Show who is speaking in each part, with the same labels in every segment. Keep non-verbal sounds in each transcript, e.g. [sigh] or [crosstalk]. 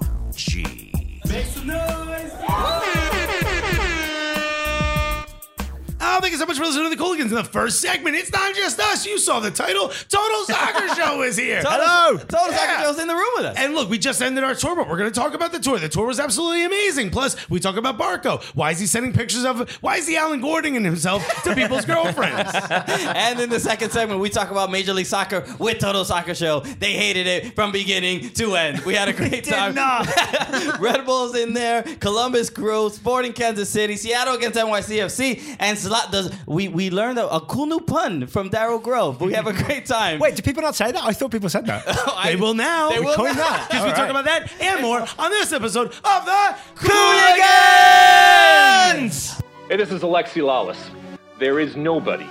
Speaker 1: OMG.
Speaker 2: Oh, thank you so much for listening to the Cooligans in the first segment. It's not just us. You saw the title. Total Soccer Show is here.
Speaker 3: Hello.
Speaker 2: Total
Speaker 3: Total Soccer Show's in the room
Speaker 2: [laughs]
Speaker 3: with us.
Speaker 2: And look, we just ended our tour, but we're going to talk about the tour. The tour was absolutely amazing. Plus, we talk about Barco. Why is he sending pictures of? Why is he Alan Gordon himself to people's girlfriends?
Speaker 3: and in the second segment, we talk about Major League Soccer with Total Soccer Show. They hated it from beginning to end. We
Speaker 2: [laughs]
Speaker 3: had a great time. Red Bulls in there, Columbus Crew, Sporting Kansas City, Seattle against NYCFC, and Slot does. We, we learned a, a cool new pun from Daryl Grove. We have a great time. [laughs]
Speaker 4: Wait, do people not say that? I thought people said that.
Speaker 2: they will now.
Speaker 3: They will
Speaker 4: Why
Speaker 3: not.
Speaker 4: not?
Speaker 2: Because we
Speaker 4: All
Speaker 2: talk
Speaker 4: right.
Speaker 2: about that and more [laughs] on this episode of the
Speaker 3: Cooligans!
Speaker 5: Hey, this is Alexi Lawless. There is nobody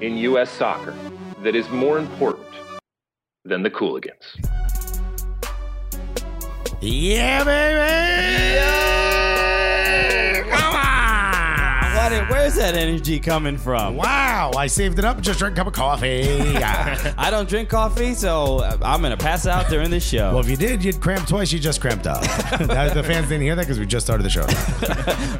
Speaker 5: in U.S. soccer that is more important than the Cooligans.
Speaker 2: Yeah, baby. Come on.
Speaker 3: What it- Where's that energy coming from?
Speaker 2: Wow, I saved it up. Just drank a cup of coffee.
Speaker 3: [laughs]
Speaker 2: Yeah.
Speaker 3: I don't drink coffee, so I'm gonna pass out during this show.
Speaker 2: well, if you did, you'd cramp twice. You just cramped up. That- the fans didn't hear that because we just started the
Speaker 3: [laughs]
Speaker 2: show.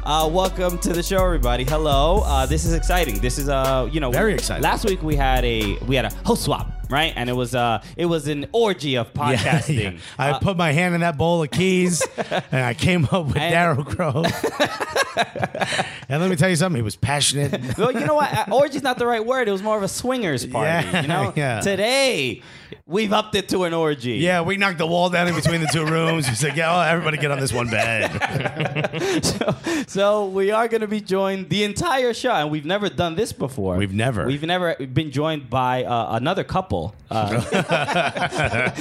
Speaker 3: Uh, welcome to the show, everybody. Hello. Uh, this is exciting. This is uh, you know,
Speaker 2: Very
Speaker 3: we-
Speaker 2: exciting.
Speaker 3: Last week we had a we had a host swap, right? And it was uh, it was an orgy of podcasting.
Speaker 2: [laughs]
Speaker 3: Uh,
Speaker 2: Yeah, yeah. I put my hand in that bowl of
Speaker 3: [laughs]
Speaker 2: keys and I came up with
Speaker 3: And-
Speaker 2: Darrow Grove. [laughs] and let me tell you something, he was
Speaker 3: [laughs]
Speaker 2: passionate.
Speaker 3: well, you know what? Uh, Orgy's not the right word. It was more of a swingers party.
Speaker 2: Yeah,
Speaker 3: you know.
Speaker 2: [laughs] yeah.
Speaker 3: Today, we've upped it to an orgy.
Speaker 2: Yeah, we knocked the wall down in between the two rooms. We said, yeah, oh, everybody get on this one bed.
Speaker 3: so, so we are going to be joined the entire show, and we've never done this before.
Speaker 2: We've never.
Speaker 3: We've never been joined by uh, another couple. Uh, [laughs]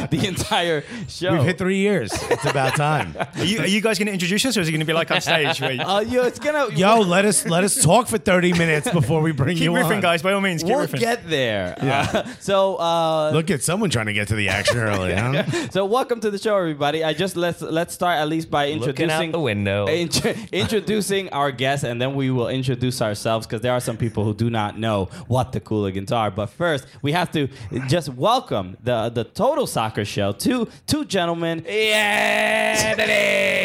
Speaker 3: the entire show.
Speaker 2: We've hit three years. It's about time.
Speaker 4: Oh. [laughs] Are you, are you guys going to introduce us, or is it going to be like on stage? Where you,
Speaker 3: Uh, yo, it's gonna.
Speaker 2: [laughs] Yo, let us let us talk for 30 minutes before we bring
Speaker 4: keep
Speaker 2: you
Speaker 4: riffing,
Speaker 2: on.
Speaker 4: guys. By all means, keep
Speaker 3: we'll
Speaker 4: riffing.
Speaker 3: get there. Uh, [laughs] so, uh,
Speaker 2: Look at someone trying to get to the action early, huh?
Speaker 3: so welcome to the show, everybody. I just let's let's start at least by introducing
Speaker 1: Looking out the window.
Speaker 3: Int- introducing our guests, and then we will introduce ourselves because there are some people who do not know what the Cooligans are. But first, we have to just welcome the the Total Soccer Show to two gentlemen.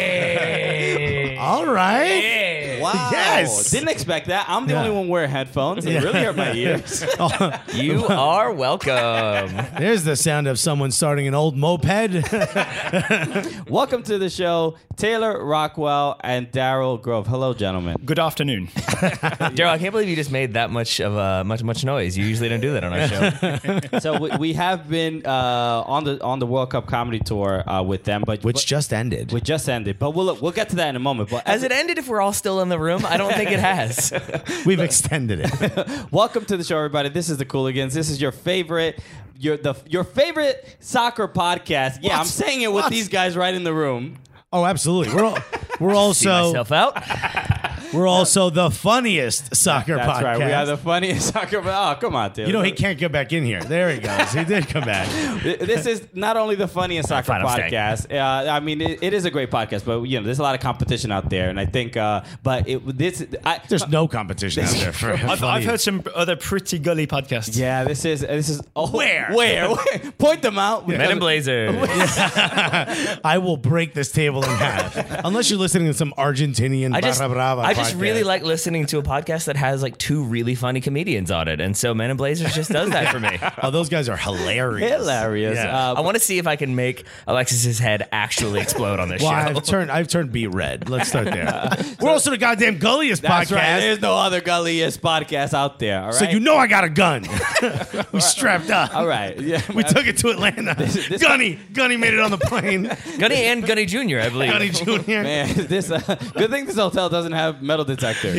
Speaker 1: Yeah.
Speaker 2: All right.
Speaker 3: Wow!
Speaker 2: Yes.
Speaker 3: didn't expect that. I'm the
Speaker 2: Yeah.
Speaker 3: only one wearing headphones. It
Speaker 2: [laughs] Yeah.
Speaker 3: really hurt my ears.
Speaker 1: you are [laughs] welcome.
Speaker 2: There's the sound of someone starting an old moped.
Speaker 3: [laughs] welcome to the show, Taylor Rockwell and Daryl Grove. Hello, gentlemen.
Speaker 4: Good afternoon.
Speaker 1: Daryl, I can't believe you just made that much of uh, much much noise. You usually don't do that on our [laughs] show.
Speaker 3: so we, we have been uh, on the on the World Cup comedy tour uh, with them, but
Speaker 2: Which
Speaker 3: but-
Speaker 2: just ended.
Speaker 3: which just ended. But we'll look, we'll get to that in a moment. But
Speaker 1: Has it ended if we're all still in the room? I don't think it [laughs] has.
Speaker 2: We've extended it.
Speaker 3: [laughs] welcome to the show, everybody. This is the Cooligans. This is your favorite. Your, the, your favorite soccer podcast. Yeah, I'm saying it with these guys right in the room.
Speaker 2: Oh, absolutely. We're all, we're
Speaker 1: See
Speaker 2: also
Speaker 1: myself out.
Speaker 2: we're also the funniest soccer
Speaker 3: That's
Speaker 2: podcast.
Speaker 3: right. We are the funniest soccer. Oh, come on, Taylor.
Speaker 2: you know he can't get back in here. There he goes. He did come back.
Speaker 3: this is not only the funniest soccer
Speaker 1: Fine, I'm staying.
Speaker 3: podcast. Uh, I mean, it, it is a great podcast, but you know, there's a lot of competition out there, and I think, uh, but it this I,
Speaker 2: There's no competition out there for
Speaker 4: I've, I've
Speaker 2: funniest.
Speaker 4: heard some other pretty gully podcasts.
Speaker 3: Yeah, this is this is oh,
Speaker 2: [laughs] Where?
Speaker 3: where [laughs] point them out.
Speaker 1: Men in Blazer.
Speaker 2: I will break this table in half.
Speaker 3: [laughs]
Speaker 2: Unless you're listening to some Argentinian
Speaker 1: [laughs] I just,
Speaker 2: Barra Brava
Speaker 1: I just
Speaker 2: podcast.
Speaker 1: really like listening to a podcast that has like two really funny comedians on it, and so Men in Blazers just does that [laughs] for me.
Speaker 2: [laughs] Oh, those guys are hilarious.
Speaker 3: hilarious.
Speaker 1: Yeah.
Speaker 3: Uh,
Speaker 1: I want to see if I can make Alexis's head actually explode on [laughs] this
Speaker 2: Well,
Speaker 1: show.
Speaker 2: I've turned I've turned beat red. Let's start
Speaker 3: [laughs]
Speaker 2: there. We're also the goddamn gulliest
Speaker 3: that's
Speaker 2: podcast.
Speaker 3: right. There's no other gulliest podcast out there. All right.
Speaker 2: So you know I got a
Speaker 3: [laughs]
Speaker 2: gun. [laughs] we strapped up.
Speaker 3: All right. Yeah.
Speaker 2: [laughs] We took it to Atlanta.
Speaker 3: this-
Speaker 2: Gunny, Gunny made it on the plane.
Speaker 3: [laughs]
Speaker 1: Gunny and Gunny Jr., I believe.
Speaker 2: Gunny Jr.
Speaker 3: Man, this uh, good thing this hotel doesn't have metal detector.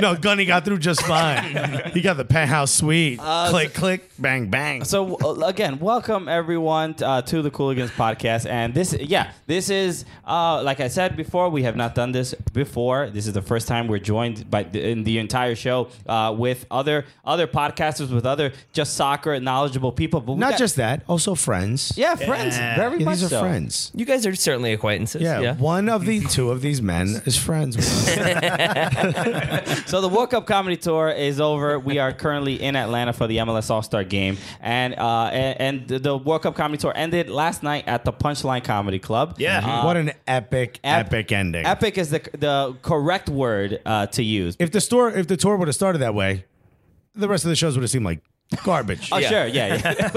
Speaker 2: No, Gunny got through just fine. he got the penthouse suite. click, click, bang, bang.
Speaker 3: [laughs] Uh, So uh, again, welcome everyone uh, to the Cooligans podcast, and this, yeah, this is uh, like I said before, we have not done this before. This is the first time we're joined by the, in the entire show uh, with other other podcasters, with other just soccer knowledgeable people, but we
Speaker 2: Not
Speaker 3: got-
Speaker 2: just that, also friends.
Speaker 3: yeah, friends, very
Speaker 2: Yeah,
Speaker 3: much
Speaker 2: these are
Speaker 3: so.
Speaker 2: friends.
Speaker 1: You guys are certainly acquaintances.
Speaker 2: Yeah,
Speaker 1: Yeah.
Speaker 2: one of the two of these men is friends. With us.
Speaker 3: So the World Cup comedy tour is over. We are currently in Atlanta for the MLS All Star game, and uh, and, and the- the World Cup comedy tour ended last night at the Punchline Comedy Club.
Speaker 4: Yeah.
Speaker 2: what an epic,
Speaker 3: Ep-
Speaker 2: epic ending.
Speaker 3: Epic is the the correct word uh, to use.
Speaker 2: if the store, if the tour would have started that way, the rest of the shows would have seemed like garbage.
Speaker 3: [laughs] Oh,
Speaker 1: Yeah.
Speaker 3: sure, yeah. yeah.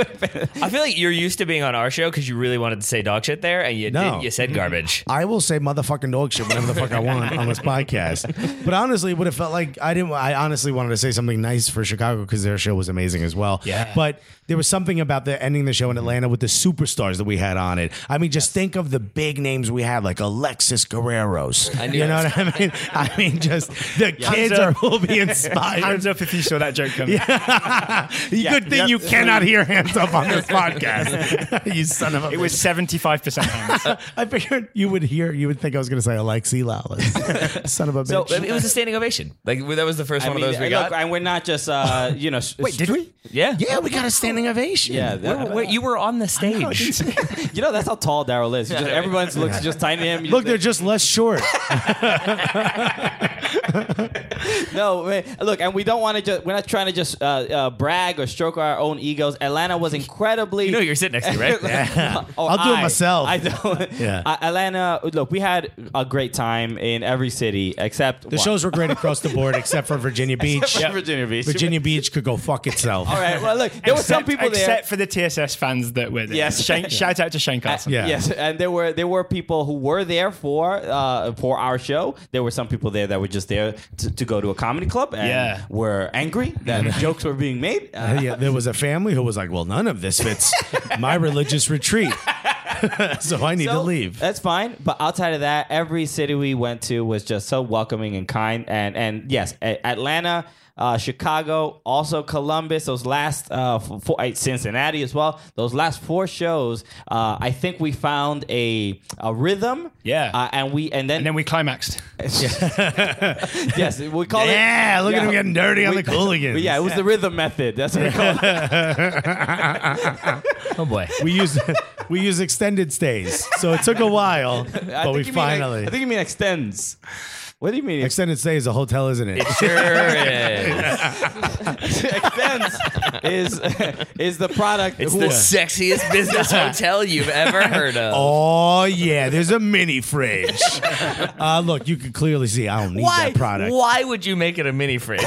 Speaker 1: I feel like you're used to being on our show because you really wanted to say dog shit there, and you
Speaker 2: No.
Speaker 1: did. You said garbage.
Speaker 2: [laughs] I will say motherfucking dog shit whenever the fuck I want on this podcast. But honestly, it would have felt like I didn't. I honestly wanted to say something nice for Chicago because their show was amazing as well.
Speaker 4: Yeah.
Speaker 2: But there was something about the ending the show in Atlanta with the superstars that we had on it. I mean, just think of the big names we had, like Alexis Guerreros.
Speaker 1: knew
Speaker 2: you know
Speaker 1: that
Speaker 2: what I mean? I mean, just the kids
Speaker 4: Hands
Speaker 2: are
Speaker 4: up.
Speaker 2: will
Speaker 4: [laughs]
Speaker 2: be
Speaker 4: Hands
Speaker 2: inspired.
Speaker 4: up if you saw that joke coming.
Speaker 2: [laughs] Good thing
Speaker 4: Yep.
Speaker 2: you cannot hear hands up on this podcast. [laughs] you son of a.
Speaker 4: It was 75% hands.
Speaker 2: [laughs] I figured you would hear. You would think I was going to say Alexi Lalas, [laughs] son of a bitch.
Speaker 1: So
Speaker 3: uh,
Speaker 1: it was a standing ovation. Like that was the first
Speaker 3: I
Speaker 1: one
Speaker 3: mean,
Speaker 1: of those we
Speaker 3: look,
Speaker 1: got.
Speaker 3: and we're not just uh, you know. Wait,
Speaker 4: we?
Speaker 1: yeah.
Speaker 2: Yeah, we got a standing ovation.
Speaker 3: Yeah, that-
Speaker 1: Where- where- you were on the stage.
Speaker 2: [laughs]
Speaker 3: [laughs] you know that's how tall Daryl is. He just, everyone looks just tiny to him. You
Speaker 2: Look,
Speaker 3: just-
Speaker 2: they're just less [laughs] short.
Speaker 3: No, man, look, and we don't want to just. We're not trying to just uh, uh, brag or stroke our own egos. Atlanta was incredibly.
Speaker 1: you
Speaker 3: [laughs]
Speaker 1: know you're sitting next to me, right?
Speaker 3: Oh,
Speaker 2: I'll do it
Speaker 3: I-
Speaker 2: myself.
Speaker 3: I don't.
Speaker 2: Yeah.
Speaker 3: Uh, Atlanta. Look, we had a great time in every city except
Speaker 2: The shows were great across the board, except for
Speaker 3: [laughs]
Speaker 2: Virginia Beach.
Speaker 3: Virginia Beach.
Speaker 2: Virginia Beach could go fuck itself.
Speaker 3: All right. Well, look, there were some people there.
Speaker 4: Except for the TSS fans that were there.
Speaker 3: Yes.
Speaker 4: Shane, shout out to Shane Carson.
Speaker 3: [laughs]
Speaker 2: Yeah.
Speaker 3: Yes, and there were there were people who were there for uh, for our show. There were some people there that were just there to, to go to a comedy club and
Speaker 4: Yeah.
Speaker 3: were angry that jokes were being made. Uh,
Speaker 2: [laughs] Yeah, there was a family who was like, "Well, none of this fits my religious retreat, [laughs] so I need to
Speaker 3: so uh,
Speaker 2: leave."
Speaker 3: That's fine. But outside of that, every city we went to was just so welcoming and kind. And and yes, A- Atlanta. Uh, Chicago, also Columbus. Those last uh, f- four, uh, Cincinnati as well. Those last four shows, uh, I think we found a a rhythm.
Speaker 4: Yeah.
Speaker 3: uh, and we and then
Speaker 4: And then we climaxed.
Speaker 3: yes, we call it.
Speaker 2: Yeah, look at
Speaker 3: Yeah.
Speaker 2: him getting dirty on
Speaker 3: [laughs] We-
Speaker 2: the cooligans.
Speaker 3: But yeah, it was the rhythm method. That's what we call
Speaker 2: [laughs]
Speaker 3: it.
Speaker 1: Oh boy.
Speaker 2: we used we used extended stays, so it took a while,
Speaker 3: [laughs] I
Speaker 2: but
Speaker 3: think
Speaker 2: we
Speaker 3: you mean,
Speaker 2: finally
Speaker 3: I think you mean extends. What do you
Speaker 2: [laughs]
Speaker 3: mean?
Speaker 2: extended stay is a hotel, isn't it?
Speaker 1: Sure is.
Speaker 3: extends is [laughs] is the product.
Speaker 1: It's the sexiest
Speaker 3: [laughs]
Speaker 1: business hotel you've ever heard of.
Speaker 2: Oh yeah, there's a mini
Speaker 3: [laughs]
Speaker 2: fridge. uh, look, you can clearly see I don't need
Speaker 1: why?
Speaker 2: that product.
Speaker 1: Why would you make it a mini
Speaker 3: [laughs]
Speaker 1: fridge?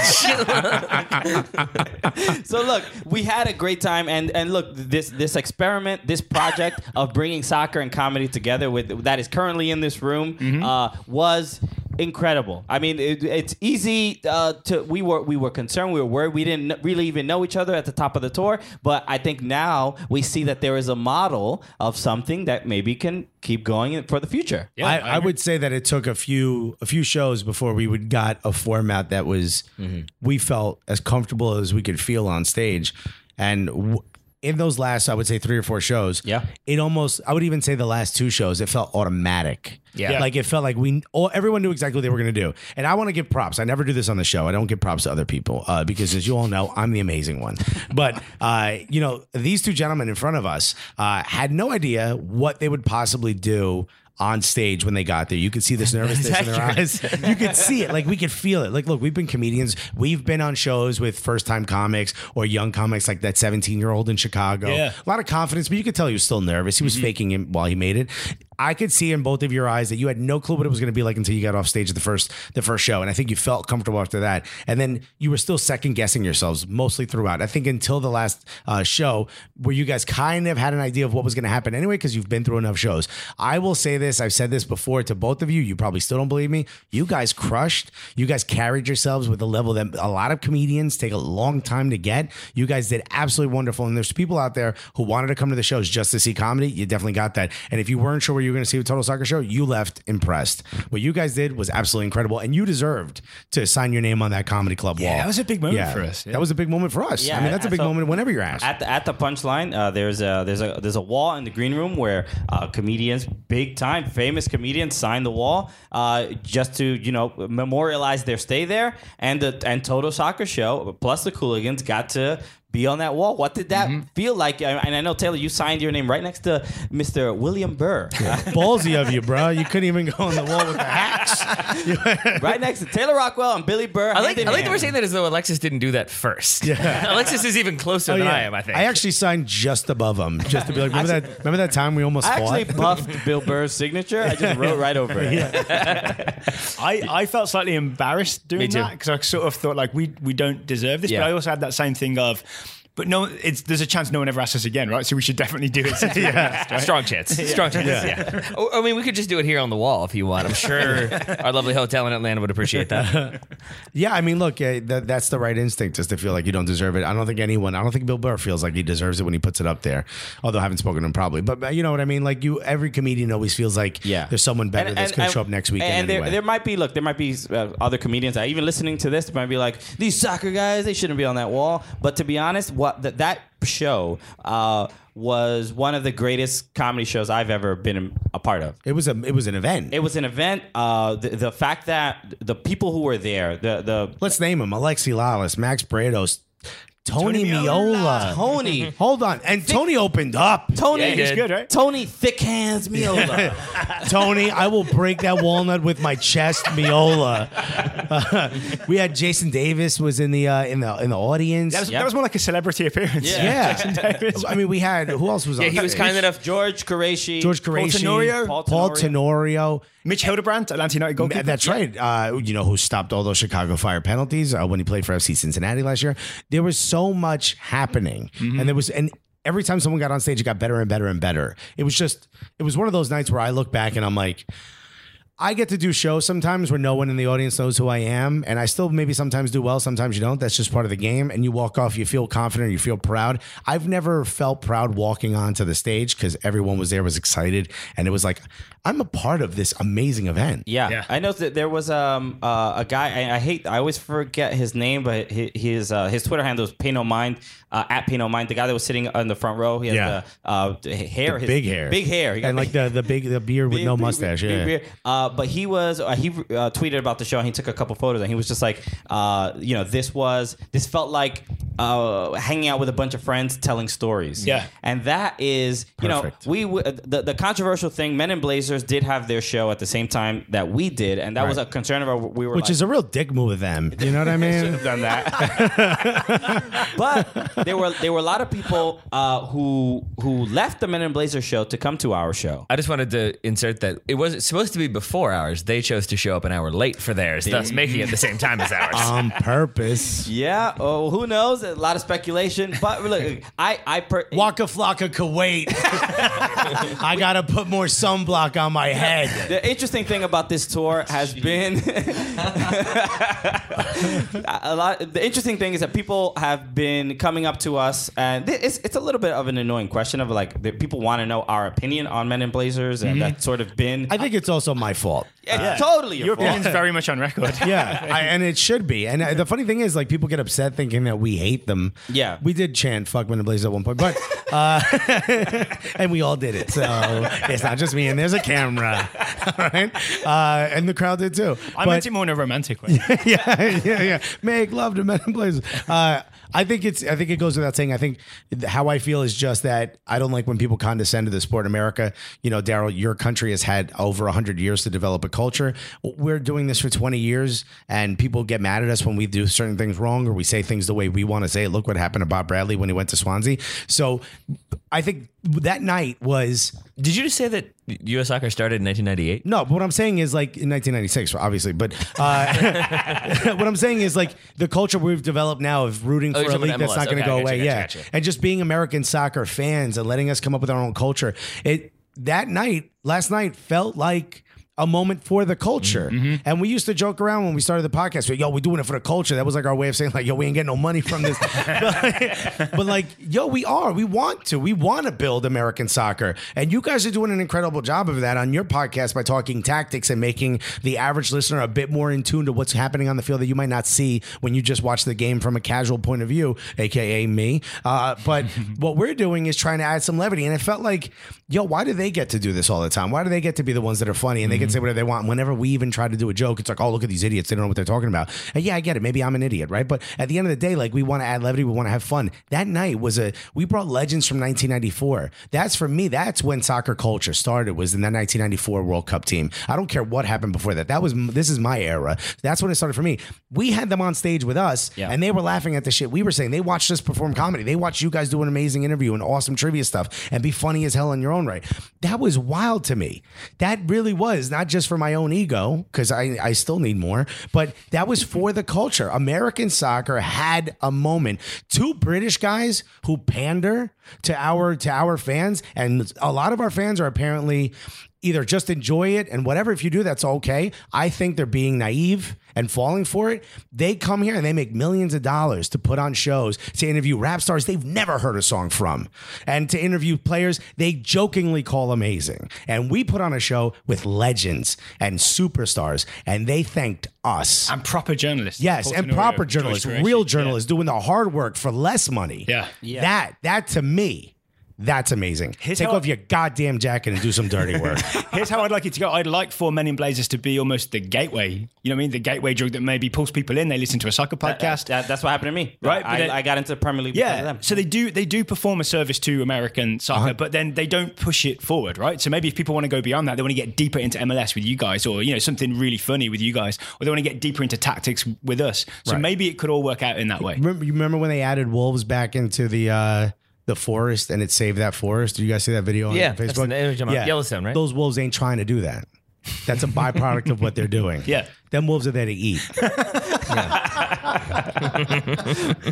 Speaker 3: so look, we had a great time, and and look, this this experiment, this project [laughs] of bringing soccer and comedy together with that is currently in this room uh, was incredible. I mean, it, it's easy uh, to we were we were concerned, we were worried, we didn't kn- really even know each other at the top of the tour, but I think now we see that there is a model of something that maybe can keep going for the future.
Speaker 2: I, I, would say that it took a few a few shows before we would got a format that was
Speaker 3: Mm-hmm.
Speaker 2: we felt as comfortable as we could feel on stage, and w- in those last I would say three or four shows,
Speaker 3: Yeah.
Speaker 2: it almost I would even say the last two shows it felt automatic.
Speaker 1: Yeah. Yeah.
Speaker 2: like it felt like we all, everyone knew exactly what they were going to do. And I want to give props. I never do this on the show. I don't give props to other people uh, because, as you all know, I'm the amazing one. But uh, you know, these two gentlemen in front of us uh, had no idea what they would possibly do. On stage when they got there, you could see this nervousness in their eyes. You could see it, like we could feel it. Like, look, we've been comedians. We've been on shows with first-time comics or young comics, like that seventeen-year-old in Chicago.
Speaker 4: Yeah.
Speaker 2: A lot of confidence, but you could tell he was still nervous. He was faking it while he made it. I could see in both of your eyes that you had no clue what it was going to be like until you got off stage at the first the first show, and I think you felt comfortable after that. And then you were still second guessing yourselves mostly throughout. I think until the last uh, show where you guys kind of had an idea of what was going to happen anyway because you've been through enough shows. I will say this: I've said this before to both of you. You probably still don't believe me. You guys crushed. You guys carried yourselves with a level that a lot of comedians take a long time to get. You guys did absolutely wonderful. And there's people out there who wanted to come to the shows just to see comedy. You definitely got that. And if you weren't sure where you you were going to see a Total Soccer Show, you left impressed. What you guys did was absolutely incredible, and you deserved to sign your name on that comedy club wall.
Speaker 4: that was a big moment for us, yeah.
Speaker 2: That was a big moment for us.
Speaker 3: Yeah,
Speaker 2: I mean, that's a big
Speaker 3: so-
Speaker 2: moment whenever you're asked.
Speaker 3: At the, at the punchline, uh, there's a there's a there's a wall in the green room where uh, comedians, big time famous comedians, sign the wall uh, just to you know memorialize their stay there. And the and Total Soccer Show plus the Cooligans got to be on that wall. What did that feel like? And and I know Taylor, you signed your name right next to Mr. William Burr,
Speaker 2: Ballsy of you, bro. You couldn't even go on the wall with the hacks. You-
Speaker 3: [laughs] right next to Taylor Rockwell and Billy Burr.
Speaker 1: I like,
Speaker 3: hand in
Speaker 1: I like that
Speaker 3: hand.
Speaker 1: we're saying that as though Alexis didn't do that first. Yeah. Alexis is even closer
Speaker 4: Oh,
Speaker 1: than I am, I think.
Speaker 2: Oh, I actually signed just above him, just to be like, remember that? Remember that time we almost
Speaker 3: I
Speaker 2: fought?
Speaker 3: actually buffed Bill Burr's signature. I just wrote right
Speaker 1: [laughs]
Speaker 3: over it.
Speaker 4: I, I felt slightly embarrassed doing
Speaker 1: Me too.
Speaker 4: that because I sort of thought like we we don't deserve this.
Speaker 1: Yeah.
Speaker 4: But I also had that same thing of, but no, it's there's a chance no one ever asks us again, right? So we should definitely do
Speaker 2: [laughs]
Speaker 4: it. Since yeah.
Speaker 1: Strong [laughs] chance. Strong chance. Yeah. Or- I mean, we could just do it here on the wall if you want. I'm [laughs] sure our lovely hotel in Atlanta would appreciate [laughs] that.
Speaker 2: Yeah, I mean, look, eh, that, that's the right instinct is to feel like you don't deserve it. I don't think anyone, I don't think Bill Burr feels like he deserves it when he puts it up there. Although I haven't spoken to him probably, but but you know what I mean. Like you, every comedian always feels like
Speaker 3: Yeah.
Speaker 2: there's someone better that's going to show up next weekend.
Speaker 3: And there,
Speaker 2: anyway.
Speaker 3: there might be, look, there might be uh, other comedians. that even listening to this, might be like these soccer guys. They shouldn't be on that wall. But to be honest, what that that show uh, was one of the greatest comedy shows I've ever been a part of.
Speaker 2: it was a, it was an event.
Speaker 3: It was an event. Uh, the, the fact that the people who were there, the the
Speaker 2: Let's name them: Alexi Lalas, Max Bredos, Tony, Miola.
Speaker 3: Tony.
Speaker 2: Hold on, and Tony opened up.
Speaker 3: Tony,
Speaker 1: Yeah, he did.
Speaker 4: good, right?
Speaker 3: Tony Thick Hands Miola.
Speaker 2: Tony, I will break that walnut with my chest, Miola. [laughs] we had Jason Davis was in the uh, in the in the audience.
Speaker 4: That was,
Speaker 3: Yeah.
Speaker 4: that was more like a celebrity appearance.
Speaker 2: Yeah.
Speaker 4: Jason Davis.
Speaker 2: I mean, we had who else was on?
Speaker 1: Yeah, [laughs] he was
Speaker 2: stage?
Speaker 1: kind enough.
Speaker 3: George Qureshi.
Speaker 2: George Qureshi,
Speaker 4: Tenorio?
Speaker 2: Paul
Speaker 3: Paul
Speaker 2: Tenorio.
Speaker 4: [laughs] Mitch Hildebrandt, Atlanta United goalkeeper.
Speaker 2: That's right. Uh, you know who stopped all those Chicago Fire penalties uh, when he played for FC Cincinnati last year? There was so much happening, and there was and. Every time someone got on stage, it got better and better and better. It was just, it was one of those nights where I look back and I'm like, I get to do shows sometimes where no one in the audience knows who I am, and I still maybe sometimes do well, sometimes you don't. That's just part of the game. And you walk off, you feel confident, you feel proud. I've never felt proud walking onto the stage because everyone was there, was excited, and it was like, I'm a part of this amazing event.
Speaker 3: Yeah. I know that there was um uh, a guy. I, I hate. I always forget his name, but hi- his uh, his Twitter handle is Pay No Mind uh, at Pay No Mind. The guy that was sitting on the front row. He has
Speaker 2: Yeah.
Speaker 3: the, uh, the hair. his-
Speaker 2: big hair,
Speaker 3: Big hair. He got
Speaker 2: and
Speaker 3: big-
Speaker 2: like the the big the beard with
Speaker 3: big-
Speaker 2: no
Speaker 3: big-
Speaker 2: mustache.
Speaker 3: big
Speaker 2: yeah.
Speaker 3: beard. Uh, but he was uh, he uh, tweeted about the show and he took a couple photos and he was just like, uh, you know, this was this felt like uh, hanging out with a bunch of friends telling stories.
Speaker 4: Yeah.
Speaker 3: and that is you
Speaker 2: Perfect.
Speaker 3: know we w- the the controversial thing. Men in Blazers did have their show at the same time that we did, and that was a concern of our. We were
Speaker 2: Which
Speaker 3: like,
Speaker 2: is a [laughs] real dick move of them. You
Speaker 3: [laughs]
Speaker 2: know what I mean?
Speaker 4: done that.
Speaker 3: but there were there were a lot of people uh, who who left the Men in Blazer show to come to our show.
Speaker 1: I just wanted to insert that it wasn't supposed to be before ours. They chose to show up an hour late for theirs, thus making it the same time as ours.
Speaker 2: [laughs]
Speaker 1: [laughs]
Speaker 2: On
Speaker 3: [laughs]
Speaker 2: purpose.
Speaker 3: Yeah, oh, who knows? A lot of speculation, but look, I I per-
Speaker 2: Waka flocka
Speaker 3: [laughs]
Speaker 2: Kuwait. I gotta put more sunblock on my head.
Speaker 3: The interesting thing about this tour has been [laughs] a lot. The interesting thing is that people have been coming up to us, and thi- it's it's a little bit of an annoying question of like that people want to know our opinion on Men in Blazers, and that's sort of been
Speaker 2: I think it's also my fault.
Speaker 3: it's totally your
Speaker 4: Your
Speaker 3: fault.
Speaker 4: opinion's very much on record.
Speaker 2: [laughs] Yeah, I, and it should be. And uh, the funny thing is, like, people get upset thinking that we hate them.
Speaker 3: Yeah.
Speaker 2: we did chant "fuck Men and Blaze" at one point, but uh, [laughs] and we all did it. So it's not just me. And there's a camera, [laughs] all right? Uh, and the crowd did too.
Speaker 4: I
Speaker 2: But-
Speaker 4: meant it more in a
Speaker 2: [laughs]
Speaker 4: romantic way.
Speaker 2: yeah, yeah, yeah. Make love to men in blazers. Uh, I think it's. I think it goes without saying. I think th- how I feel is just that I don't like when people condescend to the sport in America. You know, Daryl, your country has had over hundred years to develop a culture. We're doing this for twenty years, and people get mad at us when we do certain things wrong or we say things the way we want to say. it. Look what happened to Bob Bradley when he went to Swansea. So, I think that night was
Speaker 1: Did you just say that U.S. soccer started in 1998?
Speaker 2: no, but what I'm saying is like in 1996, obviously. But uh, [laughs] what I'm saying is like the culture we've developed now of rooting for
Speaker 1: Oh, you're
Speaker 2: a
Speaker 1: talking
Speaker 2: league
Speaker 1: about
Speaker 2: that's
Speaker 1: MLS.
Speaker 2: not going to
Speaker 1: Okay,
Speaker 2: go
Speaker 1: gotcha,
Speaker 2: away.
Speaker 1: gotcha,
Speaker 2: yeah,
Speaker 1: gotcha.
Speaker 2: and just being American soccer fans and letting us come up with our own culture. It that night, last night, felt like. a moment for the culture.
Speaker 1: Mm-hmm.
Speaker 2: And we used to joke around when we started the podcast, like, yo, we're doing it for the culture. That was like our way of saying, like, yo, we ain't getting no money from
Speaker 1: [laughs]
Speaker 2: this. but, but, like, yo, we are. We want to. We want to build American soccer. And you guys are doing an incredible job of that on your podcast by talking tactics and making the average listener a bit more in tune to what's happening on the field that you might not see when you just watch the game from a casual point of view, aka me. Uh, but what we're doing is trying to add some levity. And it felt like, yo, why do they get to do this all the time? Why do they get to be the ones that are funny and they can say whatever they want? And whenever we even try to do a joke, it's like, oh, look at these idiots. They don't know what they're talking about. And yeah, I get it. Maybe I'm an idiot, right? But at the end of the day, like we want to add levity, we want to have fun. That night was a we brought legends from 1994. That's for me. That's when soccer culture started. Was in that 1994 World Cup team. I don't care what happened before that. That was this is my era. That's when it started for me. We had them on stage with us,
Speaker 1: Yeah.
Speaker 2: and they were laughing at the shit we were saying. They watched us perform comedy. They watched you guys do an amazing interview and awesome trivia stuff, and be funny as hell in your own right. That was wild to me. That really was not just for my own ego because I I still need more, but that was for the culture. American soccer had a moment. Two British guys who pander to our to our fans, and a lot of our fans are apparently either just enjoy it and whatever. If you do, that's okay. I think they're being naive and falling for it. They come here and they make millions of dollars to put on shows, to interview rap stars they've never heard a song from, and to interview players they jokingly call amazing. And we put on a show with legends and superstars, and they thanked us.
Speaker 4: And proper journalists.
Speaker 2: Yes,
Speaker 4: Paul
Speaker 2: and
Speaker 4: Tenorio,
Speaker 2: proper
Speaker 4: Joyce
Speaker 2: journalists,
Speaker 4: Gracie.
Speaker 2: real journalists doing the hard work for less money.
Speaker 4: Yeah.
Speaker 2: That that to me, that's amazing. Take
Speaker 4: how-
Speaker 2: off your goddamn jacket and do some dirty
Speaker 1: [laughs]
Speaker 2: work.
Speaker 4: Here's how I'd like it to go. I'd like for Men in Blazers to be almost the gateway. You know what I mean? The gateway drug that maybe pulls people in. They listen to a soccer
Speaker 2: uh,
Speaker 4: podcast.
Speaker 3: That, that's what happened to me.
Speaker 4: Right, but
Speaker 3: I,
Speaker 4: then-
Speaker 3: I got into the Premier League because of
Speaker 4: Yeah.
Speaker 3: them.
Speaker 4: So they do they do perform a service to American soccer, but then they don't push it forward, right? So maybe if people want to go beyond that, they want to get deeper into MLS with you guys, or you know something really funny with you guys, or they want to get deeper into tactics with us. So
Speaker 2: Right.
Speaker 4: maybe it could all work out in that way.
Speaker 2: remember, you remember when they added wolves back into the uh, the forest and it saved that forest? Did you guys see that video on
Speaker 1: Yeah,
Speaker 2: Facebook?
Speaker 1: that's the image I'm on. Yellowstone, right?
Speaker 2: Those wolves ain't trying to do that. That's a byproduct of what they're doing.
Speaker 4: Yeah.
Speaker 2: Them wolves are there to eat.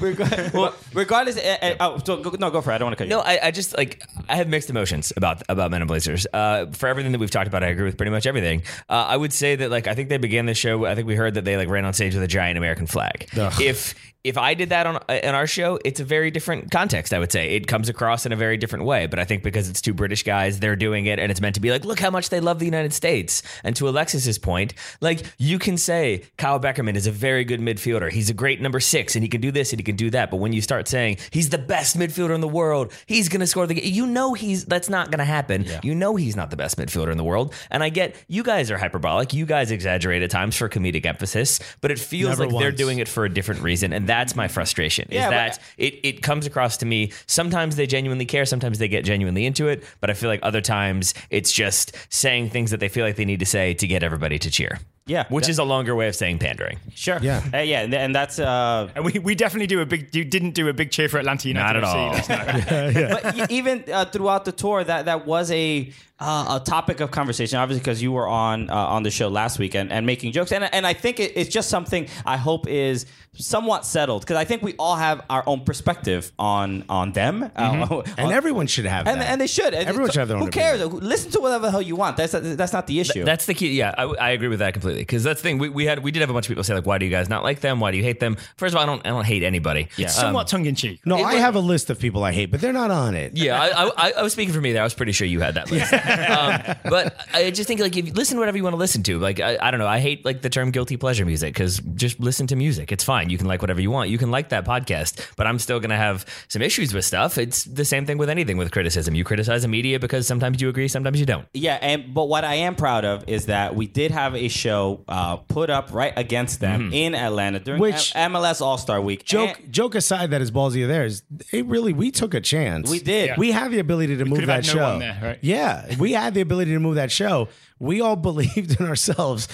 Speaker 3: Reg- well, regardless, eh, eh, oh, so go, no, go for it. I don't want to cut you.
Speaker 1: No, I, I just like I have mixed emotions about about Men in Blazers. Uh, for everything that we've talked about, I agree with pretty much everything. Uh, I would say that like I think they began the show. I think we heard that they like ran on stage with a giant American flag.
Speaker 2: Ugh.
Speaker 1: If if I did that on in our show, it's a very different context. I would say it comes across in a very different way. But I think because it's two British guys, they're doing it, and it's meant to be like, look how much they love the United States. And to Alexis's point, like you can say Kyle Beckerman is a very good midfielder. He's a great number six, and he can do this and he can do that. But when you start saying he's the best midfielder in the world, he's going to score the game. You know he's that's not going to happen. You know he's not the best midfielder in the world. And I get you guys are hyperbolic. You guys exaggerate at times for comedic emphasis, but it feels
Speaker 2: Never
Speaker 1: like they're
Speaker 2: once.
Speaker 1: doing it for a different reason, and that's my frustration. Is
Speaker 3: Yeah, but-
Speaker 1: that it, it comes across to me. Sometimes they genuinely care, sometimes they get genuinely into it, but I feel like other times it's just saying things that they feel like they need to say to get everybody to cheer.
Speaker 3: Yeah.
Speaker 1: which is a longer way of saying pandering.
Speaker 3: Sure.
Speaker 2: Yeah.
Speaker 3: Eh, yeah. And, and that's. Uh,
Speaker 4: And we, we definitely do a big. You didn't do a big cheer for Atlanta United.
Speaker 1: Not at
Speaker 4: FC
Speaker 1: all.
Speaker 4: last night.
Speaker 2: [laughs]
Speaker 3: but e- even uh, throughout the tour, that that was a uh, a topic of conversation, obviously, because you were on uh, on the show last week and, and making jokes, and and I think it, it's just something I hope is somewhat settled because I think we all have our own perspective on on them, [laughs] uh,
Speaker 2: Mm-hmm. And
Speaker 3: on-
Speaker 2: everyone should have
Speaker 3: and,
Speaker 2: that.
Speaker 3: and they should. And
Speaker 2: Everyone
Speaker 3: so
Speaker 2: should have their own
Speaker 3: Who cares? Listen to whatever the hell you want. That's that's not the issue.
Speaker 1: That's the key. Yeah, I, I agree with that completely. Because that's the thing we, we had. We did have a bunch of people say like, "Why do you guys not like them? Why do you hate them?" First of all, I don't. I don't hate anybody. Um, Yeah.
Speaker 4: Somewhat tongue in cheek.
Speaker 2: no, I have a list of people I hate, but they're not on it.
Speaker 1: Yeah, I, I, I was speaking for me there. I was pretty sure you had that list. um, but I just think like if you listen to whatever you want to listen to. Like I, I don't know. I hate like the term guilty pleasure music because just listen to music. It's fine. You can like whatever you want. You can like that podcast, but I'm still gonna have some issues with stuff. It's the same thing with anything with criticism. You criticize the media because sometimes you agree, sometimes you don't.
Speaker 3: Yeah, and but what I am proud of is that we did have a show uh, put up right against them in Atlanta during
Speaker 2: Mm-hmm. Which-
Speaker 3: M- MLS All Star Week.
Speaker 2: Joke,
Speaker 3: And-
Speaker 2: joke aside, that is ballsy of theirs. It really, we took a chance.
Speaker 3: We did. Yeah.
Speaker 2: We have the ability to move
Speaker 4: could have
Speaker 2: that
Speaker 4: had
Speaker 2: show.
Speaker 4: no one there, right?
Speaker 2: Yeah, we had the ability to move that show. We all [laughs] believed in ourselves.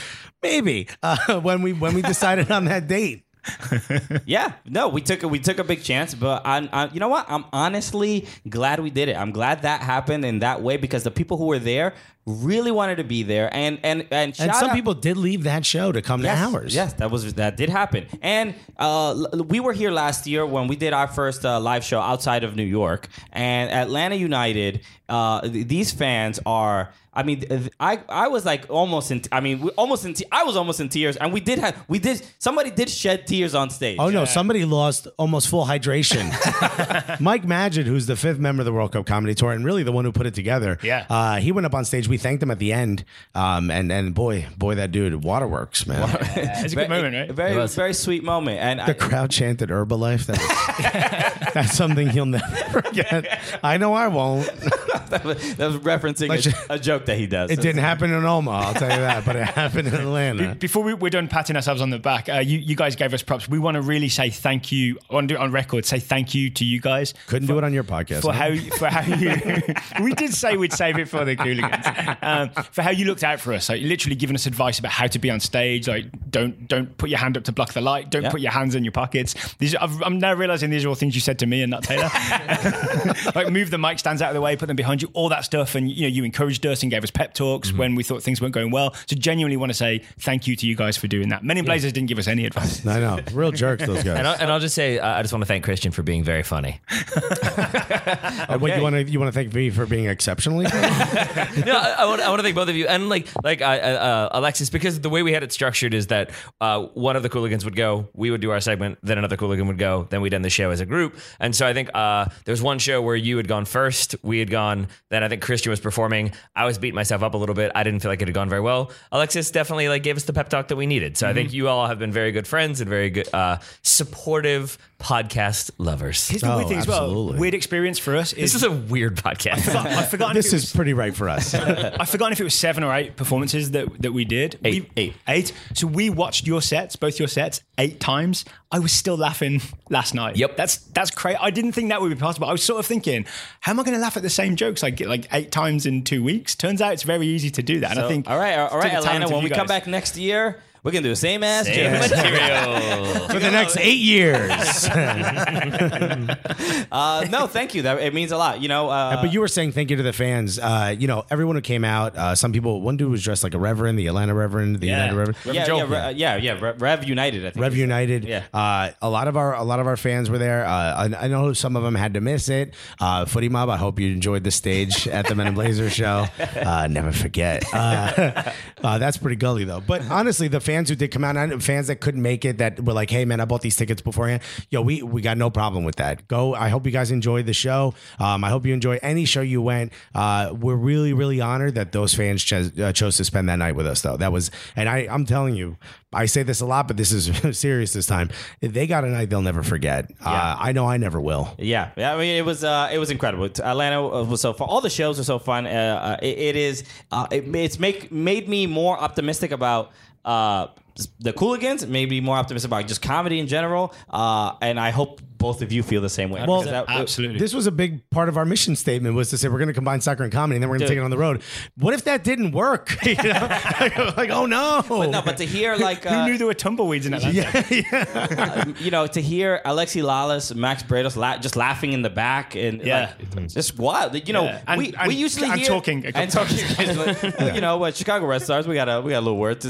Speaker 2: Maybe uh, [laughs] when we when we decided on that date.
Speaker 3: yeah, no, we took a, we took a big chance, but I'm, I'm, you know what? I'm honestly glad we did it. I'm glad that happened in that way because the people who were there Really wanted to be there, and and and, shout
Speaker 2: And some
Speaker 3: out-
Speaker 2: people did leave that show to come
Speaker 3: Yes,
Speaker 2: to ours.
Speaker 3: Yes, that was that did happen. And uh, l- we were here last year when we did our first uh, live show outside of New York and Atlanta United. Uh, th- these fans are. I mean, th- th- I I was like almost in. I mean, we almost in. Te- I was almost in tears, and we did have we did somebody did shed tears on stage.
Speaker 2: Oh no! Somebody lost almost full
Speaker 4: [laughs]
Speaker 2: hydration. Mike Magid, who's the fifth member of the World Cup Comedy Tour and really the one who put it together,
Speaker 4: Yeah.
Speaker 2: uh, he went up on stage. We thanked him at the end, um, and and boy, boy, that dude, waterworks, man.
Speaker 4: [laughs] It's a good moment, right?
Speaker 3: Very very sweet moment, and
Speaker 2: The
Speaker 3: I,
Speaker 2: crowd chanted Herbalife. That was- that's something he'll never forget. I know I won't.
Speaker 3: [laughs] that was referencing
Speaker 2: Like-
Speaker 3: a, a joke that he does.
Speaker 2: It didn't happen in Omaha, I'll tell you that, but it happened in Atlanta.
Speaker 4: Before we, we're done patting ourselves on the back, uh, you, you guys gave us props. We want to really say thank you on on record. Say thank you to you guys
Speaker 2: Couldn't do it on your podcast.
Speaker 4: for
Speaker 2: huh?
Speaker 4: how for how you. we did say we'd save it for the Cooligans. Um, for how you looked out for us, like literally giving us advice about how to be on stage. Like don't don't put your hand up to block the light. Don't
Speaker 3: Yeah.
Speaker 4: put your hands in your pockets. These are- I've, I'm now realizing these are all things you said to me and not Taylor. like move the mic stands out of the way, put them behind you, all that stuff. And you know you encouraged us and gave us pep talks when we thought things weren't going well. So genuinely want to say thank you to you guys for doing that. Men in Blazers didn't give us any advice.
Speaker 2: I know. Real jerks, those
Speaker 3: [laughs]
Speaker 2: guys.
Speaker 1: And I'll, and I'll just say, uh, I just want to thank Christian for being very funny.
Speaker 2: And Uh, What, you want to you want to thank me for being exceptionally?
Speaker 3: [laughs]
Speaker 1: no, [laughs] I, I, want, I want to thank both of you and like like uh, uh, Alexis because the way we had it structured is that uh, one of the Cooligans would go, we would do our segment, then another Cooligan would go, then we'd end the show as a group. And so I think uh, there's one show where you had gone first, we had gone, then I think Christian was performing. I was beating myself up a little bit. I didn't feel like it had gone very well. Alexis definitely like gave us the pep talk that we needed. So I think you all have been very good friends and very good uh, supportive podcast lovers.
Speaker 4: Here's the weird
Speaker 2: Oh,
Speaker 4: thing as
Speaker 2: absolutely.
Speaker 4: well. Weird experience for us is
Speaker 1: This is a weird podcast.
Speaker 4: I've forgotten
Speaker 2: this
Speaker 4: if it was-
Speaker 2: is pretty right for
Speaker 3: [laughs]
Speaker 2: us.
Speaker 4: I've forgotten if it was seven or eight performances that, that we did.
Speaker 1: Eight.
Speaker 4: We, eight. Eight. So we watched your sets, both your sets, eight times. I was still laughing last night.
Speaker 1: Yep.
Speaker 4: That's that's crazy. I didn't think that would be possible. I was sort of thinking, how am I going to laugh at the same jokes like like eight times in two weeks? Turns out it's very easy to do that. and I think
Speaker 3: all right, all
Speaker 4: to
Speaker 3: right,
Speaker 4: the talent
Speaker 3: Atlanta.
Speaker 4: of
Speaker 3: When
Speaker 4: you
Speaker 3: we come
Speaker 4: guys.
Speaker 3: back next year, we're gonna do the same ass.
Speaker 1: Same
Speaker 3: jokes.
Speaker 1: material.
Speaker 2: for the next eight
Speaker 3: [laughs]
Speaker 2: years.
Speaker 3: Uh, no, thank you. That it means a lot. You know, uh,
Speaker 2: but you were saying thank you to the fans. Uh, you know, everyone who came out. Uh, some people. One dude was dressed like a reverend, the Atlanta reverend, the United reverend.
Speaker 3: yeah, yeah, Re- uh, yeah, yeah, Re- Rev United. I think.
Speaker 2: Rev United.
Speaker 3: Yeah.
Speaker 2: Uh, a lot of our a lot of our fans were there. Uh, I, I know some of them had to miss it. Uh, Footy Mob. I hope you enjoyed the
Speaker 3: [laughs]
Speaker 2: stage at the Men in Blazer show. Uh, never forget. Uh, [laughs] uh, that's pretty gully though. But honestly, the fans who did come out, and fans that couldn't make it, that were like, "Hey man, I bought these tickets beforehand." Yo, we we got no problem with that. Go. I hope you guys enjoyed the show. Um, I hope you enjoy any show you went. Uh, we're really really honored that those fans chose, uh, chose to spend that night with us though. That was, and I I'm telling you, I say this a lot, but this is [laughs] serious this time. They got a night they'll never forget. Uh, I know I never will.
Speaker 3: Yeah, yeah. I mean, it was uh, it was incredible. Atlanta uh, was so fun. All the shows were so fun. Uh, uh, it, it is uh, it, it's make made me more optimistic about uh, the Cooligans. Made me more optimistic about just comedy in general. Uh, and I hope both of you feel the same way. Because that-
Speaker 4: Absolutely.
Speaker 2: This was a big part of our mission statement was to say we're going to combine soccer and comedy, and then we're going to
Speaker 3: Dude.
Speaker 2: take it on the road. What if that didn't work? [laughs] You know?
Speaker 3: [laughs]
Speaker 2: like, oh no!
Speaker 3: But no, but to hear like
Speaker 4: Who
Speaker 3: uh,
Speaker 4: knew there were tumbleweeds in Atlanta?
Speaker 3: you know to hear Alexi Lalas, Max Brados la- just laughing in the back and
Speaker 4: Yeah.
Speaker 3: like, just wild. You know,
Speaker 4: Yeah. And-
Speaker 3: we,
Speaker 4: and-
Speaker 3: we usually
Speaker 4: and
Speaker 3: hear,
Speaker 4: talking a couple
Speaker 3: and talking. [laughs] You know, what Chicago Red Stars. We got a we got a little word to.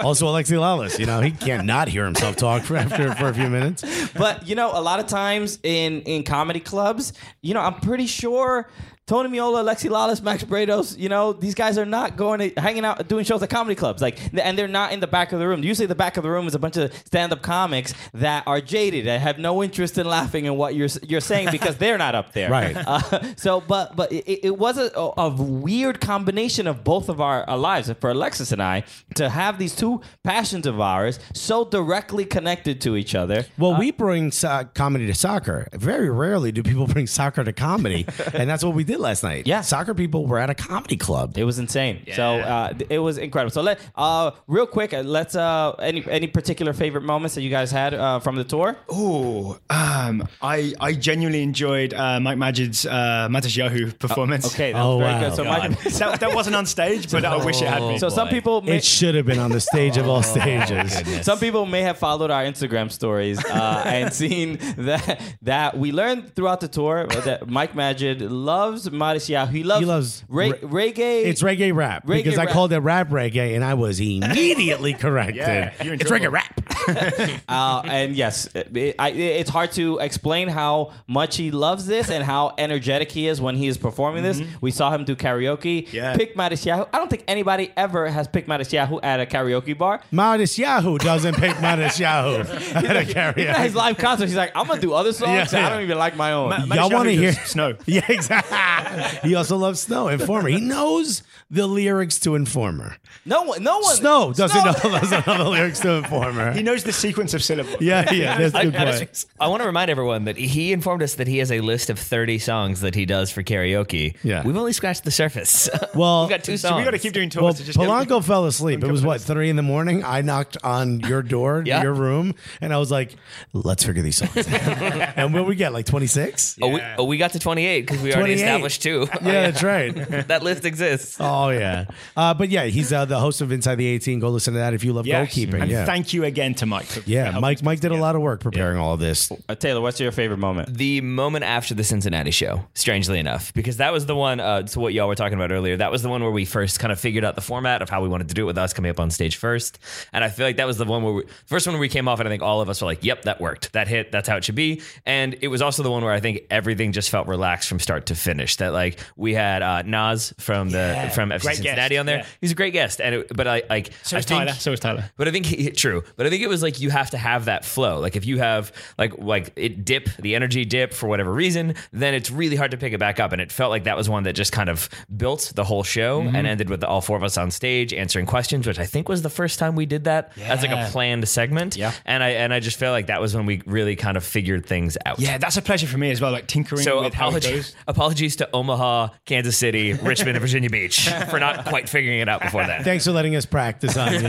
Speaker 2: also, Alexi Lawless, you know he can't not hear himself talk for after for a few minutes.
Speaker 3: but you know, a lot of times in in comedy clubs, you know, I'm pretty sure Tony Miola, Alexi Lawless, Max Brados, you know, these guys are not going to hanging out doing shows at comedy clubs, like, and they're not in the back of the room. Usually, the back of the room is a bunch of stand up comics that are jaded and have no interest in laughing in what you're you're saying because they're not up there,
Speaker 2: Right.
Speaker 3: Uh, so, but but it, it was a, a weird combination of both of our, our lives for Alexis and I to have these two passions of ours so directly connected to each other.
Speaker 2: Well, we bring so- comedy to soccer. Very rarely do people [laughs] bring soccer to comedy, and that's what we did last night.
Speaker 3: Yeah.
Speaker 2: soccer people were at a comedy club.
Speaker 3: It was insane. So uh, th- it was incredible. So let uh, real quick, uh, let's uh, any any particular favorite moments that you guys had uh, from the tour?
Speaker 4: Oh, [laughs] um, I I genuinely enjoyed uh, Mike Majid's uh, Matas Yahoo performance. [laughs]
Speaker 3: Okay, that
Speaker 2: Oh,
Speaker 3: was very
Speaker 2: wow.
Speaker 3: good. So,
Speaker 4: God.
Speaker 3: Mike,
Speaker 2: [laughs]
Speaker 3: Oh,
Speaker 4: that, that wasn't on stage, but I wish it had been.
Speaker 3: so some people may,
Speaker 2: It should have been on the stage of all stages.
Speaker 3: some people may have followed our Instagram stories
Speaker 2: [laughs]
Speaker 3: uh, and seen that that we learned throughout the tour that Mike Majid loves loves Mauricio. He loves,
Speaker 2: He loves
Speaker 3: re-
Speaker 2: re-
Speaker 3: reggae.
Speaker 2: It's reggae rap
Speaker 3: Reggae
Speaker 2: because
Speaker 3: rap.
Speaker 2: I called it rap reggae and I was immediately corrected.
Speaker 4: Yeah, you're in
Speaker 2: it's
Speaker 4: trouble.
Speaker 2: reggae rap.
Speaker 3: uh, and yes, it, I, it's hard to explain how much he loves this
Speaker 2: [laughs]
Speaker 3: and how energetic he is when he is performing
Speaker 2: Mm-hmm.
Speaker 3: this. We saw him do karaoke.
Speaker 4: Yeah.
Speaker 3: Pick Marisyahu. I don't think anybody ever has picked Marisyahu at a karaoke bar.
Speaker 2: Modest Yahoo doesn't pick Modest Yahoo at a
Speaker 3: Even at his
Speaker 2: karaoke.
Speaker 3: live concert, he's like, I'm gonna do other songs.
Speaker 2: [laughs] Yeah,
Speaker 3: so I
Speaker 2: yeah.
Speaker 3: don't even like my own.
Speaker 4: Ma-
Speaker 2: Y'all want to
Speaker 4: Manisha
Speaker 2: hear
Speaker 4: does Snow.
Speaker 2: [laughs] [laughs] Yeah, exactly. he also loves Snow Informer. He knows the lyrics to Informer.
Speaker 3: no one, no one.
Speaker 2: Snow doesn't know doesn't know the lyrics to Informer.
Speaker 4: He knows the sequence of syllables.
Speaker 2: yeah,
Speaker 4: [laughs]
Speaker 2: yeah, that's a good
Speaker 1: I,
Speaker 2: point.
Speaker 1: want to remind everyone that he informed us that he has a list of 30 songs that he does for karaoke.
Speaker 2: Yeah.
Speaker 1: We've only scratched the surface. [laughs]
Speaker 2: Well,
Speaker 1: We've got two songs.
Speaker 4: So we got to keep doing tours
Speaker 2: Well,
Speaker 4: to just get-
Speaker 2: Polanco fell asleep. It was what three in the morning. I knocked on your door,
Speaker 1: Yeah.
Speaker 2: your room, and I was like, "Let's figure these songs."
Speaker 4: [laughs]
Speaker 2: out. and what we get like twenty six.
Speaker 1: Oh, we, oh, we got to 28 because we
Speaker 2: 28.
Speaker 1: already established two. [laughs]
Speaker 2: Yeah, that's right.
Speaker 1: that list exists.
Speaker 2: Oh yeah, uh, but yeah, he's uh, the host of Inside the 18. Go listen to that if you love
Speaker 4: Yes.
Speaker 2: goalkeeping.
Speaker 4: And
Speaker 2: Yeah,
Speaker 4: thank you again to Mike. for- for
Speaker 2: yeah.
Speaker 4: helping us
Speaker 2: Mike, Mike did a
Speaker 4: together.
Speaker 2: lot of work preparing all this.
Speaker 3: Uh, Taylor, what's your favorite moment?
Speaker 1: the moment after the Cincinnati show, strangely enough, because that was the one, uh, to what y'all were talking about earlier, that was the one where we first kind of figured out the format of how we wanted to do it with us coming up on stage first. And I feel like that was the one where we, first one where we came off, and I think all of us were like, yep, that worked. That hit. That's how it should be. And it was also the one where I think everything just felt relaxed from start to finish. That like we had uh, Nas from the from FC
Speaker 4: Great guest.
Speaker 1: Cincinnati on there.
Speaker 4: Yeah.
Speaker 1: He's a great guest. And it, but I like
Speaker 4: So
Speaker 1: I
Speaker 4: was
Speaker 1: think
Speaker 4: Tyler. So was Tyler.
Speaker 1: but I think [laughs] he, true. But I think it was like you have to have that flow. Like if you have like like it dip the energy dip for whatever reason, then it's really hard to pick it back up. And it felt like that was one that just kind of built the whole show
Speaker 4: Mm-hmm.
Speaker 1: and ended with all four of us on stage answering questions, which I think was the first time we did that as like a
Speaker 4: Yeah.
Speaker 1: planned segment.
Speaker 4: Yeah.
Speaker 1: And I and I just felt like that was when we really kind of figured things out.
Speaker 4: Yeah, that's a pleasure for me as well. Like tinkering
Speaker 1: So
Speaker 4: with how it
Speaker 1: apologies,
Speaker 4: goes.
Speaker 1: apologies to Omaha, Kansas City, Richmond, and Virginia
Speaker 4: [laughs]
Speaker 1: Beach for not quite figuring it out before
Speaker 2: [laughs]
Speaker 1: that.
Speaker 2: Thanks for letting us practice on
Speaker 4: [laughs]
Speaker 2: you.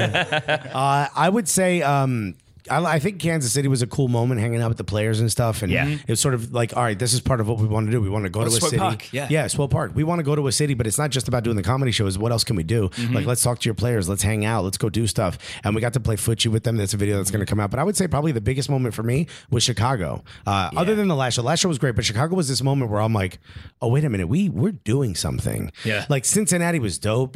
Speaker 2: uh, I would say. Um, I, I think Kansas City was a cool moment, hanging out with the players and stuff, and
Speaker 1: Yeah.
Speaker 2: it was sort of like, all right, this is part of what we want to do. We want to go to a
Speaker 4: Swope
Speaker 2: city,
Speaker 4: Park, yeah.
Speaker 2: yeah, Swell Park. We want to go to a city, but it's not just about doing the comedy shows. What else can we do?
Speaker 4: Mm-hmm.
Speaker 2: Like, let's talk to your players, let's hang out, let's go do stuff, and we got to play footsie with them. That's a video that's going to come out. But I would say probably the biggest moment for me was Chicago. Uh, Other than the last show, last show was great, but Chicago was this moment where I'm like, oh wait a minute, we we're doing something.
Speaker 4: Yeah.
Speaker 2: like Cincinnati was dope.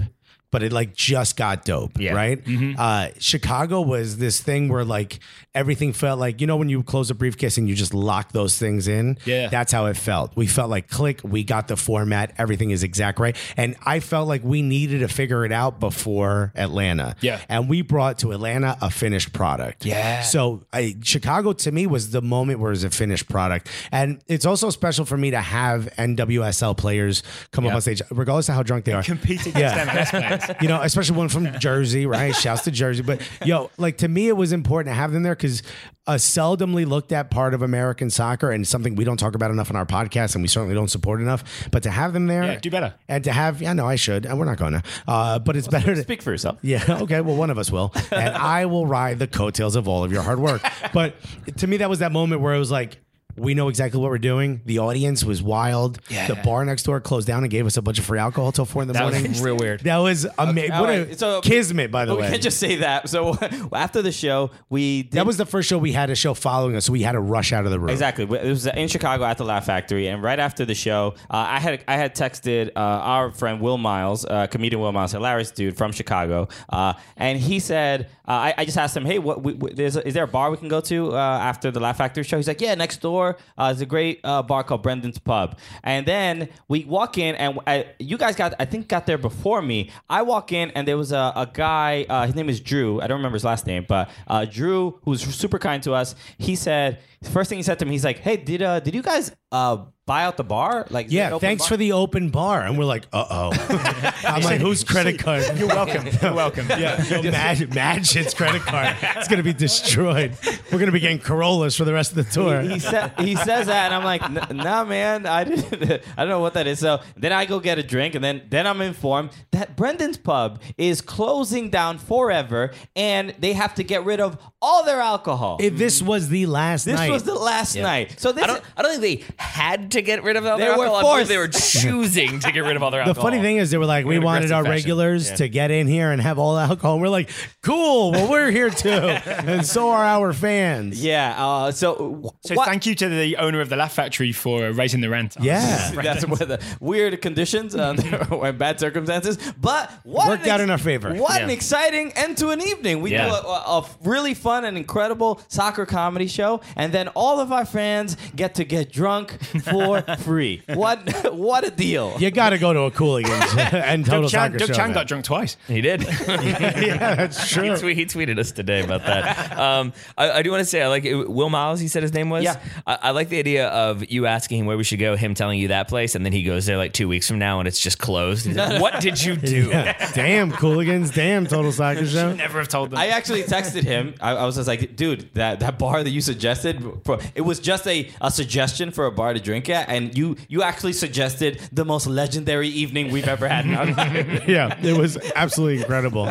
Speaker 2: But it like just got dope,
Speaker 1: Yeah.
Speaker 2: right?
Speaker 4: Mm-hmm.
Speaker 2: Uh, Chicago was this thing where like everything felt like you know when you close a briefcase and you just lock those things in.
Speaker 4: Yeah.
Speaker 2: that's how it felt. We felt like click. We got the format. Everything is exact right. And I felt like we needed to figure it out before Atlanta.
Speaker 4: Yeah.
Speaker 2: and we brought to Atlanta a finished product.
Speaker 4: Yeah.
Speaker 2: So I, Chicago to me was the moment where it was a finished product, and it's also special for me to have NWSL players come up on stage, regardless of how drunk they are.
Speaker 4: [laughs] Competing
Speaker 2: Yeah.
Speaker 4: against MLS players.
Speaker 2: [laughs] You know, especially one from Jersey, right? Shouts to Jersey. But yo, like to me, it was important to have them there because a seldomly looked at part of American soccer and something we don't talk about enough in our podcast and we certainly don't support enough. But to have them there,
Speaker 4: Yeah, do better.
Speaker 2: And to have, yeah, no, I should. And we're not going to. Uh, but it's better to
Speaker 3: Speak for yourself.
Speaker 2: yeah. [laughs] Okay. Well, one of us will,
Speaker 3: [laughs]
Speaker 2: and I will ride the coattails of all of your hard work. But to me, that was that moment where it was like, we know exactly what we're doing. The audience was wild. The bar next door closed down and gave us a bunch of free alcohol till four in the
Speaker 1: That was
Speaker 2: morning.
Speaker 1: real weird.
Speaker 2: That was amazing.
Speaker 3: all
Speaker 2: what a
Speaker 3: right, so-
Speaker 2: kismet, by the
Speaker 3: But we
Speaker 2: way.
Speaker 3: can't just say that. So [laughs] after the show, we did
Speaker 2: that was the first show we had a show following us, so we had to rush out of the room.
Speaker 3: Exactly. It was in Chicago at the Laugh Factory, and right after the show, uh, I had I had texted uh, our friend Will Miles, uh, comedian Will Miles, hilarious dude from Chicago, uh, and he said uh, I, I just asked him, hey, what, we, we, there's a, is there a bar we can go to uh, after the Laugh Factory show? He's like, yeah, next door uh, is a great uh, bar called Brendan's Pub, and then we walk in, and I, you guys got I think got there before me. I walk in, and there was a, a guy. Uh, his name is Drew. I don't remember his last name, but uh, Drew, who's super kind to us, he said. First thing he said to me, he's like, "Hey, did uh, did you guys uh, buy out the bar? Like, is it an
Speaker 2: Yeah,
Speaker 3: open
Speaker 2: thanks
Speaker 3: bar?"
Speaker 2: for the open bar. And we're like, uh oh. I'm like, whose credit card? You're welcome. [laughs] You're welcome. Yeah, yo, Mad, Mad Shit's credit card. It's going to be destroyed. We're going to be getting Corollas for the rest of the tour.
Speaker 3: He, sa- he says that, and I'm like, "N- "Nah, man, I [laughs] didn't. I don't know what that is." So then I go get a drink, and then then I'm informed that Brendan's Pub is closing down forever, and they have to get rid of all their alcohol.
Speaker 2: If this was the last
Speaker 3: this
Speaker 2: night.
Speaker 3: was the last night, so this
Speaker 1: I don't, I don't think they had to get rid of all their
Speaker 3: They were
Speaker 1: alcohol. I believe
Speaker 3: forced.
Speaker 1: They were choosing to get rid of all
Speaker 2: [laughs]
Speaker 1: their
Speaker 2: The
Speaker 1: alcohol.
Speaker 2: funny thing is, they were like, we
Speaker 1: an
Speaker 2: wanted
Speaker 1: aggressive
Speaker 2: our
Speaker 1: fashion.
Speaker 2: regulars
Speaker 1: Yeah.
Speaker 2: to get in here and have all the alcohol. And we're like, cool. Well, we're here too, and so are our fans.
Speaker 3: Yeah. Uh, so
Speaker 4: So thank you to the owner of the Laugh Factory for raising the rent.
Speaker 2: Yeah.
Speaker 3: [laughs] That's what the weird conditions uh, [laughs] and bad circumstances, but what
Speaker 2: Mm-hmm. Worked
Speaker 3: an
Speaker 2: out in our favor.
Speaker 3: What an
Speaker 4: Yeah.
Speaker 3: exciting end to an evening! We
Speaker 1: Yeah.
Speaker 3: do a, a a really fun and incredible soccer comedy show, and then all of our fans get to
Speaker 2: [laughs]
Speaker 3: get drunk for free. What [laughs] what a deal!
Speaker 2: You got to go to a Cooligans and Total
Speaker 4: Doug Chan,
Speaker 2: Soccer
Speaker 4: Doug
Speaker 2: Show.
Speaker 4: Chan
Speaker 2: man.
Speaker 4: got drunk twice.
Speaker 1: He
Speaker 2: [laughs]
Speaker 1: did. [laughs] yeah, that's true. He, tweet- he tweeted us today about that. Um, I, I do want to say, I like it, Will Miles. He said his name was.
Speaker 3: Yeah.
Speaker 1: I, I like the idea of you asking him where we should go, him telling you that place, and then he goes there like two weeks from now and it's just closed. He's
Speaker 3: [laughs]
Speaker 1: like, what did you do?
Speaker 2: Yeah. Damn Cooligans. Damn Total Soccer Show.
Speaker 4: Never have told them.
Speaker 3: I actually texted him. I, I was just like, dude, that, that bar that you suggested, for, it was just a, a suggestion for a bar to drink at, and you you actually suggested the most legendary evening we've ever had in our [laughs] lives.
Speaker 2: Yeah, it was absolutely incredible.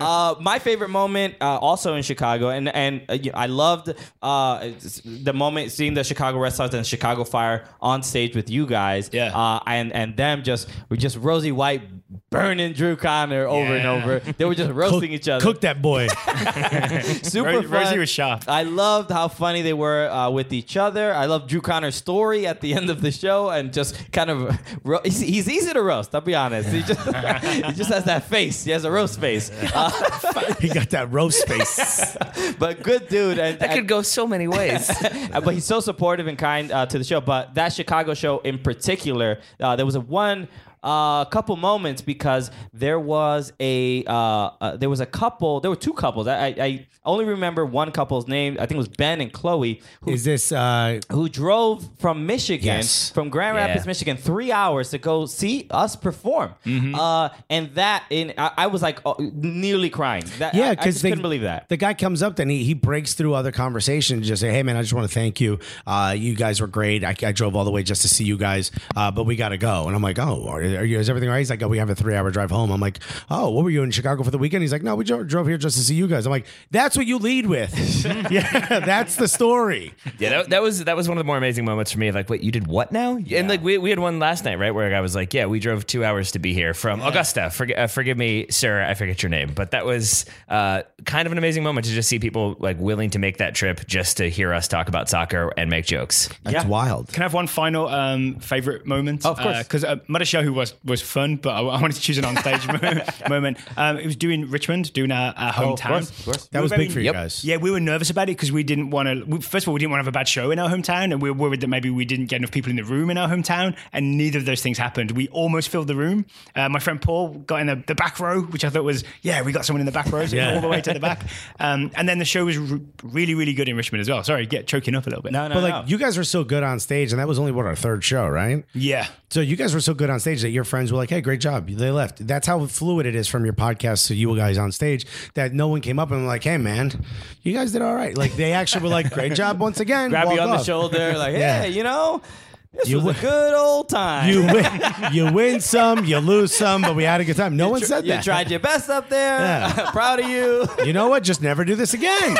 Speaker 3: Uh, my favorite moment, uh, also in Chicago, and and uh, you- I loved uh, it's- the moment seeing the Chicago Red Sox and Chicago Fire on stage with you guys.
Speaker 4: Yeah.
Speaker 3: Uh, and and them just were just Rosie White burning Drew Connor over and
Speaker 4: Yeah.
Speaker 3: over. They were
Speaker 4: [laughs]
Speaker 3: just roasting each other.
Speaker 2: Cook that boy.
Speaker 3: Super
Speaker 4: Ro- Rosie
Speaker 3: fun.
Speaker 4: was sharp.
Speaker 3: I loved how funny they were uh, with each other. I loved Drew Connor's story at the end of the show and just kind of ro- he's, he's easy to roast. I'll be honest. He just [laughs] he just has that face. He has a roast
Speaker 4: [laughs]
Speaker 3: face. Uh,
Speaker 2: He got that roast face.
Speaker 3: but good dude. And,
Speaker 1: That could go so
Speaker 3: [laughs]
Speaker 1: many ways.
Speaker 3: Uh, but he's so supportive and kind uh, to the show. But that Chicago show in particular, uh, there was a one. uh, couple moments because there was a uh, uh, there was a couple there were two couples I, I, I only remember one couple's name I think it was Ben and Chloe who,
Speaker 2: Is this uh,
Speaker 3: who drove from Michigan
Speaker 2: Yes.
Speaker 3: from Grand
Speaker 1: Yeah.
Speaker 3: Rapids Michigan three hours to go see us perform
Speaker 2: Mm-hmm.
Speaker 3: uh, and that in I, I was like oh, nearly crying that,
Speaker 2: Yeah,
Speaker 3: I- I,
Speaker 2: because
Speaker 3: just couldn't believe that
Speaker 2: The guy comes up, then he, he breaks through other conversations and just say, hey, man, I just want to thank you. Uh, you guys were great. I, I drove all the way just to see you guys, uh, but we got to go. And I'm like, oh, are, are you, is everything all right? He's like, oh, we have a three hour drive home. I'm like, oh, what were you in Chicago for the weekend? He's like, no, we dro- drove here just to see you guys. I'm like, that's what you lead
Speaker 3: [laughs]
Speaker 2: with. [laughs] yeah, that's the story.
Speaker 1: Yeah, that, that was that was one of the more amazing moments for me. Like, wait, you did what now? And like, we, we had one last night, right, where I was like, yeah, we drove two hours to be here from Augusta. Forg uh, forgive me, sir, I forget your name, but that was uh, kind of an amazing moment to just see people like willing to make that trip just to hear us talk about soccer and make jokes.
Speaker 2: That's
Speaker 4: Yeah.
Speaker 2: wild.
Speaker 4: Can I have one final um, favorite moment?
Speaker 3: Oh, Of course.
Speaker 4: Because uh, Madashahu was was fun, but I, I wanted to choose an onstage
Speaker 3: [laughs]
Speaker 4: mo- moment. Um, it was doing Richmond, doing our, our hometown.
Speaker 3: course, Oh, of course.
Speaker 2: That
Speaker 4: We
Speaker 2: was
Speaker 4: were
Speaker 2: big
Speaker 4: very-
Speaker 2: for you Yep. guys.
Speaker 4: Yeah, we were nervous about it because we didn't want to. First of all, we didn't want to have a bad show in our hometown, and we were worried that maybe we didn't get enough people in the room in our hometown. And neither of those things happened. We almost filled the room. Uh, my friend Paul got in the, the back row, which I thought was yeah, we got someone in the back row, so all the way to
Speaker 3: [laughs]
Speaker 4: the back. Um, and then the show was re- really, really good in Richmond as well. Sorry, get choking up a little bit.
Speaker 3: no no
Speaker 2: But like,
Speaker 3: no.
Speaker 2: you guys were so good on stage, and that was only what our third show, right?
Speaker 4: Yeah.
Speaker 2: So you guys were so good on stage that your friends were like, "Hey, great job!" They left. That's how fluid it is from your podcast to you guys on stage. That no one came up and were like, "Hey, man, you guys did all right." Like they actually were like, "Great job once again."
Speaker 3: grab you
Speaker 2: walk
Speaker 3: on the
Speaker 2: off.
Speaker 4: [laughs]
Speaker 3: shoulder, like, hey,
Speaker 2: Yeah.
Speaker 3: you know, this
Speaker 2: You
Speaker 3: was a
Speaker 2: wi-
Speaker 3: good old time.
Speaker 2: You win, you win some, you lose some, but we had a good time. No one said
Speaker 3: you
Speaker 2: that.
Speaker 3: tried your best up there.
Speaker 2: Yeah.
Speaker 3: [laughs] Proud of you.
Speaker 2: You know what? Just never do this again.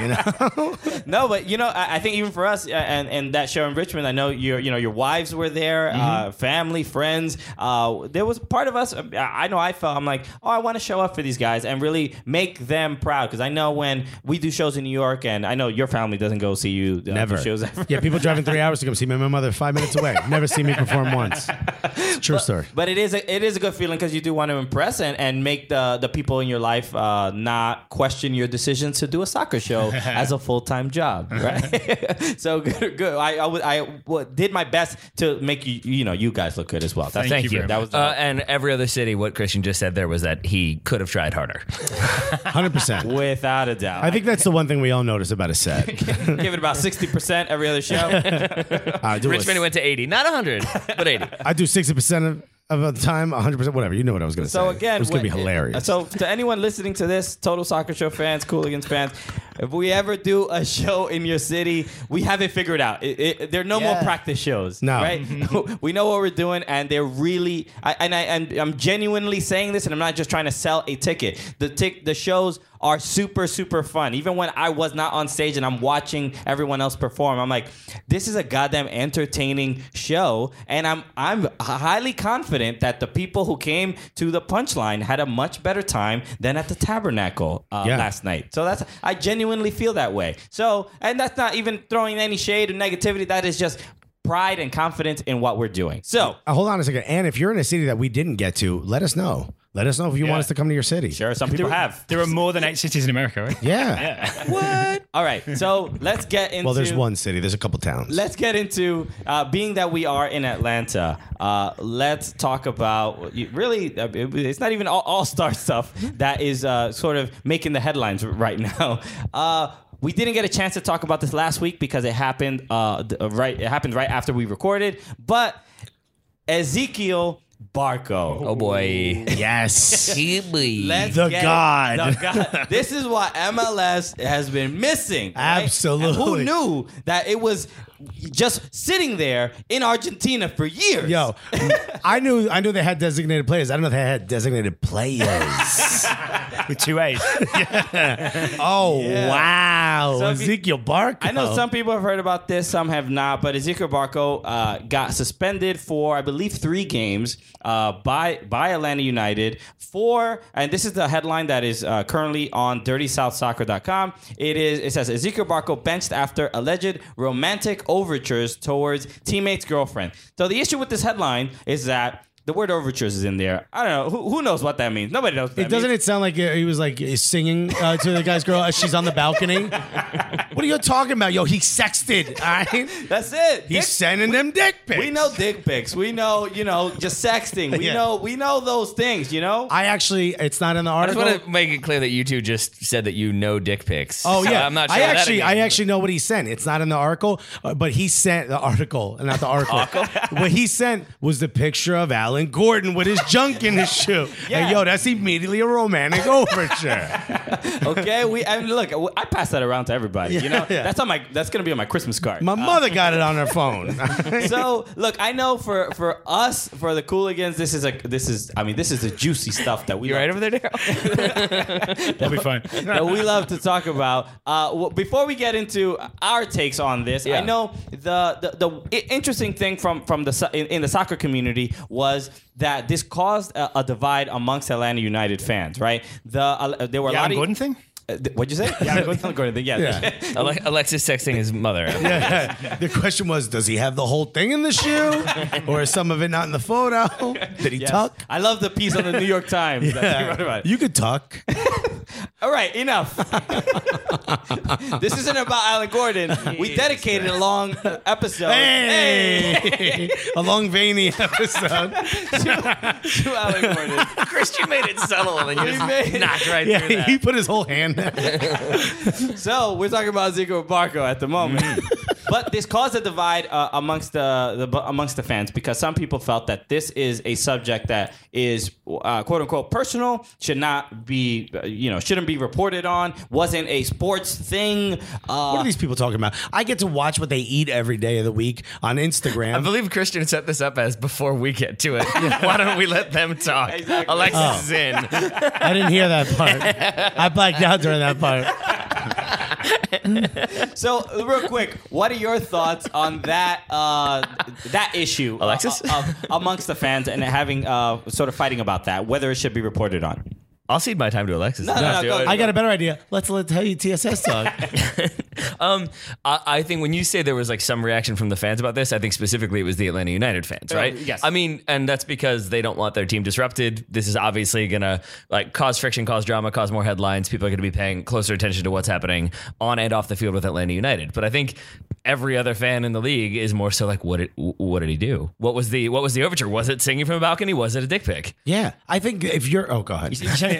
Speaker 2: You know.
Speaker 3: [laughs] No, but you know, I, I think even for us uh, and and that show in Richmond, I know your you know your wives were there, uh, family, friends. Uh, there was part of us. uh, I know I felt I'm like, oh, I want to show up for these guys and really make them proud because I know when we do shows in New York, and I know your family doesn't go see you uh,
Speaker 2: Never.
Speaker 3: do shows ever.
Speaker 2: Yeah, people driving three hours to come see me. My mother five minutes away. Never see me perform once. It's a true story.
Speaker 3: But it is a, it is a good feeling because you do want to impress and, and make the, the people in your life uh, not question your decision to do a soccer
Speaker 4: [laughs]
Speaker 3: show as a full time job, right? [laughs] so good, good. I I would- I would- did my best to make you you know you guys look good as well. That's,
Speaker 1: Thank
Speaker 4: you
Speaker 1: you.
Speaker 4: very
Speaker 3: That was the-
Speaker 1: uh, and every other city. What Christian just said there was that he could have tried harder.
Speaker 2: Hundred percent.
Speaker 3: without a doubt.
Speaker 2: I think that's the one thing we all notice about a
Speaker 3: [laughs]
Speaker 2: set.
Speaker 3: give it about sixty percent every
Speaker 2: [laughs]
Speaker 3: other show.
Speaker 2: I Uh, do a
Speaker 1: Richmond went to eighty, not hundred, but eighty.
Speaker 2: I do sixty percent of of the time, hundred percent, whatever. You know what I was going to say.
Speaker 3: So again,
Speaker 2: it was going to be
Speaker 3: when-
Speaker 2: hilarious.
Speaker 3: So to anyone listening to this, Total Soccer Show fans, Cooligans fans, If we ever do a show in your city, we have it figured out. It, it, there are no more
Speaker 4: Yeah.
Speaker 3: practice shows.
Speaker 2: No.
Speaker 3: right? [laughs] we know what we're doing, and they're really. I, and I and I'm genuinely saying this, and I'm not just trying to sell a ticket. The tick the shows are super super fun. Even when I was not on stage and I'm watching everyone else perform, I'm like, this is a goddamn entertaining show, and I'm I'm highly confident that the people who came to the punchline had a much better time than at the Tabernacle uh,
Speaker 2: Yeah.
Speaker 3: last night. So that's I genuinely feel that way. So and that's not even throwing any shade or negativity. That is just pride and confidence in what we're doing. So
Speaker 2: Uh, hold on a second. And if you're in a city that we didn't get to, let us know. Let us know if you want us to come to your city.
Speaker 3: sure, some people have.
Speaker 4: There are more than eight cities in America, right?
Speaker 2: Yeah.
Speaker 3: [laughs] All right, so let's get into.
Speaker 2: Well, there's one city. There's a couple towns.
Speaker 3: Let's get into uh, being that we are in Atlanta. Uh, let's talk about you- really. uh, it- It's not even all, all star stuff that is uh, sort of making the headlines right [laughs] now. Uh, we didn't get a chance to talk about this last week because it happened uh, th- uh, right. It happened right after we recorded. But Ezekiel Barco.
Speaker 1: Oh boy.
Speaker 2: [laughs] yes.
Speaker 3: Let's
Speaker 2: The
Speaker 3: get
Speaker 2: God.
Speaker 3: the God. This is what MLS has been missing. right?
Speaker 2: Absolutely.
Speaker 3: And who knew that it was just sitting there in Argentina for years? [laughs]
Speaker 2: Yo, I knew I knew they had designated players. I don't know if they had designated players.
Speaker 4: With two
Speaker 2: [laughs]
Speaker 4: A's.
Speaker 2: oh wow,
Speaker 3: So if you-
Speaker 2: Ezekiel Barco.
Speaker 3: I know some people have heard about this, some have not, but Ezekiel Barco uh, got suspended for, I believe, three games uh, by by Atlanta United for, and this is the headline that is uh, currently on DirtySouthSoccer.com. It is it says Ezekiel Barco benched after alleged romantic overtures towards teammate's girlfriend. So the issue with this headline is that. The word overtures is in there. I don't know. Who, who knows what that means? Nobody knows. What that
Speaker 2: It doesn't
Speaker 3: means.
Speaker 2: it sound like uh, he was like uh, singing uh, to the guy's girl as she's on the balcony? what are you talking about, yo? He sexted. All right? [laughs]
Speaker 3: That's it.
Speaker 2: e- He's
Speaker 3: Dick-
Speaker 2: sending them dick pics.
Speaker 3: We [laughs] know dick pics. We know, you know, just sexting.
Speaker 2: [laughs]
Speaker 3: We
Speaker 2: Yeah.
Speaker 3: know, we know those things. You know,
Speaker 2: I actually, it's not in the
Speaker 1: I just
Speaker 2: article.
Speaker 1: want to make it clear that you two just said that you know dick pics.
Speaker 2: Oh
Speaker 1: [laughs] So
Speaker 2: yeah,
Speaker 1: I'm not sure.
Speaker 2: I
Speaker 1: what that
Speaker 2: actually, I
Speaker 1: means.
Speaker 2: actually know what he sent. It's not in the article, uh, but he sent the article, not the article. [laughs] what he sent was the picture of Alan Gordon with his junk in his
Speaker 1: [laughs]
Speaker 2: shoe.
Speaker 3: Yeah.
Speaker 2: And yo, that's immediately a romantic overture.
Speaker 3: okay. We I mean, look. I pass that around to everybody. You know, that's on my. That's gonna be on my Christmas card.
Speaker 2: My
Speaker 3: Uh,
Speaker 1: [laughs]
Speaker 2: mother got it on her phone. [laughs]
Speaker 3: so look, I know for for us for the Cooligans, this is a this is I mean this is the juicy stuff that we
Speaker 1: You
Speaker 3: love
Speaker 1: right over
Speaker 2: [laughs]
Speaker 1: there, Daryl?
Speaker 4: That'll be fine.
Speaker 3: that we love to talk about. Uh, well, before we get into our takes on this, I
Speaker 1: Yeah.
Speaker 3: know the, the the i- interesting thing from from the so- in, in the soccer community was that this caused a, a divide amongst Atlanta United fans. Right? The uh, there were a lot
Speaker 4: Alan
Speaker 3: of
Speaker 4: Gordon thing?
Speaker 3: Uh, th- what'd you say? Yeah, [laughs] Gordon. thing, Yeah.
Speaker 1: Ale- Alexis texting his
Speaker 2: [laughs]
Speaker 1: mother.
Speaker 2: the question was, does he have the whole thing in the
Speaker 1: [laughs]
Speaker 2: shoe, or is some of it not in the photo? Did he
Speaker 3: [laughs] Yes.
Speaker 2: tuck?
Speaker 3: I love the piece on the New York Times. that you wrote about it.
Speaker 2: You could tuck.
Speaker 3: All right, enough. [laughs] this isn't about Alan Gordon. We dedicated a long uh,
Speaker 1: Oh,
Speaker 3: episode.
Speaker 2: Hey, [laughs] a long veiny
Speaker 1: [laughs]
Speaker 2: episode.
Speaker 3: Hey, to Alan Gordon.
Speaker 1: [laughs] Chris, you made it subtle and you
Speaker 3: We made it.
Speaker 1: knocked right
Speaker 2: Yeah, he put his whole hand.
Speaker 3: So we're talking about Zico Barco at the moment,
Speaker 4: Mm.
Speaker 3: [laughs] but this caused a divide uh, amongst the, the amongst the fans because some people felt that this is a subject that is uh, quote unquote personal, should not be uh, you know shouldn't be reported on, wasn't a sports thing.
Speaker 2: What
Speaker 3: Uh,
Speaker 2: are these people talking about? I get to watch what they eat every day of the week on Instagram.
Speaker 1: I believe Christian set this up as before we get to it. Why don't we let them talk?
Speaker 3: Exactly.
Speaker 1: Alexis
Speaker 2: Oh.
Speaker 1: is in.
Speaker 2: I didn't hear that part.
Speaker 4: [laughs]
Speaker 2: I blacked out during that part.
Speaker 3: so real quick, what are your thoughts on that uh, that issue,
Speaker 1: Alexis?
Speaker 3: uh, of- amongst the fans and having uh, sort of fighting about that, whether it should be reported on?
Speaker 1: I'll cede my time to Alexis.
Speaker 3: no, no, go ahead.
Speaker 2: I got a better idea. Let's let tell you TSS talk.
Speaker 1: Um, I, I think when you say there was like some reaction from the fans about this, I think specifically it was the Atlanta United fans, right?
Speaker 3: yes.
Speaker 1: I mean, and that's because they don't want their team disrupted. This is obviously gonna like cause friction, cause drama, cause more headlines. People are gonna be paying closer attention to what's happening on and off the field with Atlanta United. But I think every other fan in the league is more so like, what did what did he do? What was the what was the overture? Was it singing from a balcony? Was it a dick pic?
Speaker 2: yeah, I think if you're oh god,
Speaker 4: You're saying-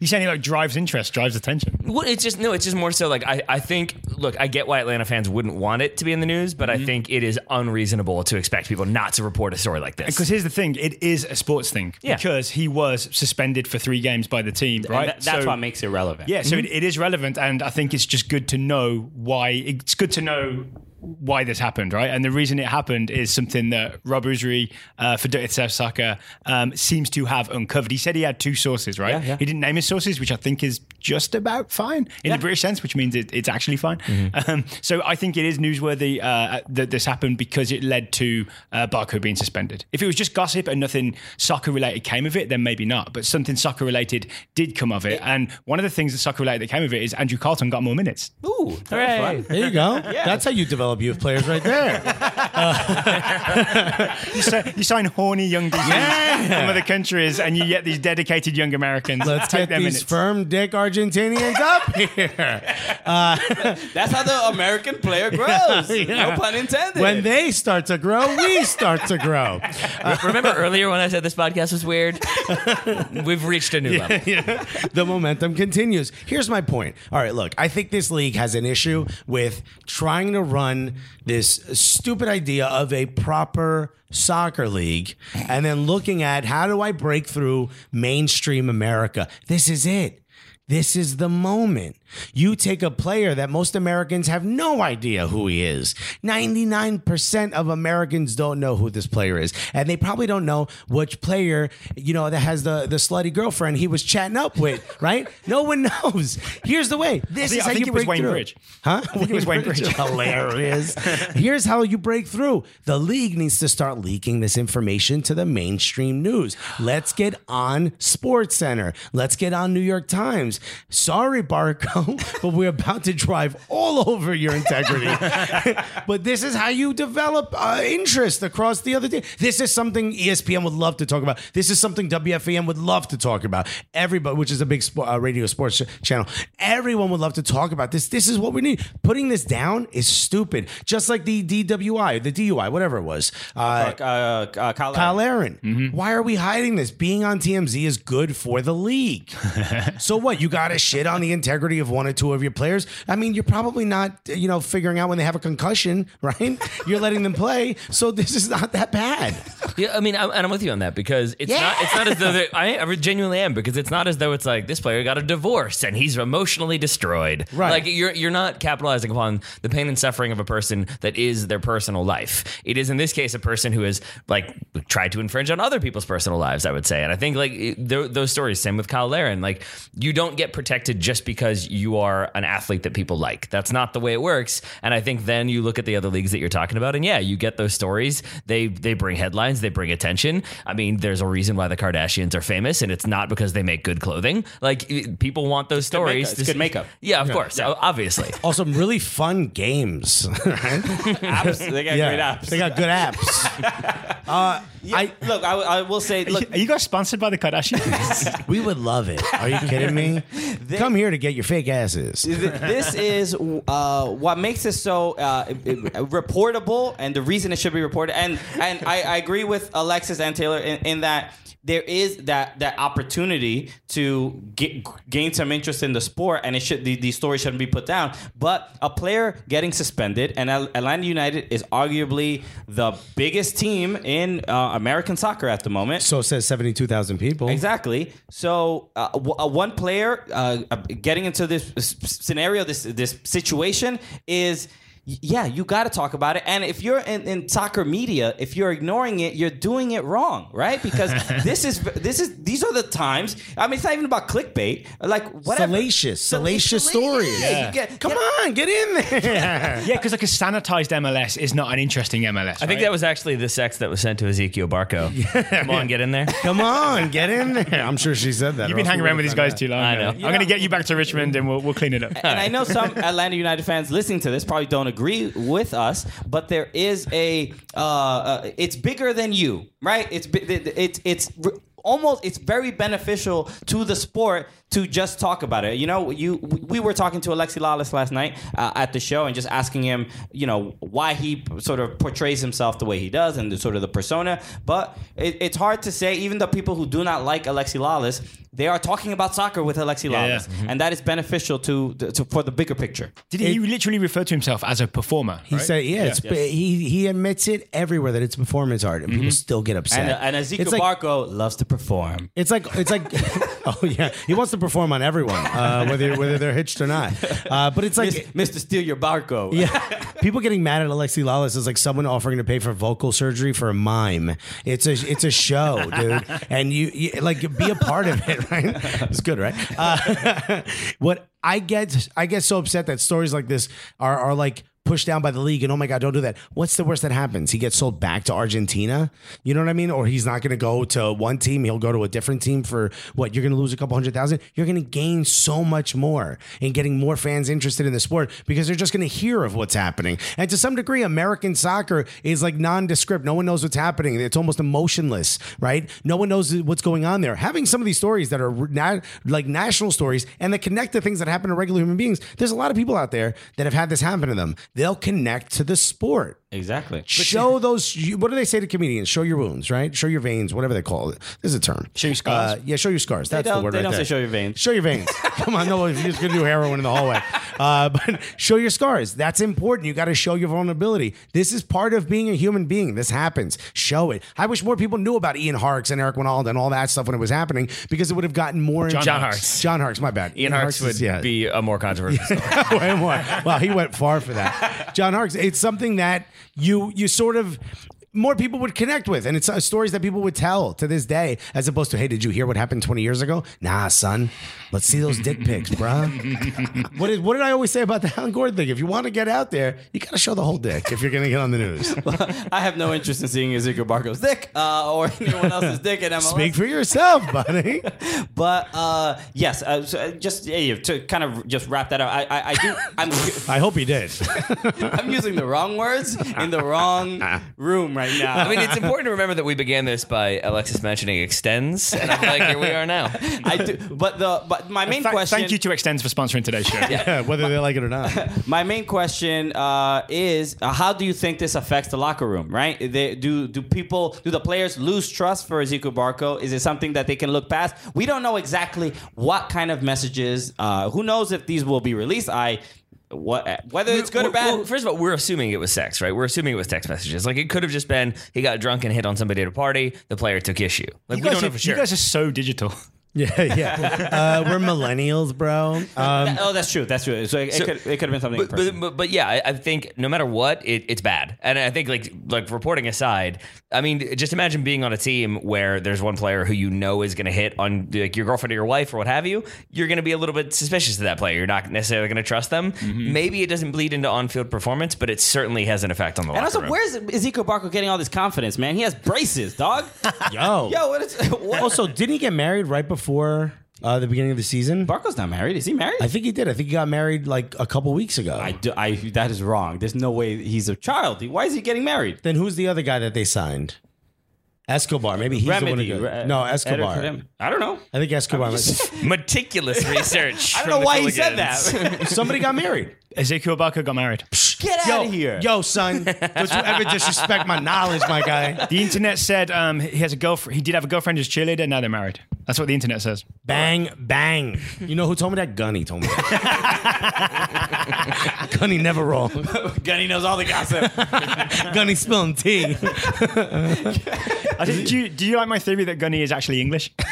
Speaker 4: You're saying it [laughs] like drives interest, drives attention.
Speaker 1: Well, it's just no. It's just more so like I, I think. Look, I get why Atlanta fans wouldn't want it to be in the news, but I think it is unreasonable to expect people not to report a story like this.
Speaker 4: Because here's the thing, it is a sports thing.
Speaker 1: Yeah.
Speaker 4: Because he was suspended for three games by the team,
Speaker 3: And
Speaker 4: right?
Speaker 3: tha- that's
Speaker 4: So-
Speaker 3: what makes it relevant.
Speaker 4: Yeah,
Speaker 1: Mm-hmm.
Speaker 4: so it, it is relevant, and I think it's just good to know why. It's good to know why this happened, right? And the reason it happened is something that Rob Usry, uh, for Dirty South Soccer, um, seems to have uncovered. He said he had two sources, right?
Speaker 1: Yeah, yeah.
Speaker 4: He didn't name his sources, which I think is just about fine in the British sense, which means it, it's actually fine.
Speaker 2: Mm-hmm.
Speaker 4: Um, so I think it is newsworthy uh, that this happened because it led to uh, Barco being suspended. If it was just gossip and nothing soccer related came of it, then maybe not. But something soccer related did come of it. And one of the things that soccer related that came of it is Andrew Carlton got more minutes.
Speaker 3: Ooh, that was fun.
Speaker 2: There you go. That's how you develop youth players right there.
Speaker 4: [laughs] You, si- you sign horny young dudes from other countries and you get these dedicated young Americans.
Speaker 2: Let's
Speaker 4: take
Speaker 2: get
Speaker 4: their
Speaker 2: these
Speaker 4: minutes.
Speaker 2: firm dick Argentinians
Speaker 1: [laughs]
Speaker 2: up here.
Speaker 3: That's how the American player grows.
Speaker 2: [laughs] Yeah.
Speaker 3: No pun intended.
Speaker 2: When they start to grow, we start to grow.
Speaker 1: Remember earlier when I said this podcast was weird? [laughs] We've reached a new level.
Speaker 2: the momentum continues. Here's my point. All right, look, I think this league has an issue with trying to run this stupid idea of a proper soccer league and then looking at how do I break through mainstream America? This is it. This is the moment. You take a player that most Americans have no idea who he is. 99% of Americans don't know who this player is. And they probably don't know which player, you know, that has the, the slutty girlfriend he was chatting up with, [laughs] right? No one knows. Here's the way. This
Speaker 4: I
Speaker 2: is
Speaker 4: think- I
Speaker 2: how
Speaker 4: think
Speaker 2: you
Speaker 4: it was
Speaker 2: break
Speaker 4: Wayne
Speaker 2: through.
Speaker 4: Bridge.
Speaker 2: Huh? I
Speaker 4: think it was Wayne Bridge.
Speaker 2: [laughs] Hilarious. Here's how you break through. The league needs to start leaking this information to the mainstream news. Let's get on Sports Center. Let's get on New York Times. Sorry, Barco, [laughs] but we're about to drive all over your integrity. [laughs] but this is how you develop uh, interest across the other day. This is something E ESPN would love to talk about. This is something WFAN would love to talk about. Everybody, which is a big spo- uh, radio sports ch- channel, everyone would love to talk about this. This is what we need. Putting this down is stupid. Just like the DWI, the DUI, whatever it was. Uh,
Speaker 3: uh, uh, Kyle
Speaker 2: Kyle
Speaker 3: Lowry.
Speaker 2: Aaron.
Speaker 3: Mm-hmm.
Speaker 2: Why are we hiding this? Being on TMZ is good for the
Speaker 3: [laughs]
Speaker 2: league. so what? You got to shit on the integrity of one or two of your players. I mean, you're probably not, you know, figuring out when they have a concussion, [laughs] right? You're letting them play, so this is not that bad.
Speaker 1: Yeah, I mean, I'm, and I'm with you on that because it's not. It's not as though they- I, I genuinely am because it's not as though it's like this player got a divorce and he's emotionally destroyed.
Speaker 2: Right.
Speaker 1: Like you're you're not capitalizing upon the pain and suffering of a person that is their personal life. It is in this case a person who has like tried to infringe on other people's personal lives. I would say, and I think like it- tho- those stories. Same with Kyle Laren. Like you don't get protected just because you are an athlete that people like. That's not the way it works. And I think then you look at the other leagues that you're talking about, and yeah, you get those stories. They they bring headlines. They bring attention. I mean, there's a reason why the Kardashians are famous, and it's not because they make good clothing. Like i- people want those stories.
Speaker 3: makeup.
Speaker 1: to
Speaker 3: It's good
Speaker 1: see-
Speaker 3: makeup.
Speaker 1: Yeah, of course, o- [laughs] obviously.
Speaker 2: Also, some really fun games. [laughs]
Speaker 3: Apps. They got great apps.
Speaker 2: They got good apps.
Speaker 3: [laughs]
Speaker 2: Uh, I
Speaker 3: look, I, I will say,
Speaker 4: Are
Speaker 3: look,
Speaker 4: you- Are you guys sponsored by
Speaker 2: [laughs]
Speaker 4: the Kardashians? [laughs]
Speaker 2: we would love it. Are you kidding
Speaker 3: [laughs]
Speaker 2: me? Come here to get your fake asses.
Speaker 3: Th- this is uh, what makes it so uh, i- i- reportable and the reason it should be reported and and I, I agree with Alexis and Taylor in, in that there is that that opportunity to get, gain some interest in the sport and it should the, these stories shouldn't be put down but a player getting suspended and Al- Atlanta United is arguably the biggest team in uh, American soccer at the moment
Speaker 2: So says seventy-two thousand people.
Speaker 3: Exactly. So uh, w- uh, one player uh, uh, getting into this s- scenario, this this situation is. y- Yeah, you got to talk about it. And if you're in, in soccer media, if you're ignoring it, you're doing it wrong, right? Because this is this is these are the times. I mean, it's not even about clickbait. Like whatever.
Speaker 2: Salacious,
Speaker 3: Sal-
Speaker 2: salacious
Speaker 3: sala-
Speaker 2: stories.
Speaker 3: Yeah, you get-
Speaker 2: Come
Speaker 3: get-
Speaker 2: on, get in
Speaker 3: [laughs]
Speaker 2: there.
Speaker 4: yeah, because like a sanitized MLS is not an interesting MLS.
Speaker 1: I think that was actually the sex that was sent to Ezekiel [laughs] Barco. Come on, get in there.
Speaker 2: Come on, get in there. I'm sure she said that.
Speaker 4: You've been hanging around with these guys too long.
Speaker 1: I know.
Speaker 4: man. I'm going to get you back to Richmond and we'll, we'll clean it up.
Speaker 3: and I know some Atlanta United fans listening to this probably don't agree with us, but there is a uh, uh, it's bigger than you, right? It's bi- th- th- it's it's r- almost it's very beneficial to the sport to just talk about it. You know, you we were talking to Alexi Lawless last night uh, at the show and just asking him, you know, why he sort of portrays himself the way he does and the, sort of the persona. But it, it's hard to say. Even the people who do not like Alexi Lawless, they are talking about soccer with Alexi
Speaker 4: yeah.
Speaker 3: Lawless, and that is beneficial to, to for the bigger picture.
Speaker 4: Did he literally refer to himself as a performer?
Speaker 2: He said, "Yeah, it's, he he admits it everywhere that it's performance art, and people still get upset."
Speaker 3: And, uh, and Ezekiel
Speaker 2: it's like,
Speaker 3: Barco loves to perform.
Speaker 2: It's like it's like, [laughs] oh yeah, he wants to perform on everyone, uh, whether whether they're hitched or not. Uh, but it's like
Speaker 3: Mr. Steal Your Barco.
Speaker 2: Yeah, people getting mad at Alexi Lawless is like someone offering to pay for vocal surgery for a mime. It's a it's a show, dude, and you, you like be a part of it, [laughs] right? It's good, right? Uh, [laughs] what I get, I get so upset that stories like this are are like pushed down by the league and oh my god don't do that what's the worst that happens he gets sold back to argentina you know what i mean or he's not going to go to one team he'll go to a different team for what you're going to lose a couple hundred thousand you're going to gain so much more in getting more fans interested in the sport because they're just going to hear of what's happening and to some degree american soccer is like nondescript no one knows what's happening it's almost emotionless right no one knows what's going on there having some of these stories that are na- like national stories and that connect to things that happen to regular human beings there's a lot of people out there that have had this happen to them they'll connect to the sport.
Speaker 3: Exactly.
Speaker 2: show those. you- What do they say to comedians? Show your wounds, right? Show your veins, whatever they call it. There's a term. Show
Speaker 4: your scars.
Speaker 2: yeah, show your scars. That's the
Speaker 3: don't-
Speaker 2: word.
Speaker 3: they
Speaker 2: right
Speaker 3: don't say
Speaker 2: there.
Speaker 3: show your veins.
Speaker 2: Show your veins. Come on, no, if you're just gonna do heroin in the hallway. Uh, [laughs] but show your scars. That's important. You got to show your vulnerability. This is part of being a human being. This happens. Show it. I wish more people knew about Ian Harks and Eric Winald and all that stuff when it was happening because it would have gotten more.
Speaker 4: John
Speaker 2: into-
Speaker 4: Harkes.
Speaker 2: John Harks. My bad.
Speaker 1: Ian Harks would
Speaker 2: is- yeah.
Speaker 1: be a more
Speaker 4: [laughs]
Speaker 1: controversial. [laughs]
Speaker 2: [laughs]
Speaker 1: story.
Speaker 2: Way more. Wow, he went far for that. John Harkes. It's something that you you sort of more people would connect with, and it's uh, stories that people would tell to this day, as opposed to hey, did you hear what happened twenty years ago? Nah, son. Let's see those dick pics, bruh. [laughs] what did what did I always say about the Alan Gordon thing? If you want to get out there, you got to show the whole dick if you're going to get on the news.
Speaker 3: I have no interest in seeing Ezekiel Barco's dick uh, or [laughs] anyone else's dick in MLS.
Speaker 2: Speak for yourself, buddy.
Speaker 3: But uh, yes, uh, so uh, just yeah, yeah, to kind of just wrap that up, I, I, I do. I'm, [laughs]
Speaker 2: I hope he did. [laughs]
Speaker 3: I'm using the wrong words in the wrong room right now.
Speaker 1: I mean, it's important to remember that we began this by Alexis mentioning extends, and I'm like, here we are [laughs] now.
Speaker 3: I do, but the but my main
Speaker 4: Thank-
Speaker 3: question.
Speaker 4: Thank you to Extends for sponsoring today's show. [laughs]
Speaker 2: Yeah, whether they like it or not.
Speaker 3: My main question uh, is: uh, How do you think this affects the locker room? Right? They, do do people do the players lose trust for Ezekiel Barco? Is it something that they can look past? We don't know exactly what kind of messages. Uh, who knows if these will be released? I what whether it's good or
Speaker 1: Well,
Speaker 3: bad.
Speaker 1: well, first of all, we're assuming it was sex, right? We're assuming it was text messages. Like it could have just been he got drunk and hit on somebody at a party. The player took issue. Like
Speaker 4: You
Speaker 1: we
Speaker 4: guys
Speaker 1: don't know
Speaker 4: are-
Speaker 1: for sure.
Speaker 4: You guys are so digital.
Speaker 2: Yeah, yeah. Uh, we're millennials, bro. Um,
Speaker 3: oh, that's true. That's true. So it,
Speaker 1: So-
Speaker 3: it could it could have been something.
Speaker 1: but,
Speaker 3: personal.
Speaker 1: but, but, but yeah, I, I think no matter what, it, it's bad. And I think like like reporting aside, I mean, just imagine being on a team where there's one player who you know is going to hit on like your girlfriend or your wife or what have you. You're going to be a little bit suspicious of that player. You're not necessarily going to trust them. Maybe it doesn't bleed into on-field performance, but it certainly has an effect on the.
Speaker 3: and
Speaker 1: locker
Speaker 3: also,
Speaker 1: room.
Speaker 3: where's Ezekiel Barco getting all this confidence, man? He has braces, [laughs] dog.
Speaker 2: yo.
Speaker 3: Yo, what is [laughs] what?
Speaker 2: Also, Oh, didn't he get married right before uh, the beginning of the season?
Speaker 3: Barco's not married. Is he married?
Speaker 2: I think he did. I think he got married like a couple weeks ago.
Speaker 3: I, do, I that is wrong. There's no way he's a child. Why is he getting married?
Speaker 2: then who's the other guy that they signed? Escobar. Maybe he's
Speaker 3: Remedy.
Speaker 2: the one. Who
Speaker 3: Re-
Speaker 2: got, no,
Speaker 3: Eric
Speaker 2: Escobar.
Speaker 3: Rem- I don't know.
Speaker 2: I think Escobar.
Speaker 3: [laughs]
Speaker 1: meticulous research?
Speaker 3: I
Speaker 1: from
Speaker 3: don't know
Speaker 1: the
Speaker 3: why he said
Speaker 1: Hooligans.
Speaker 2: [laughs]
Speaker 3: that.
Speaker 2: Somebody got married.
Speaker 4: Ezekiel Barker got married.
Speaker 3: [laughs] Get out of here.
Speaker 2: yo,
Speaker 3: [laughs]
Speaker 2: son. Don't you ever disrespect my knowledge, my guy.
Speaker 4: [laughs] The internet said um, he has a girlfriend. He did have a girlfriend who's cheerleader. Now they're married. That's what the internet says.
Speaker 2: Bang, bang. You know who told me that? Gunny told me that. Gunny never wrong. [laughs]
Speaker 3: Gunny knows all the gossip.
Speaker 2: Gunny spilling
Speaker 3: [laughs]
Speaker 2: tea.
Speaker 4: I think, do, you, do you like my theory that Gunny is actually English? [laughs]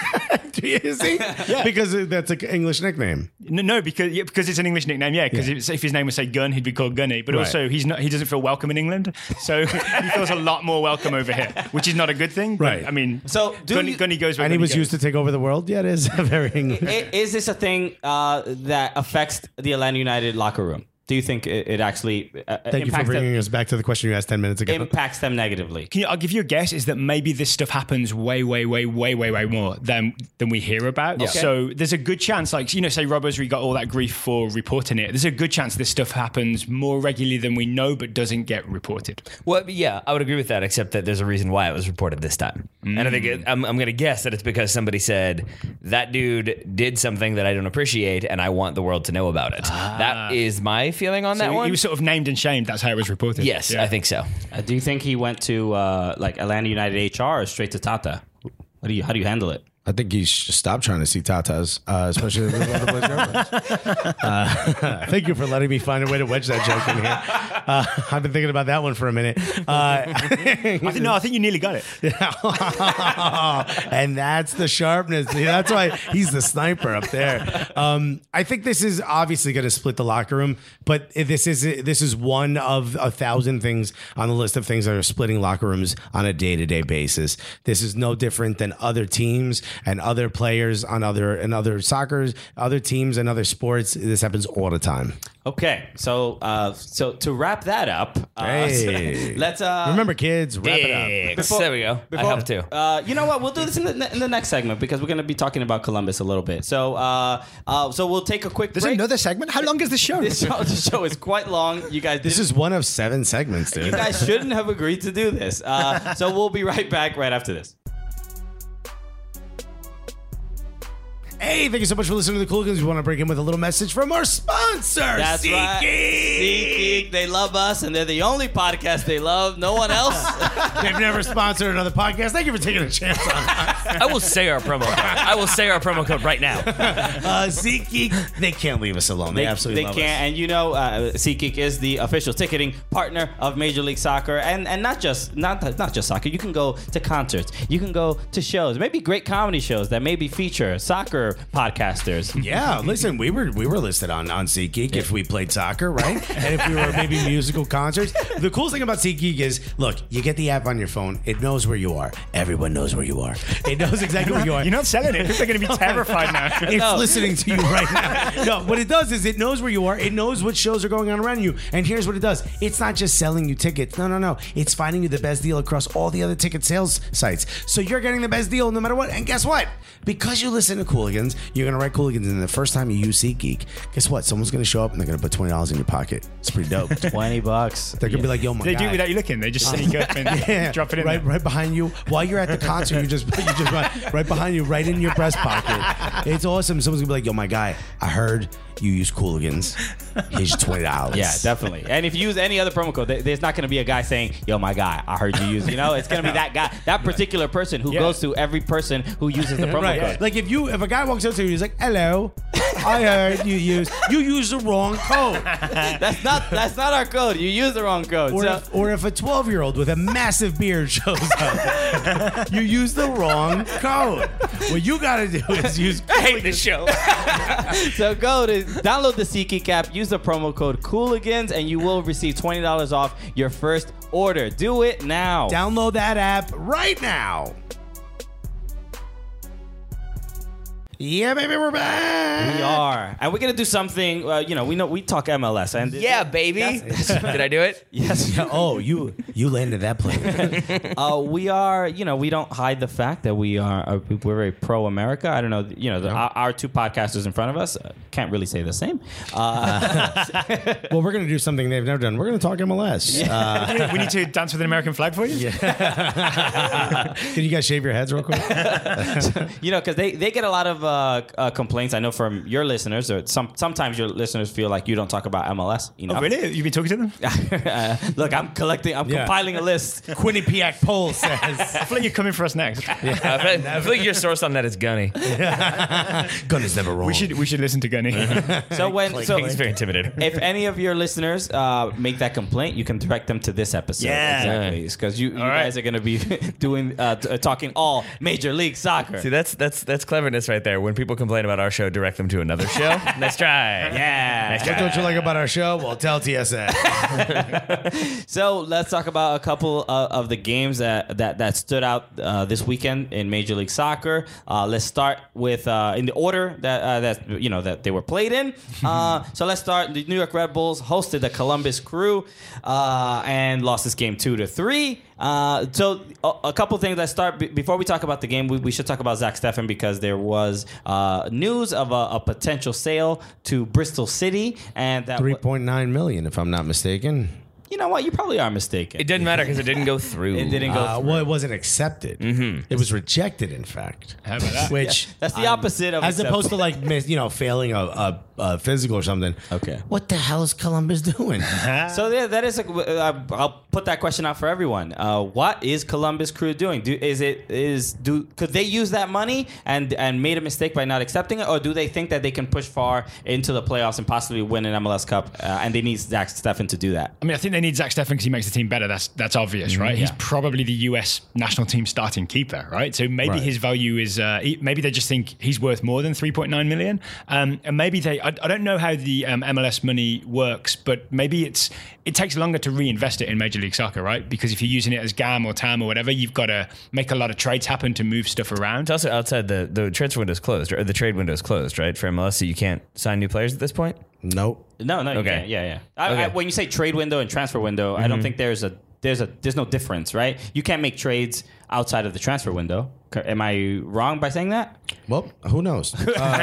Speaker 2: Is he? Yeah. Because that's an English nickname.
Speaker 4: No, no, because yeah, because it's an English nickname. Yeah, because if his name was say Gun, he'd be called Gunny. But
Speaker 2: Right.
Speaker 4: also, he's not. He doesn't feel welcome in England, so [laughs] he feels a lot more welcome over here, which is not a good thing. but,
Speaker 2: Right.
Speaker 4: I mean,
Speaker 3: So, do
Speaker 4: Gunny,
Speaker 3: you-
Speaker 4: Gunny goes. Where
Speaker 2: And he
Speaker 4: Gunny
Speaker 2: was
Speaker 4: goes.
Speaker 2: used to take over the world. Yeah, it is [laughs] very English.
Speaker 3: I- Is this a thing uh, that affects the Atlanta United locker room? do you think it, it actually uh,
Speaker 2: Thank you for
Speaker 3: impacts,
Speaker 2: bringing
Speaker 3: them,
Speaker 2: us back to the question you asked 10 minutes ago.
Speaker 3: impacts them negatively?
Speaker 4: Can you, I'll give you a guess is that maybe this stuff happens way, way, way, way, way, way more than than we hear about. So there's a good chance, like you know, say Rob Osry got all that grief for reporting it. There's a good chance this stuff happens more regularly than we know, but doesn't get reported.
Speaker 1: Well, yeah, I would agree with that, except that there's a reason why it was reported this time. And I think it, I'm, I'm going to guess that it's because somebody said, that dude did something that I don't appreciate and I want the world to know about it. that is my feeling on that
Speaker 4: So he-
Speaker 1: one.
Speaker 4: He was sort of named and shamed. That's how it was reported.
Speaker 1: yes,
Speaker 4: Yeah.
Speaker 1: I think so.
Speaker 3: Uh, do you think he went to uh, like Atlanta United HR or straight to Tata? What do you how do you handle it?
Speaker 2: I think you should stop trying to see tatas, uh, especially the little boys' girlfriends. Uh, [laughs] thank you for letting me find a way to wedge that joke in here. Uh, I've been thinking about that one for a minute. Uh,
Speaker 4: I think, no, I think you nearly got it.
Speaker 2: and that's the sharpness. See, That's why he's the sniper up there. Um, I think this is obviously going to split the locker room, but this is this is one of a thousand things on the list of things that are splitting locker rooms on a day to day basis. This is no different than other teams and other players on other and other soccer, other teams and other sports. This happens all the time.
Speaker 3: Okay, so uh, so to wrap that up, uh,
Speaker 2: Hey.
Speaker 3: [laughs] let's uh,
Speaker 2: Remember, kids, wrap it up.
Speaker 1: Dicks. there we go. I have to.
Speaker 3: Uh, you know what? We'll do this in the, in the next segment because we're going to be talking about Columbus a little bit. So, uh, uh, so we'll take a quick
Speaker 4: There's
Speaker 3: break.
Speaker 4: another segment. How long is the show?
Speaker 3: this show, this show is quite long. You guys,
Speaker 2: This
Speaker 3: didn't-
Speaker 2: is one of seven segments, dude.
Speaker 3: you guys shouldn't have agreed to do this. Uh, so we'll be right back right after this.
Speaker 2: Hey, thank you so much for listening to the Cool Guns. We want to break in with a little message from our sponsor,
Speaker 3: That's right. SeatGeek, they love us, and they're the only podcast they love. No one else.
Speaker 2: They've never sponsored another podcast. Thank you for taking a chance on us.
Speaker 1: [laughs] I will say our promo code. I will say our promo code right [laughs] now.
Speaker 2: Uh, SeatGeek, they can't leave us alone. They, absolutely
Speaker 3: they
Speaker 2: love
Speaker 3: can't. And you know, uh, SeatGeek is the official ticketing partner of Major League Soccer, and and not just not not just soccer. You can go to concerts, you can go to shows, maybe great comedy shows that maybe feature soccer
Speaker 2: [laughs]
Speaker 3: podcasters.
Speaker 2: us. Yeah, listen, we were we were listed on on SeatGeek if we played soccer, right? and if we were [laughs] maybe musical concerts. The coolest thing about SeatGeek is, look, you get the app on your phone. It knows where you are. Everyone knows where you are. It knows exactly where [laughs] you are.
Speaker 4: You're not selling it. People are [laughs] going to be terrified now.
Speaker 2: It's listening to you right now. No, what it does is it knows where you are. It knows what shows are going on around you. And here's what it does: it's not just selling you tickets. No, no, no. It's finding you the best deal across all the other ticket sales sites. So you're getting the best deal no matter what. And guess what? Because you listen to Cooligans, you're gonna write Cooligans, and the first time you use SeatGeek, guess what? Someone's gonna show up and they're gonna put twenty dollars in your pocket. It's pretty
Speaker 4: [laughs]
Speaker 2: dope. they're
Speaker 3: Twenty bucks.
Speaker 2: gonna be like, "Yo, my
Speaker 4: They
Speaker 2: guy."
Speaker 4: do it without you looking. They just sneak [laughs] up and
Speaker 2: Yeah,
Speaker 4: drop it in.
Speaker 2: right,
Speaker 4: there.
Speaker 2: right behind you while you're at the concert. You just, you just right, right behind you, right in your breast pocket. It's awesome. Someone's gonna be like, "Yo, my guy, I heard you use Cooligans. Here's your twenty dollars."
Speaker 3: Yeah, definitely. And if you use any other promo code, th- there's not going to be a guy saying, "Yo, my guy, I heard you use." You know, it's going to be that guy, that particular person who
Speaker 4: Yeah.
Speaker 3: goes to every person
Speaker 2: [laughs]
Speaker 3: who uses the promo
Speaker 2: Right.
Speaker 3: code.
Speaker 2: Like if you if a guy walks up to you, he's like, "Hello, I heard you use you use the wrong
Speaker 3: [laughs]
Speaker 2: code."
Speaker 3: That's not that's not our code. You use the wrong code.
Speaker 2: Or
Speaker 3: So-
Speaker 2: if, or if a twelve year old with a massive beard shows up, you use the wrong code. What you gotta do is use
Speaker 1: I hate this show.
Speaker 3: So go to download the SeatGeek app, use the promo code Cooligans, and you will receive twenty dollars off your first order. Do it now.
Speaker 2: download that app right now. Yeah, baby, we're back.
Speaker 3: we are, and we're gonna do something. Uh, you know, we know we talk MLS, and
Speaker 1: yeah, baby. [laughs] Did I do it?
Speaker 3: yes,
Speaker 2: Oh, you you landed that plane.
Speaker 3: uh, we are. You know, we don't hide the fact that we are. Uh, we're very pro America. I don't know. You know, the, our, our two podcasters in front of us uh, can't really say the same. Uh,
Speaker 2: [laughs] well, we're gonna do something they've never done. We're gonna talk MLS. Uh,
Speaker 4: [laughs] we need to dance with an American flag for you.
Speaker 2: can you guys shave your heads real [laughs] quick?
Speaker 3: you know, because they, they get a lot of uh, uh, complaints. I know from your listeners, or some sometimes your listeners feel like you don't talk about MLS enough.
Speaker 4: Oh, really? You've been talking to
Speaker 1: [laughs]
Speaker 4: them?
Speaker 3: Uh, look, I'm collecting, I'm
Speaker 2: Yeah.
Speaker 3: compiling a list.
Speaker 2: Quinnipiac poll says [laughs]
Speaker 4: I feel like you're coming for us next.
Speaker 1: I feel, I feel like your source on that is Gunny.
Speaker 2: gun is never wrong.
Speaker 4: We should we should listen to [laughs] Gunny.
Speaker 3: So when, so
Speaker 1: He's very intimidated. [laughs]
Speaker 3: if any of your listeners uh, make that complaint, you can direct them to this episode.
Speaker 4: Yeah.
Speaker 3: exactly. Because you, you [laughs]
Speaker 4: right.
Speaker 3: guys are going to be doing uh, t- uh, talking all Major League Soccer.
Speaker 1: See, that's that's that's cleverness right there. better. When people complain about our show, direct them to another [laughs] show. Let's try. Yeah. Nice
Speaker 2: What
Speaker 1: try.
Speaker 2: don't you like about our show? Well, tell [laughs] TSN.
Speaker 3: So let's talk about a couple uh, of the games that that, that stood out uh, this weekend in Major League Soccer. Uh, let's start with uh, in the order that uh, that you know that they were played in. Uh, so let's start. The New York Red Bulls hosted the Columbus Crew uh, and lost this game two to three. Uh, so a, a couple things. Let's start be- before we talk about the game. We, we should talk about Zach Steffen because there was uh, news of a, a potential sale to Bristol City, and that
Speaker 2: Three
Speaker 3: wa-
Speaker 2: point nine million, if I'm not mistaken.
Speaker 3: you know what? You probably are mistaken.
Speaker 1: It didn't matter because it didn't
Speaker 3: [laughs]
Speaker 1: go through.
Speaker 3: It didn't go.
Speaker 2: Uh, Mm-hmm. well, it wasn't accepted. It was rejected, in fact.
Speaker 4: How about that?
Speaker 2: Which
Speaker 3: That's the opposite of
Speaker 2: as opposed
Speaker 3: acceptable.
Speaker 2: to like miss, you know failing a, a, a physical or something.
Speaker 3: Okay.
Speaker 2: What the hell is Columbus
Speaker 4: [laughs]
Speaker 2: doing?
Speaker 3: So yeah, that is. A, uh, I'll put that question out for everyone. Uh, what is Columbus Crew doing? Do is it is do could they use that money and and made a mistake by not accepting it, or do they think that they can push far into the playoffs and possibly win an MLS Cup? Uh, and they need Zach Steffen to do that.
Speaker 4: I mean, I think they need Zach Steffen because he makes the team better. That's that's obvious, right? He's probably the U.S. national team starting keeper, right? So maybe
Speaker 2: Right.
Speaker 4: his value is uh, he- maybe they just think he's worth more than 3.9 million, um, and maybe they I, I don't know how the um, MLS money works, but maybe it's it takes longer to reinvest it in Major League Soccer, right? Because if you're using it as GAM or TAM or whatever, you've got to make a lot of trades happen to move stuff around.
Speaker 1: It's also outside the the transfer window's closed or the trade window's closed, right? For MLS, so you can't sign new players at this point.
Speaker 2: nope.
Speaker 3: No, no, you
Speaker 1: Okay.
Speaker 3: can't. yeah, yeah. I,
Speaker 1: Okay. Mm-hmm.
Speaker 3: I, when you say trade window and transfer window, I don't think there's a there's a there's no difference, right? You can't make trades outside of the transfer window. Co- Am I wrong by saying that?
Speaker 2: Well, who
Speaker 4: [laughs]
Speaker 2: knows?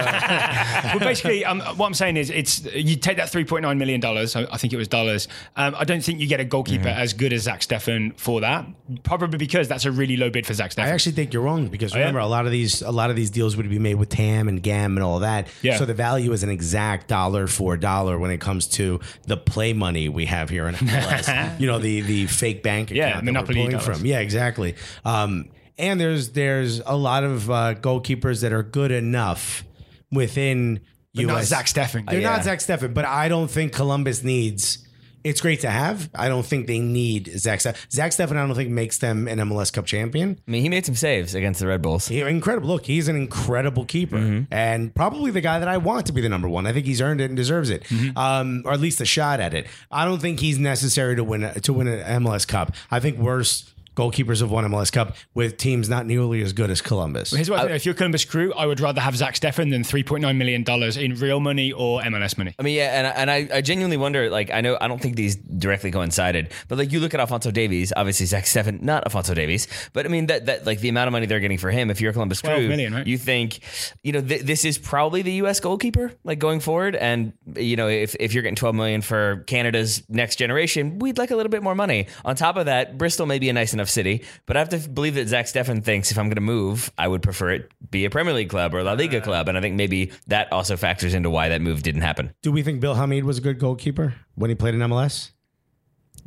Speaker 4: well, basically, um, what I'm saying is, it's you take that 3.9 million dollars. I I think it was dollars. Um, I don't think you get a goalkeeper as good as Zach Steffen for that. Probably because that's a really low bid for Zach Steffen.
Speaker 2: I actually think you're wrong because
Speaker 4: Oh, yeah?
Speaker 2: remember a lot of these a lot of these deals would be made with TAM and GAM and all that.
Speaker 4: Yeah.
Speaker 2: So the value is an exact dollar for dollar when it comes to the play money we have here in
Speaker 4: [laughs]
Speaker 2: MLS. you know the the fake bank account
Speaker 4: Yeah,
Speaker 2: that we're
Speaker 4: Monopoly
Speaker 2: pulling
Speaker 4: dollars.
Speaker 2: from. Yeah, exactly. Um, and there's there's a lot of uh, goalkeepers that are good enough within
Speaker 4: not
Speaker 2: US.
Speaker 4: Zach Steffen.
Speaker 2: They're
Speaker 4: Yeah.
Speaker 2: not Zach Steffen, but I don't think Columbus needs. It's great to have. I don't think they need Zach Steffen. Zach Steffen, I don't think makes them an MLS Cup champion.
Speaker 1: I mean, he made some saves against the Red Bulls.
Speaker 2: He, incredible. Look, he's an incredible keeper
Speaker 1: Mm-hmm.
Speaker 2: and probably the guy that I want to be the number one. I think he's earned it and deserves it,
Speaker 1: Mm-hmm.
Speaker 2: um, or at least a shot at it. I don't think he's necessary to win a, to win an MLS Cup. I think worse goalkeepers have won MLS Cup with teams not nearly as good as Columbus.
Speaker 4: Here's what I think. If you're Columbus Crew, I would rather have Zach Steffen than 3.9 million dollars in real money or MLS money.
Speaker 1: I mean, yeah, and I- and I, I genuinely wonder. Like, I know I don't think these directly coincided, but like you look at Alfonso Davies, obviously Zach Steffen, not Alfonso Davies, but I mean that that like the amount of money they're getting for him. If you're Columbus
Speaker 4: 12
Speaker 1: Crew,
Speaker 4: million, right?
Speaker 1: you think, you know, th- this is probably the U.S. goalkeeper like going forward, and you know, if if you're getting 12 million for Canada's next generation, we'd like a little bit more money. On top of that, Bristol may be a nice enough city, but I have to f- believe that Zach Steffen thinks if I'm going to move, I would prefer it be a Premier League club or La
Speaker 4: Uh.
Speaker 1: Liga club, and I think maybe that also factors into why that move didn't happen.
Speaker 2: Do we think Bill Hamid was a good goalkeeper when he played in MLS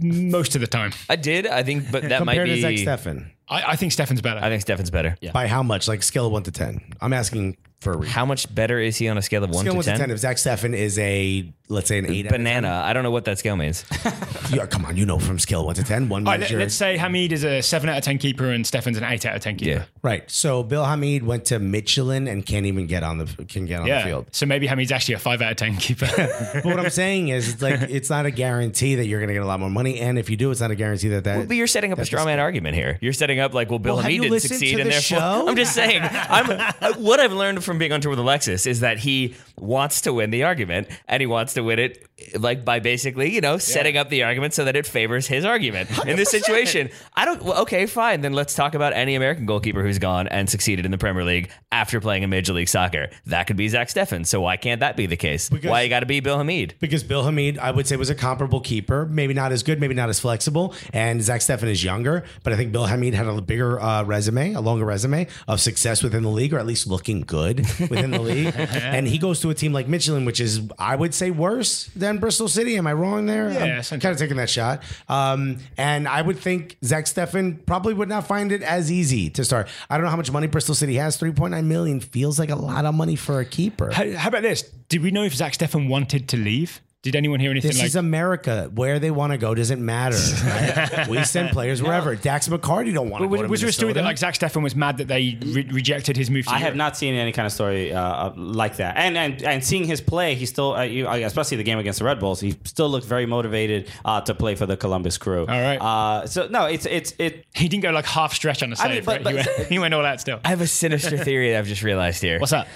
Speaker 4: Most of the time,
Speaker 1: I did. I think, but that might
Speaker 2: compared
Speaker 1: be.
Speaker 2: to Zach Steffen?
Speaker 4: I, I think Steffen's better.
Speaker 1: I think Stefan's better.
Speaker 2: By how much? Like scale of one to ten? I'm asking for a reason.
Speaker 1: How much better is he on a scale of one
Speaker 2: Scale
Speaker 1: to
Speaker 2: one to ten.
Speaker 1: ten?
Speaker 2: If Zach Steffen is a let's say an eight, out of
Speaker 1: Banana. I don't know what that scale
Speaker 2: [laughs]
Speaker 1: means.
Speaker 2: 10. yeah, come on, you know from scale one to ten, one
Speaker 4: All right,
Speaker 2: means
Speaker 4: let,
Speaker 2: you're-
Speaker 4: us say Hamid is a seven out of ten keeper and Steffen's an eight out of ten keeper.
Speaker 2: Right. So Bill Hamid went to Michelin and can't even get on the can get on
Speaker 4: Yeah.
Speaker 2: the field.
Speaker 4: So maybe Hamid's actually a five out of ten keeper.
Speaker 2: But what I'm saying is, it's
Speaker 4: [laughs]
Speaker 2: like it's not a guarantee that you're going to get a lot more money, and if you do, it's not a guarantee that that.
Speaker 1: But you're setting up a straw man argument here. You're setting up like, well, Bill
Speaker 2: Well, have
Speaker 1: Hamid
Speaker 2: you
Speaker 1: didn't
Speaker 2: listened
Speaker 1: succeed,
Speaker 2: to
Speaker 1: and
Speaker 2: the
Speaker 1: therefore,
Speaker 2: show?
Speaker 1: [laughs] I'm just saying. I'm uh, [laughs] what I've learned from being on tour with Alexis is that he wants to win the argument, and he wants to win it like by basically, you know, setting up the argument so that it favors his argument. In this situation, I don't. Well, okay, fine. Then let's talk about any American goalkeeper who's gone and succeeded in the Premier League after playing in Major League Soccer. That could be Zach Steffen. So why can't that be the case? why you got to be Bill Hamid?
Speaker 2: because Bill Hamid, I would say, was a comparable keeper. Maybe not as good, maybe not as flexible. And Zach Steffen is younger, but I think Bill Hamid had a bigger uh, resume, a longer resume of success within the league, or at least looking good within the
Speaker 4: [laughs]
Speaker 2: league. And he goes to a team like Michelin, which is, I would say, worse than Bristol City. Am I wrong there?
Speaker 4: Yeah,
Speaker 2: I'm
Speaker 4: essentially.
Speaker 2: kind of taking that shot. Um, and I would think Zach Steffen probably would not find it as easy to start. I don't know how much money Bristol City has. 3.9 million feels like a lot of money for a keeper.
Speaker 4: how, how about this? Did we know if Zach Steffen wanted to leave? Did anyone hear anything
Speaker 2: This
Speaker 4: like
Speaker 2: is America. Where they want to go doesn't matter.
Speaker 4: [laughs]
Speaker 2: right? we send players wherever. Dax McCarty don't want to go
Speaker 4: was,
Speaker 2: to
Speaker 4: was there a story that
Speaker 2: Minnesota.
Speaker 4: like Zach Steffen was mad that they re- rejected his move? To
Speaker 3: I have
Speaker 4: Europe?
Speaker 3: not seen any kind of story uh, like that. And and and seeing his play, he still, uh, you, especially the game against the Red Bulls, he still looked very motivated uh, to play for the Columbus Crew. All
Speaker 4: right.
Speaker 3: Uh, so no, it's it's it.
Speaker 4: He didn't go like half stretch on the save.
Speaker 3: I mean, but-
Speaker 4: right? he,
Speaker 3: but-
Speaker 4: went, [laughs] he went all out still.
Speaker 1: I have a sinister theory that I've just realized here.
Speaker 4: What's that?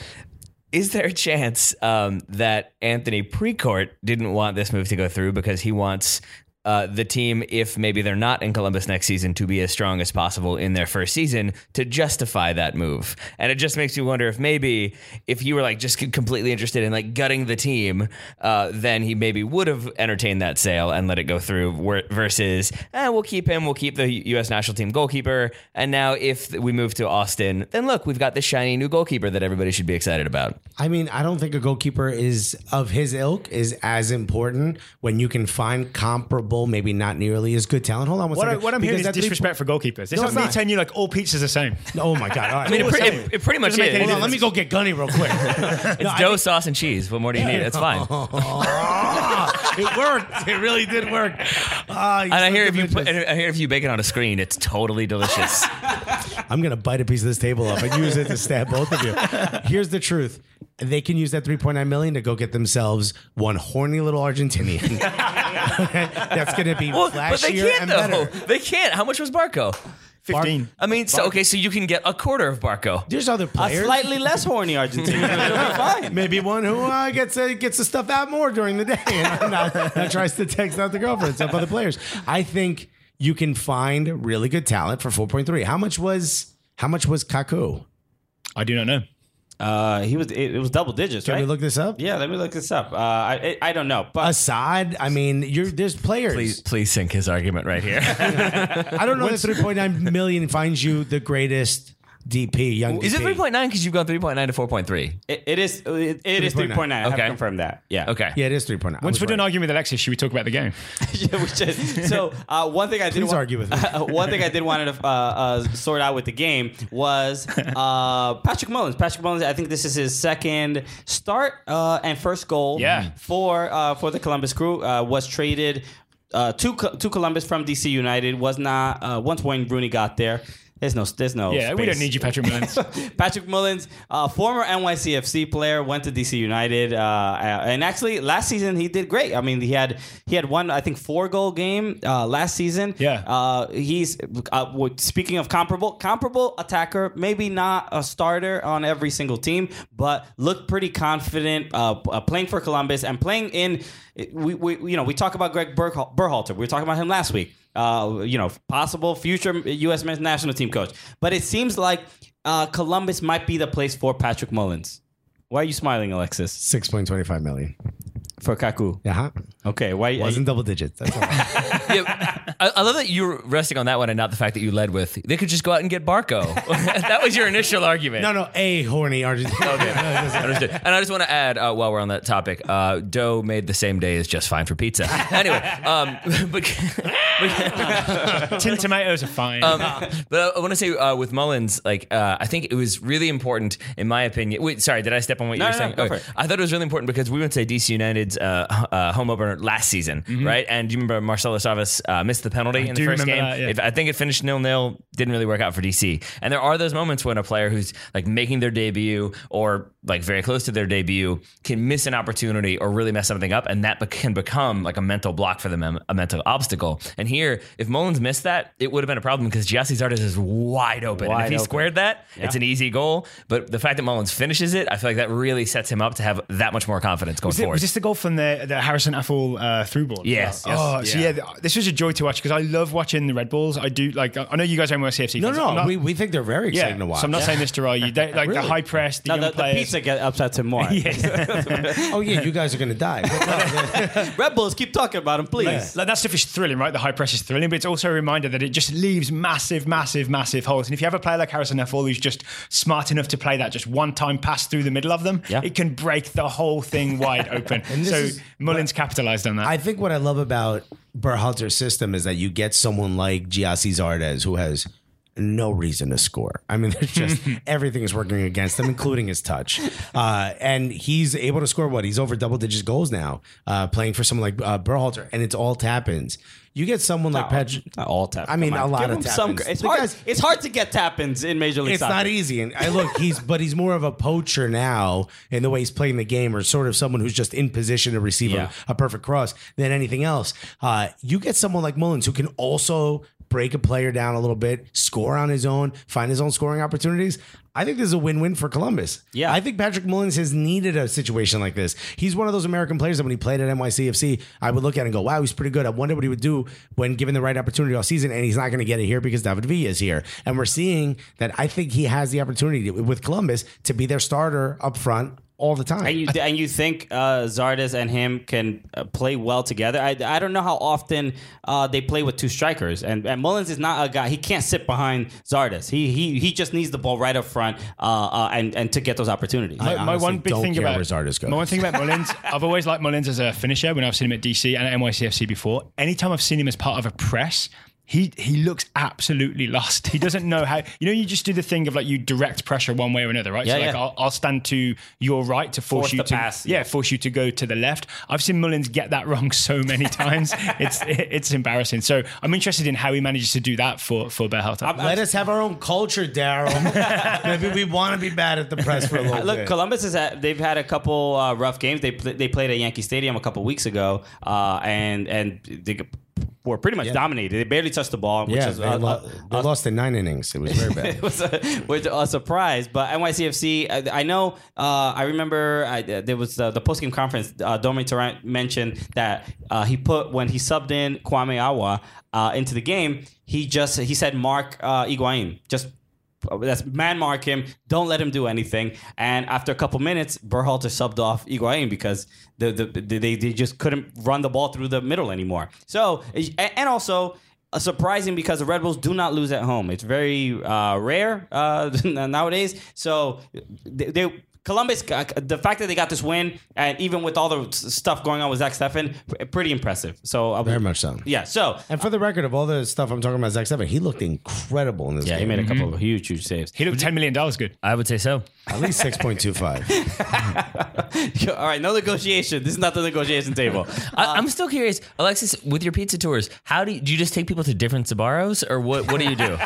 Speaker 1: Is there a chance um, that Anthony Precourt didn't want this move to go through because he wants uh, the team, if maybe they're not in Columbus next season, to be as strong as possible in their first season to justify that move? And it just makes me wonder if maybe if you were like just completely interested in like gutting the team, uh, then he maybe would have entertained that sale and let it go through. Where, versus, eh, we'll keep him, we'll keep the U.S. national team goalkeeper, and now if we move to Austin, then look, we've got this shiny new goalkeeper that everybody should be excited about.
Speaker 2: I mean, I don't think a goalkeeper is of his ilk is as important when you can find comparable, maybe not nearly as good talent. Hold on, one
Speaker 4: What, I,
Speaker 2: second,
Speaker 4: what I'm
Speaker 2: because
Speaker 4: hearing is
Speaker 2: that three-
Speaker 4: disrespect for goalkeepers. This
Speaker 2: No,
Speaker 4: is
Speaker 2: it's
Speaker 4: me
Speaker 2: not.
Speaker 4: telling you like all pizzas are the [laughs] same.
Speaker 2: Oh my god! All right.
Speaker 1: it, pre- it- it pretty much
Speaker 4: Doesn't make
Speaker 1: is.
Speaker 4: any
Speaker 2: Hold on, let me go get Gunny real
Speaker 4: [laughs]
Speaker 2: quick.
Speaker 1: It's dough, sauce, and cheese. What more do you need? It's [laughs] fine.
Speaker 4: [laughs]
Speaker 2: it worked. It really did work. Ah, you
Speaker 1: And I
Speaker 2: son of
Speaker 1: hear if
Speaker 2: a
Speaker 1: you
Speaker 2: bitch.
Speaker 1: put, and I hear if you bake it on a screen, it's totally [laughs] delicious.
Speaker 2: I'm gonna bite a piece of this table up and use it to stab both
Speaker 1: [laughs]
Speaker 2: of you. Here's the truth: they can use that 3.9 million to go get themselves one horny little
Speaker 1: [laughs]
Speaker 2: Argentinian. [laughs] That's gonna be
Speaker 1: well,
Speaker 2: flashier
Speaker 1: but they
Speaker 2: and
Speaker 1: can't though.
Speaker 2: better.
Speaker 1: They can't. How much was Barco?
Speaker 4: Fifteen.
Speaker 1: I mean, so okay, so you can get a quarter of Barco.
Speaker 2: There's other
Speaker 3: A
Speaker 2: players.
Speaker 3: slightly less horny Argentina. It'll [laughs] be fine.
Speaker 2: Maybe one who uh, gets uh, gets the stuff out more during the day [laughs] and not, not tries to text out the girlfriends of other players. I think you can find really good talent for 4.3. How much was how much was Kaku?
Speaker 4: I do not know.
Speaker 3: Uh, he was it, it was double digits,
Speaker 2: Can
Speaker 3: right?
Speaker 2: we look this up?
Speaker 3: yeah, let me look this up. Uh, I I I don't know, but
Speaker 2: Assad. I mean, you're there's players.
Speaker 1: Please, please sink his argument right here.
Speaker 2: I don't know that 3.9 million finds you the greatest DP. Young
Speaker 1: Is it
Speaker 2: DP.
Speaker 1: three point nine? Because you've gone three point nine to four point three.
Speaker 3: it, it is it, it is
Speaker 2: 3.9.
Speaker 3: three point nine. I
Speaker 1: Okay.
Speaker 3: have confirmed that. Yeah.
Speaker 1: Okay.
Speaker 2: Yeah, it is 3.9. I
Speaker 4: Once
Speaker 2: was
Speaker 4: we're done
Speaker 2: right.
Speaker 4: arguing with Alexis, should we talk about the game?
Speaker 3: [laughs] yeah, we should. So uh, one thing I did
Speaker 2: Please argue with me.
Speaker 3: [laughs] one thing I did want to uh, uh, sort out with the game
Speaker 4: [laughs]
Speaker 3: was uh, Patrick Mullins. Patrick Mullins. I think this is his second start uh, and first goal.
Speaker 4: Yeah.
Speaker 3: For uh, for the Columbus Crew uh, was traded uh, to Co- to Columbus from DC United. Was not uh, once Wayne Rooney got there. There's no there's
Speaker 2: Oh,
Speaker 3: no
Speaker 4: yeah, we
Speaker 3: space.
Speaker 4: don't need you, Patrick Mullins.
Speaker 2: [laughs]
Speaker 3: [laughs] Patrick Mullins, uh, former NYCFC player, went to DC United, uh, and actually last season he did great. I mean, he had he had one I think four goal game uh, last season.
Speaker 4: Yeah.
Speaker 3: uh, he's uh, w- speaking of comparable comparable attacker, maybe not a starter on every single team, but looked pretty confident uh, p- uh, playing for Columbus and playing in. We, we you know we talk about Greg Berhal- Berhalter. We were talking about him last week. Uh, you know, possible future U.S. men's national team coach, but it seems like uh, Columbus might be the place for Patrick Mullins. Why are you smiling, Alexis?
Speaker 2: 6.25 million.
Speaker 3: For Kaku.
Speaker 2: Uh-huh.
Speaker 3: Okay. Why?
Speaker 2: Wasn't double digits. That's all.
Speaker 1: Yeah, I, I love that you're resting on that one and not the fact that you led with they could just go out and get Barco. [laughs] that was your initial argument.
Speaker 2: no, no, a horny Argentina.
Speaker 1: [laughs] Understood. And I just want to add, uh, while we're on that topic, uh, dough made the same day is just fine for pizza. [laughs] anyway, um, [laughs] but, um,
Speaker 4: Tin tomatoes are fine.
Speaker 3: Um,
Speaker 1: but I want to say uh, with Mullins, like uh, I think it was really important, in my opinion. Wait, sorry, did I step on what you
Speaker 3: No,
Speaker 1: were
Speaker 3: no, no,
Speaker 1: saying?
Speaker 3: go for it.
Speaker 1: I thought it was really important because we went to DC United's uh, h- uh, home opener last season,
Speaker 3: Mm-hmm.
Speaker 1: right? And do you remember Marcelo Savas uh, missed the penalty in the
Speaker 4: do
Speaker 1: first game?
Speaker 4: remember that, yeah.
Speaker 1: If- I think it finished nil nil. Didn't really work out for DC. And there are those moments when a player who's like making their debut or like very close to their debut can miss an opportunity or really mess something up, and that be- can become like a mental block for them, um, a mental obstacle. And here, if Mullins missed that, it would have been a problem because Giassi Zardes is wide open. and if
Speaker 3: Wide
Speaker 1: he
Speaker 3: open.
Speaker 1: squared that, it's an easy goal. But the fact that Mullins finishes it, I feel like that really sets him up to have that much more confidence going
Speaker 4: Was, it,
Speaker 1: forward.
Speaker 4: was this the goal from the, the Harrison Affle uh, through ball? as
Speaker 1: Yes,
Speaker 4: well?
Speaker 1: yes.
Speaker 4: Oh, so yeah, th- this was a joy to watch because I love watching the Red Bulls. I do like. I I know you guys are NYCFC.
Speaker 2: No,
Speaker 4: fans.
Speaker 2: no,
Speaker 4: I'm not-
Speaker 2: we, we think they're very
Speaker 4: yeah.
Speaker 2: exciting to watch.
Speaker 4: So I'm not saying this to rile you. They, like the
Speaker 2: Really?
Speaker 4: high press, the
Speaker 3: No,
Speaker 4: young
Speaker 3: the, the
Speaker 4: players.
Speaker 3: pizza get upsets him more.
Speaker 2: oh, yeah, you guys are going to die. uh,
Speaker 3: Red Bulls, keep talking about him, please.
Speaker 4: Like that stuff is thrilling, right? The high press is thrilling, but it's also a reminder that it just leaves massive, massive, massive holes. And if you have a player like Harrison F. who's just smart enough to play that just one time pass through the middle of them,
Speaker 3: Yeah.
Speaker 4: it can break the whole thing wide open.
Speaker 2: And this
Speaker 4: so
Speaker 2: is-
Speaker 4: Mullins capitalized on that.
Speaker 2: I think what I love about Berhalter's system is that you get someone like Giassi Zardes who has no reason to score. I mean, [laughs] there's just everything is working against him, including his touch. Uh, and he's able to score what? He's over double digit goals now, uh, playing for someone like uh, Berhalter, and it's all tap ins. You get someone like Patrick.
Speaker 3: Not Uh, all tap.
Speaker 2: I mean,
Speaker 3: come on.
Speaker 2: a lot
Speaker 3: Give
Speaker 2: of
Speaker 3: him
Speaker 2: tap
Speaker 3: some-
Speaker 2: ins.
Speaker 3: It's
Speaker 2: The
Speaker 3: hard.
Speaker 2: guys-
Speaker 3: It's hard to get tap ins in Major League
Speaker 2: It's
Speaker 3: Soccer.
Speaker 2: not easy, and I look he's but he's more of a poacher now in the way he's playing the game, or sort of someone who's just in position to receive
Speaker 1: Yeah.
Speaker 2: a, a perfect cross than anything else. Uh, you get someone like Mullins who can also break a player down a little bit, score on his own, find his own scoring opportunities. I think this is a win-win for Columbus.
Speaker 3: Yeah.
Speaker 2: I think Patrick Mullins has needed a situation like this. He's one of those American players that when he played at NYCFC, I would look at and go, "Wow, he's pretty good." I wonder what he would do when given the right opportunity all season, and he's not going to get it here because David Villa is here. And we're seeing that I think he has the opportunity to- with Columbus to be their starter up front all the time.
Speaker 3: And
Speaker 2: [laughs]
Speaker 3: you and you think uh, Zardes and him can uh, play well together? I, I don't know how often uh, they play with two strikers, and, and Mullins is not a guy. He can't sit behind Zardes. He he he just needs the ball right up front uh, uh, and and to get those opportunities.
Speaker 2: I
Speaker 4: my, my
Speaker 2: honestly
Speaker 4: one big
Speaker 2: don't
Speaker 4: thing
Speaker 2: care
Speaker 4: about
Speaker 2: where Zardes goes.
Speaker 4: my one thing about Mullins, I've always liked Mullins as a finisher when I've seen him at DC and at NYCFC before. Anytime I've seen him as part of a press, he he looks absolutely lost. He doesn't know how. You know, you just do the thing of like you direct pressure one way or another, right?
Speaker 3: Yeah,
Speaker 4: so like
Speaker 3: yeah.
Speaker 4: I'll, I'll stand to your right to force,
Speaker 3: Force
Speaker 4: you
Speaker 3: the
Speaker 4: to
Speaker 3: pass,
Speaker 4: yeah,
Speaker 3: yeah.
Speaker 4: force you to go to the left. I've seen Mullins get that wrong so many times. it's it's embarrassing. So I'm interested in how he manages to do that for for Berhalter.
Speaker 2: Let us have our own culture, Daryl. [laughs] Maybe we want to be bad at the press for a little
Speaker 3: Uh, Look,
Speaker 2: bit.
Speaker 3: Columbus is at, they've had a couple uh, rough games. They pl- they played at Yankee Stadium a couple weeks ago, uh, and and they were pretty much dominated. They barely touched the ball, which
Speaker 2: yeah,
Speaker 3: is
Speaker 2: they,
Speaker 3: uh,
Speaker 2: lo-
Speaker 3: uh,
Speaker 2: they lost in nine innings. It was very
Speaker 3: [laughs]
Speaker 2: bad.
Speaker 3: was a, was a surprise. But NYCFC, I, I know. Uh, I remember I, there was the, the post game conference. Uh, Domi Tarrant mentioned that uh, he put when he subbed in Kwame Awa uh, into the game. He just he said Mark uh, Iguain just. That's man mark him. Don't let him do anything. And after a couple minutes, Berhalter subbed off Iguain because the, the, they they just couldn't run the ball through the middle anymore. So and and also uh, surprising because the Red Bulls do not lose at home. It's very uh, rare uh, [laughs] nowadays. So they, they Columbus, uh, the fact that they got this win, and even with all the s- stuff going on with Zach Steffen, pr- pretty impressive. So I
Speaker 2: Very much so.
Speaker 3: Yeah. So
Speaker 2: And for the record, of all the stuff I'm talking about, Zach Seven, he looked incredible in this
Speaker 3: yeah, he
Speaker 2: game.
Speaker 3: made a couple of huge, huge saves.
Speaker 4: he looked ten million dollars good.
Speaker 1: I would say so.
Speaker 2: At least six point two
Speaker 3: [laughs]
Speaker 2: five.
Speaker 3: [laughs] all right, no negotiation. This is not the negotiation [laughs] table.
Speaker 1: I, I'm still curious, Alexis, with your pizza tours, how do you, do you just take people to different Sabaros or what? What do you do?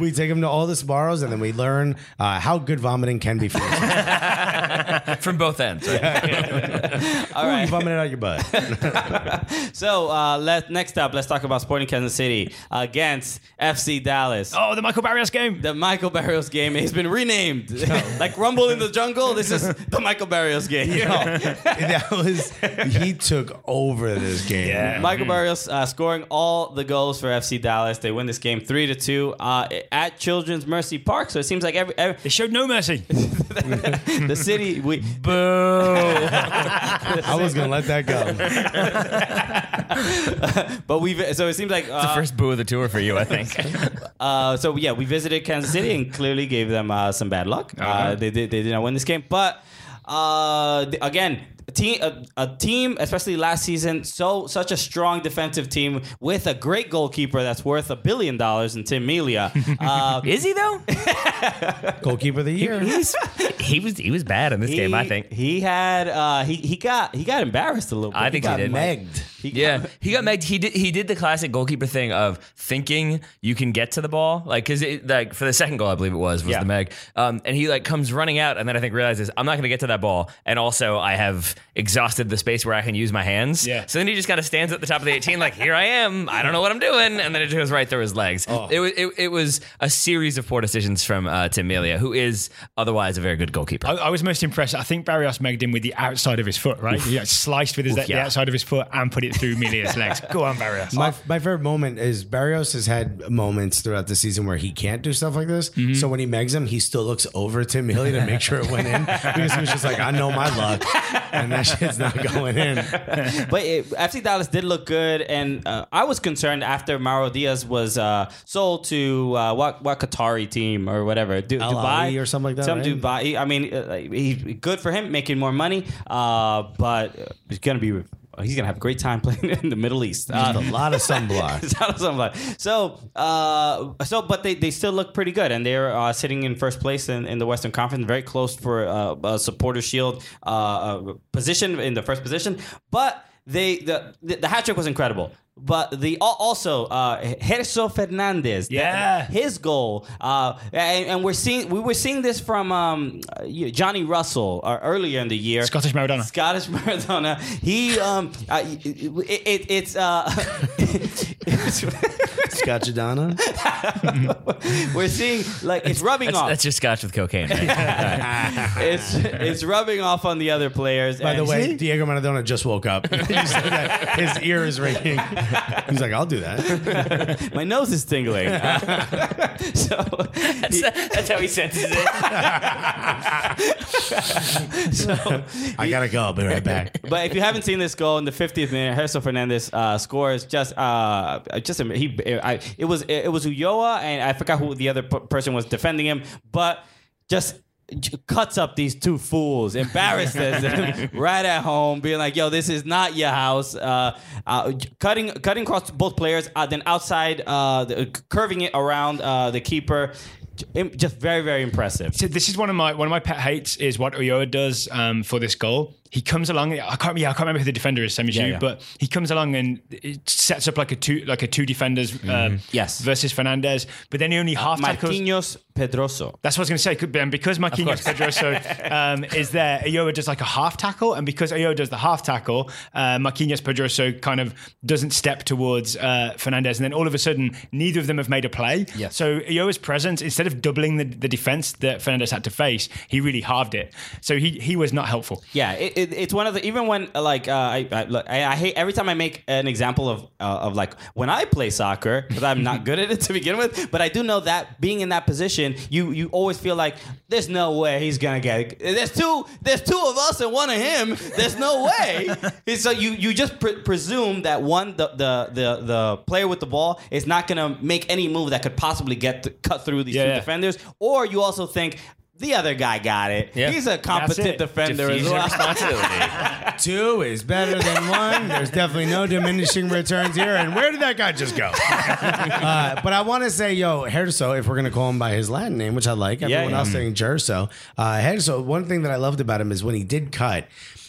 Speaker 2: we take him to all the Sbarros, and then we learn uh, how good vomiting can be for you.
Speaker 1: [laughs] From both ends. Right?
Speaker 3: all right.
Speaker 2: You vomit it out your butt.
Speaker 3: [laughs] So uh, let next up, let's talk about Sporting Kansas City against FC Dallas.
Speaker 4: Oh, the Michael Barrios game.
Speaker 3: The Michael Barrios game has been renamed. [laughs] like Rumble in the Jungle, this is the Michael Barrios game. [laughs]
Speaker 2: that was he took over this game.
Speaker 3: Michael Barrios uh, scoring all the goals for FC Dallas. They win this game three to two uh, at Children's Mercy Park. So it seems like every, every
Speaker 4: They showed no mercy.
Speaker 3: the city we
Speaker 2: I was gonna let that go.
Speaker 3: but we have so it seems like uh,
Speaker 1: First boo of the tour for you, I [laughs] think.
Speaker 3: Uh, so yeah, we visited Kansas City and clearly gave them uh, some bad luck. uh they, did they did not win this game, but uh, th- again, a team a, a team, especially last season, so such a strong defensive team with a great goalkeeper that's worth a billion dollars in Tim
Speaker 1: [laughs]
Speaker 3: Melia. Uh,
Speaker 1: Is he though?
Speaker 2: Goalkeeper of the year.
Speaker 1: He's, he was he was bad in this
Speaker 3: he-
Speaker 1: game, I think.
Speaker 3: he had uh, he he got he got embarrassed a little bit.
Speaker 1: I think he
Speaker 3: got
Speaker 1: did.
Speaker 2: Megged.
Speaker 3: He got-
Speaker 4: [laughs]
Speaker 1: Yeah, he got megged. He did. He did the classic goalkeeper thing of thinking you can get to the ball, like because like for the second goal, I believe it was was
Speaker 3: Yeah.
Speaker 1: the meg, um, and he like comes running out, and then I think realizes I'm not going to get to that ball, and also I have exhausted the space where I can use my hands.
Speaker 4: Yeah.
Speaker 1: So then he just kind of stands at the top of the 18, like here I am, I don't know what I'm doing, and then it goes right through his legs.
Speaker 4: Oh.
Speaker 1: It was it, it was a series of poor decisions from uh, Tim Melia, who is otherwise a very good goalkeeper.
Speaker 4: [laughs] I, I was most impressed. I think Barrios megged him with the outside of his foot, right? Yeah, sliced with his, the
Speaker 1: yeah.
Speaker 4: outside of his foot and put it through [laughs] Milia's legs. Go on, Barrios.
Speaker 2: My, my favorite moment is Barrios has had moments throughout the season where he can't do stuff like this.
Speaker 3: Mm-hmm.
Speaker 2: So when he megs him, he still looks over to Millie to make sure it went
Speaker 3: [laughs]
Speaker 2: in because he was just like, I know my luck, and that shit's not going in.
Speaker 3: but it, FC Dallas did look good, and uh, I was concerned after Mauro Diaz was uh, sold to uh, what what Qatari team or whatever, Du-
Speaker 2: Al
Speaker 3: Dubai
Speaker 2: Ali or something like that,
Speaker 3: Some
Speaker 2: right?
Speaker 3: Dubai. I mean, uh, he, good for him making more money, uh, but it's uh, gonna be he's gonna have a great time [laughs] playing in the Middle East.
Speaker 2: a
Speaker 3: Uh,
Speaker 2: lot of
Speaker 3: [laughs]
Speaker 2: sunblock.
Speaker 3: it's out of some blood. So, uh, so, but they, they still look pretty good, and they're uh, sitting in first place in, in the Western Conference, very close for uh, a supporter shield uh, uh, position in the first position. But they the the, the hat trick was incredible. But the al- also uh, Gerso Fernandez, that-
Speaker 4: Yeah.
Speaker 3: his goal, uh, and, and we're seeing we were seeing this from um, uh, Johnny Russell uh, earlier in the year.
Speaker 4: Scottish Maradona.
Speaker 3: Scottish [laughs] Maradona. He um, uh, it, it, it's uh, [laughs]
Speaker 2: Scotchadonna.
Speaker 3: we're seeing like it's rubbing
Speaker 1: That's,
Speaker 3: off.
Speaker 1: that's just scotch with cocaine.
Speaker 4: [laughs]
Speaker 1: Right?
Speaker 3: it's it's rubbing off on the other players.
Speaker 2: By the
Speaker 3: and-
Speaker 2: way, Diego Maradona just woke up. [laughs] You said that. His ear is ringing. He's like, I'll do that.
Speaker 3: my nose is
Speaker 1: [laughs]
Speaker 3: tingling. [laughs] so
Speaker 1: that's how he senses it.
Speaker 2: I gotta go. I'll be right back.
Speaker 3: but if you haven't seen this goal in the 50th minute, Herso Fernandez uh, scores just uh, just a, he I, it was it was Ulloa and I forgot who the other p- person was defending him, but just j- cuts up these two fools, embarrasses them right at home, being like, "Yo, this is not your house." Uh, uh, j- cutting cutting across both players, uh, then outside, uh, the, curving it around uh, the keeper. J- im- Just very very impressive.
Speaker 4: So this is one of my one of my pet hates is what Oyoa does um, for this goal. He comes along. I can't. Yeah, I can't remember who the defender is. Same as you,
Speaker 3: yeah.
Speaker 4: but he comes along and it sets up like a two like a two defenders. Um,
Speaker 3: Yes.
Speaker 4: versus Fernandez. But then he only half tackles.
Speaker 3: Marquinhos Pedroso.
Speaker 4: That's what I was going to say. Could be, and because Marquinhos Pedroso um, is there, Ayoa does like a half tackle. And because Ayoa does the half tackle, uh, Marquinhos Pedroso kind of doesn't step towards uh, Fernandez. And then all of a sudden, neither of them have made a play.
Speaker 3: Yes.
Speaker 4: So Ayoa's presence, instead of doubling the, the defense that Fernandez had to face, he really halved it. So he, he was not helpful.
Speaker 3: Yeah, it, it, it's one of the even when uh, like uh, I, I look I, I hate every time I make an example of uh, of like when I play soccer because I'm not good at it [laughs] to begin with, but I do know that being in that position, you you always feel like there's no way he's gonna get it. There's two there's two of us and one of him. There's no way. And so you you just pre- presume that one the, the the the player with the ball is not gonna make any move that could possibly get th- cut through these
Speaker 4: Yeah,
Speaker 3: two
Speaker 4: yeah.
Speaker 3: defenders, or you also think. The other guy got it.
Speaker 1: Yeah.
Speaker 3: He's a competent
Speaker 4: it.
Speaker 3: defender as
Speaker 1: Diffusion
Speaker 3: well.
Speaker 1: responsibility.
Speaker 2: Two is better than one. There's definitely no diminishing returns here. And where did that guy just go? [laughs] Uh, but I want to say, yo, Herso, if we're going to call him by his Latin name, which I like, everyone
Speaker 3: yeah.
Speaker 2: else saying Gerso. Uh, Herso, one thing that I loved about him is when he did cut,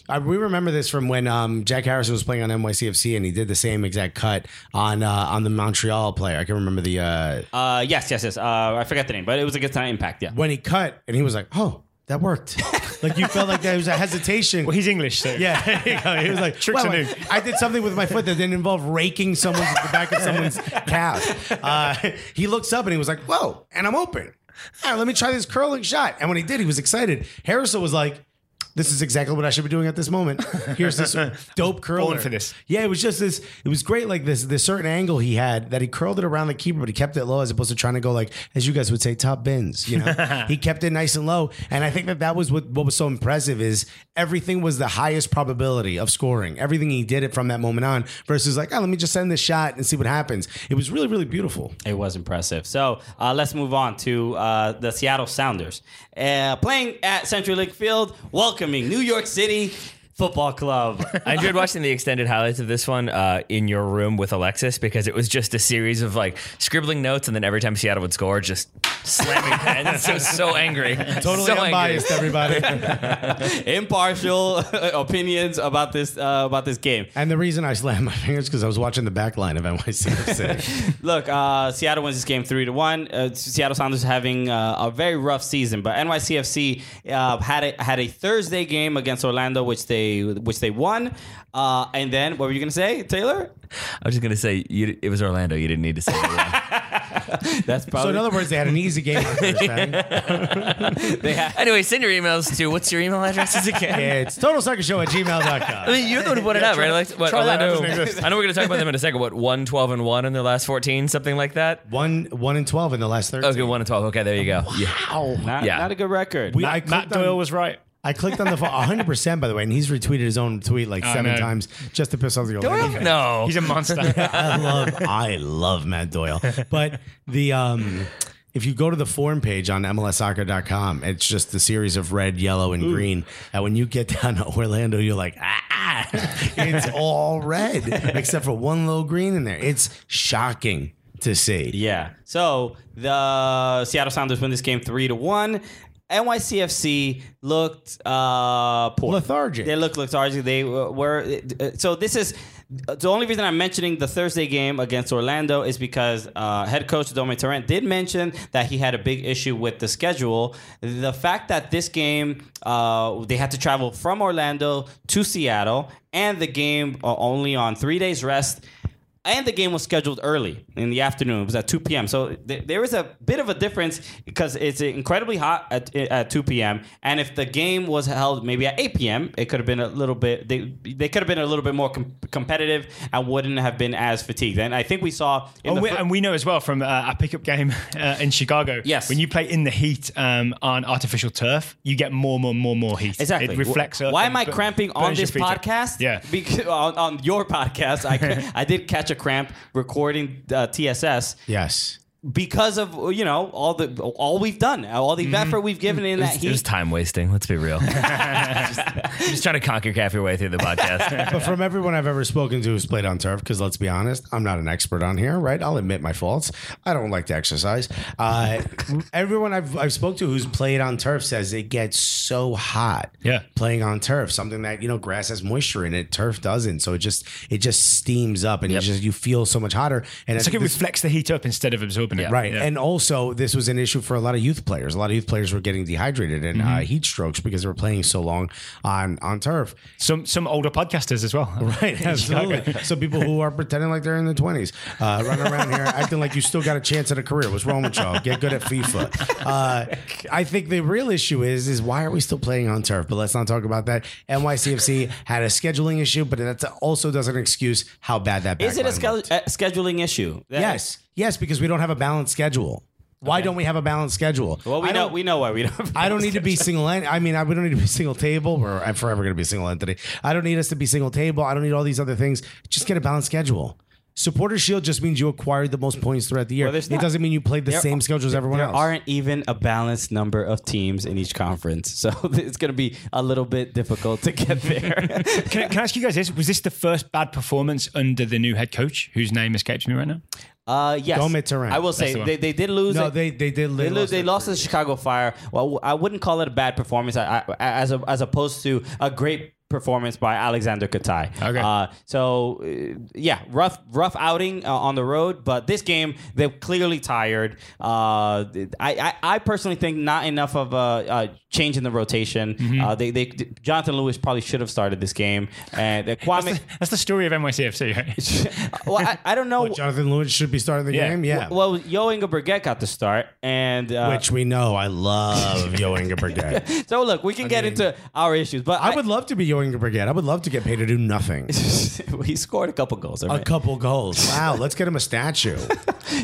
Speaker 2: I, we remember this from when um, Jack Harrison was playing on NYCFC and he did the same exact cut on uh, on the Montreal player. I can remember the uh,
Speaker 3: Uh, yes, yes, yes. Uh, I forgot the name, but it was a good time impact. Yeah.
Speaker 2: when he cut and he was like, oh, that worked. like you felt like there was a hesitation.
Speaker 4: [laughs] Well, he's English, so. [laughs]
Speaker 2: Yeah, there you go. He was like,
Speaker 4: Tricks
Speaker 2: "Wow,
Speaker 4: are new."
Speaker 2: I did something with my foot that didn't involve raking someone's the back of someone's calf. Uh, he looks up and he was like, whoa, and I'm open. All right, let me try this curling shot. And when he did, he was excited. Harrison was like, this is exactly what I should be doing at this moment. Here's this dope curl
Speaker 4: for this.
Speaker 2: Yeah, it was just this. It was great. Like this, this certain angle he had that he curled it around the keeper, but he kept it low as opposed to trying to go like, as you guys would say, top bins. You know, he kept it nice and low, and I think that that was what what was so impressive is everything was the highest probability of scoring. Everything he did it from that moment on versus like, oh, let me just send this shot and see what happens. It was really really beautiful.
Speaker 3: It was impressive. So uh, let's move on to uh, the Seattle Sounders. Uh, playing at Century League Field, welcoming New York City
Speaker 2: [laughs]
Speaker 3: Football Club.
Speaker 1: I enjoyed watching the extended highlights of this one uh, in your room with Alexis because it was just a series of like scribbling notes, and then every time Seattle would score, just slamming pens. [laughs] So so angry,
Speaker 2: Totally
Speaker 1: so angry.
Speaker 2: unbiased, everybody.
Speaker 3: Impartial [laughs] opinions about this uh, about this game.
Speaker 2: and the reason I slammed my fingers because I was watching the back line of NYCFC.
Speaker 3: Look, uh, Seattle wins this game three to one. Uh, Seattle Sounders having uh, a very rough season, but NYCFC uh, had a, had a Thursday game against Orlando, which they which they won. Uh, and then what were you gonna say, Taylor? [laughs]
Speaker 1: I was just gonna say you, it was Orlando. You didn't need to say that.
Speaker 3: That's
Speaker 2: so
Speaker 3: probably
Speaker 2: in other words, they had an easy game. on Thursday.
Speaker 1: [laughs]
Speaker 3: they had.
Speaker 1: [laughs] anyway, send your emails to what's your email addresses again?
Speaker 2: Yeah, it's totalsuckershow at
Speaker 1: I
Speaker 2: gmail.com.
Speaker 1: mean, you're the one who put it up, right? Like, what,
Speaker 2: try that.
Speaker 1: Orlando,
Speaker 2: That doesn't exist.
Speaker 1: I know we're going to talk about them in a second. What, 1, 12, and 1 in their last 14, something like that?
Speaker 2: One one and twelve in the last thirteen.
Speaker 1: Okay, 1 and 12. Okay, there you go. Yeah.
Speaker 3: Not,
Speaker 1: Yeah.
Speaker 3: not a good record.
Speaker 2: We- I
Speaker 4: Matt, Matt
Speaker 2: clicked on-
Speaker 4: Doyle was right.
Speaker 2: I clicked on the phone hundred percent by the way, and he's retweeted his own tweet
Speaker 1: Oh,
Speaker 2: like seven
Speaker 4: know.
Speaker 2: times just to piss off the old lady.
Speaker 1: No.
Speaker 4: He's a monster.
Speaker 2: I love I love Matt Doyle. But the um If you go to the forum page on MLSsoccer.com, it's just the series of red, yellow, and green. And when you get down to Orlando, you're like, ah, ah." it's all red except for one little green in there. It's shocking to see.
Speaker 3: Yeah. So the Seattle Sounders win this game three to one. NYCFC looked uh, poor.
Speaker 2: Lethargic.
Speaker 3: They looked lethargic. They were- were. uh, So this is the only reason I'm mentioning the Thursday game against Orlando is because uh, head coach Domi Tarrant did mention that he had a big issue with the schedule. The fact that this game uh, they had to travel from Orlando to Seattle, and the game uh, only on three days rest and the game was scheduled early in the afternoon. It was at 2 p.m. So th- there is a bit of a difference because it's incredibly hot at, at 2 p.m. And if the game was held maybe at 8 p.m., it could have been a little bit. They they could have been a little bit more com- competitive and wouldn't have been as fatigued. And I think we saw. In
Speaker 4: And
Speaker 3: the
Speaker 4: Oh, we,
Speaker 3: fir-
Speaker 4: and we know as well from uh, our pickup game [laughs] uh, in Chicago.
Speaker 3: Yes.
Speaker 4: when you play in the heat um, on artificial turf, you get more, more, more, more heat.
Speaker 3: Exactly.
Speaker 4: it reflects. up
Speaker 3: Why
Speaker 4: and
Speaker 3: am I
Speaker 4: bu-
Speaker 3: cramping on
Speaker 4: burns your
Speaker 3: this
Speaker 4: feet up.
Speaker 3: podcast?
Speaker 4: Yeah,
Speaker 3: [laughs] Because on, on your podcast, I
Speaker 4: [laughs]
Speaker 3: ca- I did catch a cramp recording uh, TSS.
Speaker 2: Yes.
Speaker 3: because of you know all the all we've done, all
Speaker 2: Mm-hmm.
Speaker 3: the effort we've given in that
Speaker 1: It was
Speaker 3: heat.
Speaker 1: time wasting. Let's be
Speaker 2: [laughs]
Speaker 1: real. [laughs] just, just trying to conquer calf your way through
Speaker 2: [laughs]
Speaker 1: the podcast.
Speaker 2: But from everyone I've ever spoken to who's played on turf, because let's be honest, I'm not an expert on here, right? I'll admit my faults. I don't like to exercise. Uh, [laughs] everyone I've, I've spoke to who's played on turf says it gets so hot.
Speaker 4: Yeah.
Speaker 2: playing on turf, something that you know grass has moisture in it, turf doesn't. So it just it just steams up, and you just you feel so much hotter. And
Speaker 4: it's like it reflects the heat up instead of absorbing it.
Speaker 2: Right.
Speaker 4: Yeah.
Speaker 2: And also, this was an issue for a lot of youth players. A lot of youth players were getting dehydrated and
Speaker 4: Mm-hmm.
Speaker 2: uh, heat strokes because they were playing so long on, on turf.
Speaker 4: some some older podcasters as well. [laughs]
Speaker 2: Right, absolutely. so people who are pretending like they're in their twenties, uh, running around here acting like you still got a chance at a career. What's wrong with y'all? Get good at FIFA. Uh, I think the real issue is is why are we still playing on turf? But let's not talk about that. NYCFC had a scheduling issue, but that also doesn't excuse how bad that.
Speaker 3: Is it a
Speaker 2: backline
Speaker 3: schedule,
Speaker 2: looked.
Speaker 3: uh, scheduling issue? That-
Speaker 2: Yes, yes, because we don't have a balanced schedule. Why don't we have a balanced schedule?
Speaker 3: Well, we
Speaker 2: I
Speaker 3: know
Speaker 2: don't-
Speaker 3: we know why we don't.
Speaker 2: [laughs] I don't need to be single. En- I mean, I we don't need to be single table. We're I'm forever going to be single entity. I don't need us to be single table. I don't need all these other things. Just get a balanced schedule. Supporter Shield just means you acquired the most points throughout the year.
Speaker 3: Well, there's
Speaker 2: it
Speaker 3: not-
Speaker 2: doesn't mean you played the
Speaker 3: there-
Speaker 2: same schedule as everyone
Speaker 3: There
Speaker 2: else.
Speaker 3: aren't even a balanced number of teams in each conference, so [laughs] it's going to be a little bit difficult to get
Speaker 2: [laughs]
Speaker 3: there.
Speaker 4: Can, I- can I ask you guys this? Was this the first bad performance under the new head coach, whose name escapes me right now?
Speaker 3: uh, yes,
Speaker 2: Dome at Tehran.
Speaker 3: I will
Speaker 4: the
Speaker 3: say
Speaker 4: one.
Speaker 3: they, they did lose.
Speaker 2: no,
Speaker 3: it.
Speaker 2: they they did.
Speaker 3: They, lose,
Speaker 2: lost
Speaker 3: they
Speaker 2: it.
Speaker 3: lost to the Chicago Fire. Well, I wouldn't call it a bad performance I, I, as a, as opposed to a great performance by Alexander Katai.
Speaker 4: Okay.
Speaker 3: Uh, so uh, yeah, rough rough outing uh, on the road, but this game they're clearly tired. Uh, I, I I personally think not enough of a, a change in the rotation.
Speaker 2: Mm-hmm.
Speaker 3: Uh, they they Jonathan Lewis probably should have started this game, and
Speaker 2: [laughs]
Speaker 3: uh, Kwame. [laughs]
Speaker 4: That's the story of NYCFC, right?
Speaker 3: well, I, I don't know.
Speaker 2: What, Jonathan Lewis should be starting the
Speaker 4: Yeah.
Speaker 2: game. Yeah.
Speaker 3: well, Yo Ingebrigtsen got the start, and uh,
Speaker 2: which we know. I
Speaker 3: [laughs]
Speaker 2: love Yo Ingebrigtsen.
Speaker 3: So look, we can get into our issues, but
Speaker 2: I
Speaker 3: [laughs]
Speaker 2: would love to be Yo Ingebrigtsen. I would love to get paid to do nothing.
Speaker 3: he scored a couple goals. all
Speaker 2: A
Speaker 3: right.
Speaker 2: couple goals. Wow. Let's get him a statue.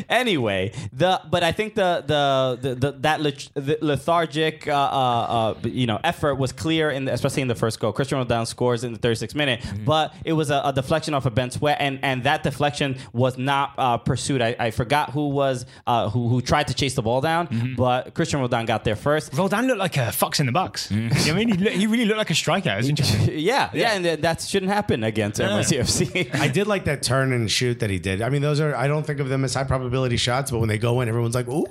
Speaker 3: Anyway, the but I think the the the, the that leth- the lethargic uh, uh, uh, you know effort was clear in the, especially in the first goal. Cristiano Ronaldo scores in the 36th minute,
Speaker 2: Mm-hmm.
Speaker 3: but it was a, a deflection off of Ben Sweat, and and that deflection was not uh, pursued. I, I forgot who was uh, who who tried to chase the ball down,
Speaker 2: Mm-hmm.
Speaker 3: but Cristiano Ronaldo got there first.
Speaker 4: Roldan looked like a fox in the box. [laughs] You know what I mean, he, look, he really looked like a striker.
Speaker 3: [laughs]
Speaker 4: It was interesting.
Speaker 3: Yeah, yeah, and that- that shouldn't happen against [laughs] NYCFC.
Speaker 2: I did like that turn and shoot that he did. I mean, those are I don't think of them as high probability shots, but when they go in, everyone's like, "Ooh,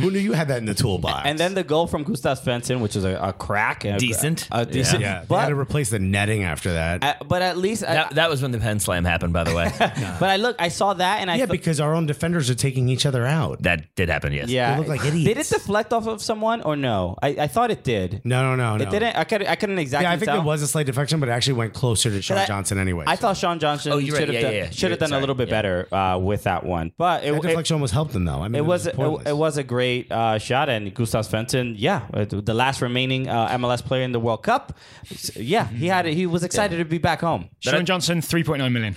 Speaker 2: who knew you had that in the toolbox?"
Speaker 3: Mm-hmm. And then the goal from Gustav Svensson, which is a, a crack, and a-
Speaker 1: Decent.
Speaker 3: a, decent,
Speaker 2: yeah, but, had
Speaker 3: but
Speaker 2: to replace the netting after that.
Speaker 3: uh, but at least I,
Speaker 1: that, that was when the pen slam happened, by
Speaker 2: [laughs]
Speaker 1: the way.
Speaker 3: but I look, I saw that, and I
Speaker 2: yeah,
Speaker 3: thought-
Speaker 2: because our own defenders are taking each other out.
Speaker 1: that did happen, yes.
Speaker 3: yeah,
Speaker 2: they look like
Speaker 3: did it
Speaker 2: idiots.
Speaker 3: deflect off of someone or no? I, I thought it did.
Speaker 2: no, no, no, no.
Speaker 3: it didn't. I could I couldn't exactly.
Speaker 2: Yeah, I think
Speaker 3: tell.
Speaker 2: it was a slight deflection, but it actually went closer to Sean
Speaker 3: I-
Speaker 2: Johnson anyway.
Speaker 3: I thought Sean Johnson
Speaker 1: Oh,
Speaker 3: should
Speaker 1: you're right.
Speaker 3: have
Speaker 1: Yeah,
Speaker 3: done,
Speaker 1: yeah, yeah.
Speaker 3: should have done a
Speaker 1: Sorry.
Speaker 3: little bit
Speaker 1: Yeah.
Speaker 3: better uh, with that one, but it,
Speaker 2: that
Speaker 3: it,
Speaker 2: deflection almost helped them though. I mean,
Speaker 3: it was it,
Speaker 2: pointless.
Speaker 3: it was a great uh, shot, and Gustav Svensson, yeah, uh, the last remaining uh, MLS player in the World Cup, S- yeah, he had it. He was excited to be back home.
Speaker 4: Sean Johnson, 3.9 million.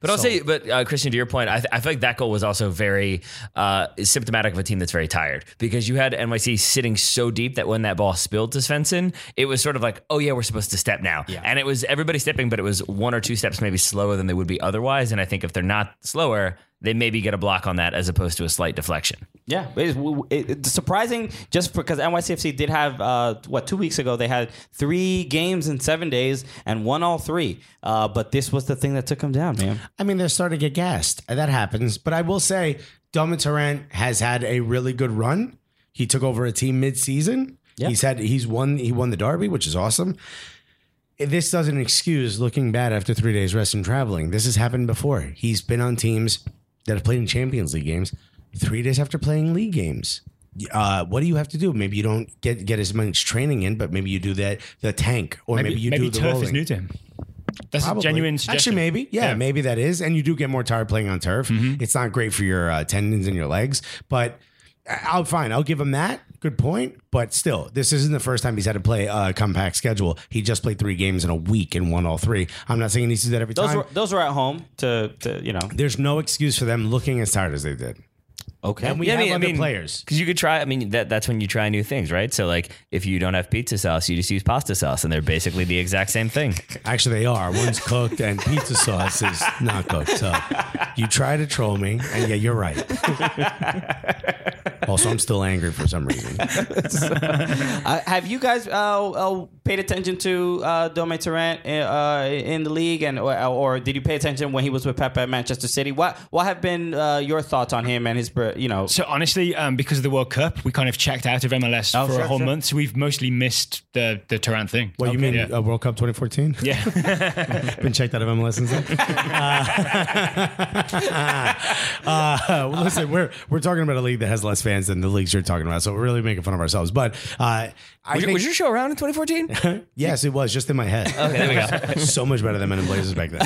Speaker 1: But I'll say, but uh, Christian, to your point, I, th- I feel like that goal was also very uh, symptomatic of a team that's very tired because you had NYC sitting so deep that when that ball spilled to Svensson, it was sort of like, oh yeah, we're supposed to step now, and it was everybody stepping, but it was one or two steps maybe slower than they would be otherwise. And I think if they're not slower, they maybe get a block on that as opposed to a slight deflection.
Speaker 3: Yeah, it is, it, it's surprising just because NYCFC did have uh, what two weeks ago they had three games in seven days and won all three. Uh, but this was the thing that took them down, man.
Speaker 2: I mean, they're starting to get gassed. and That happens. But I will say, Domin Tarrant has had a really good run. He took over a team mid-season.
Speaker 3: Yeah.
Speaker 2: He's had he's won he won the derby, which is awesome. This doesn't excuse looking bad after three days rest and traveling. This has happened before. He's been on teams that have played in Champions League games three days after playing league games. Uh, what do you have to do? Maybe you don't get get as much training in, but maybe you do that the tank, or maybe, you
Speaker 4: maybe
Speaker 2: do the
Speaker 4: turf
Speaker 2: rolling.
Speaker 4: is new to him. That's
Speaker 2: Probably.
Speaker 4: a genuine suggestion.
Speaker 2: Actually, maybe. Yeah, maybe that is. And you do get more tired playing on turf.
Speaker 4: Mm-hmm.
Speaker 2: It's not great for your uh, tendons and your legs, but I- I'll fine. I'll give him that. Good point. But still, this isn't the first time he's had to play a compact schedule. He just played three games in a week and won all three. I'm not saying he needs to do that every
Speaker 3: Those
Speaker 2: time.
Speaker 3: were those were at home to, to you know.
Speaker 2: There's no excuse for them looking as tired as they did.
Speaker 3: Okay,
Speaker 2: And we have other players.
Speaker 1: Because you could try. I mean, that that's when you try new things, right? So like, if you don't have pizza sauce, you just use pasta sauce, and they're basically the exact same thing.
Speaker 2: Actually, they are.
Speaker 3: [laughs]
Speaker 2: One's cooked and pizza sauce is not cooked. So you try to troll me, and yeah, you're
Speaker 3: [laughs]
Speaker 2: right. also, I'm still angry for some reason.
Speaker 3: Uh, have you guys uh, uh, paid attention to uh, Domain Tarrant uh, in the league, and or, or did you pay attention when he was with Pep at Manchester City? What what have been uh, your thoughts on him and his you know?
Speaker 4: So honestly, um, because of the World Cup, we kind of checked out of MLS
Speaker 2: Oh,
Speaker 4: for
Speaker 3: sure,
Speaker 4: a whole
Speaker 3: sure.
Speaker 4: month, so we've mostly missed the the Turan thing.
Speaker 2: What you
Speaker 4: Okay.
Speaker 2: mean
Speaker 4: Yeah.
Speaker 2: uh, World Cup 2014? Yeah, [laughs] been checked out of MLS since [laughs] then. Uh, [laughs] uh, well, listen, we're we're talking about a league that has less fans than the leagues you're talking about, so we're really making fun of ourselves. But uh, I
Speaker 1: Was,
Speaker 2: think
Speaker 1: was your show around in 2014?
Speaker 2: yes, it was just in my head. Okay, there we go. [laughs] so much better than Men in Blazers back then.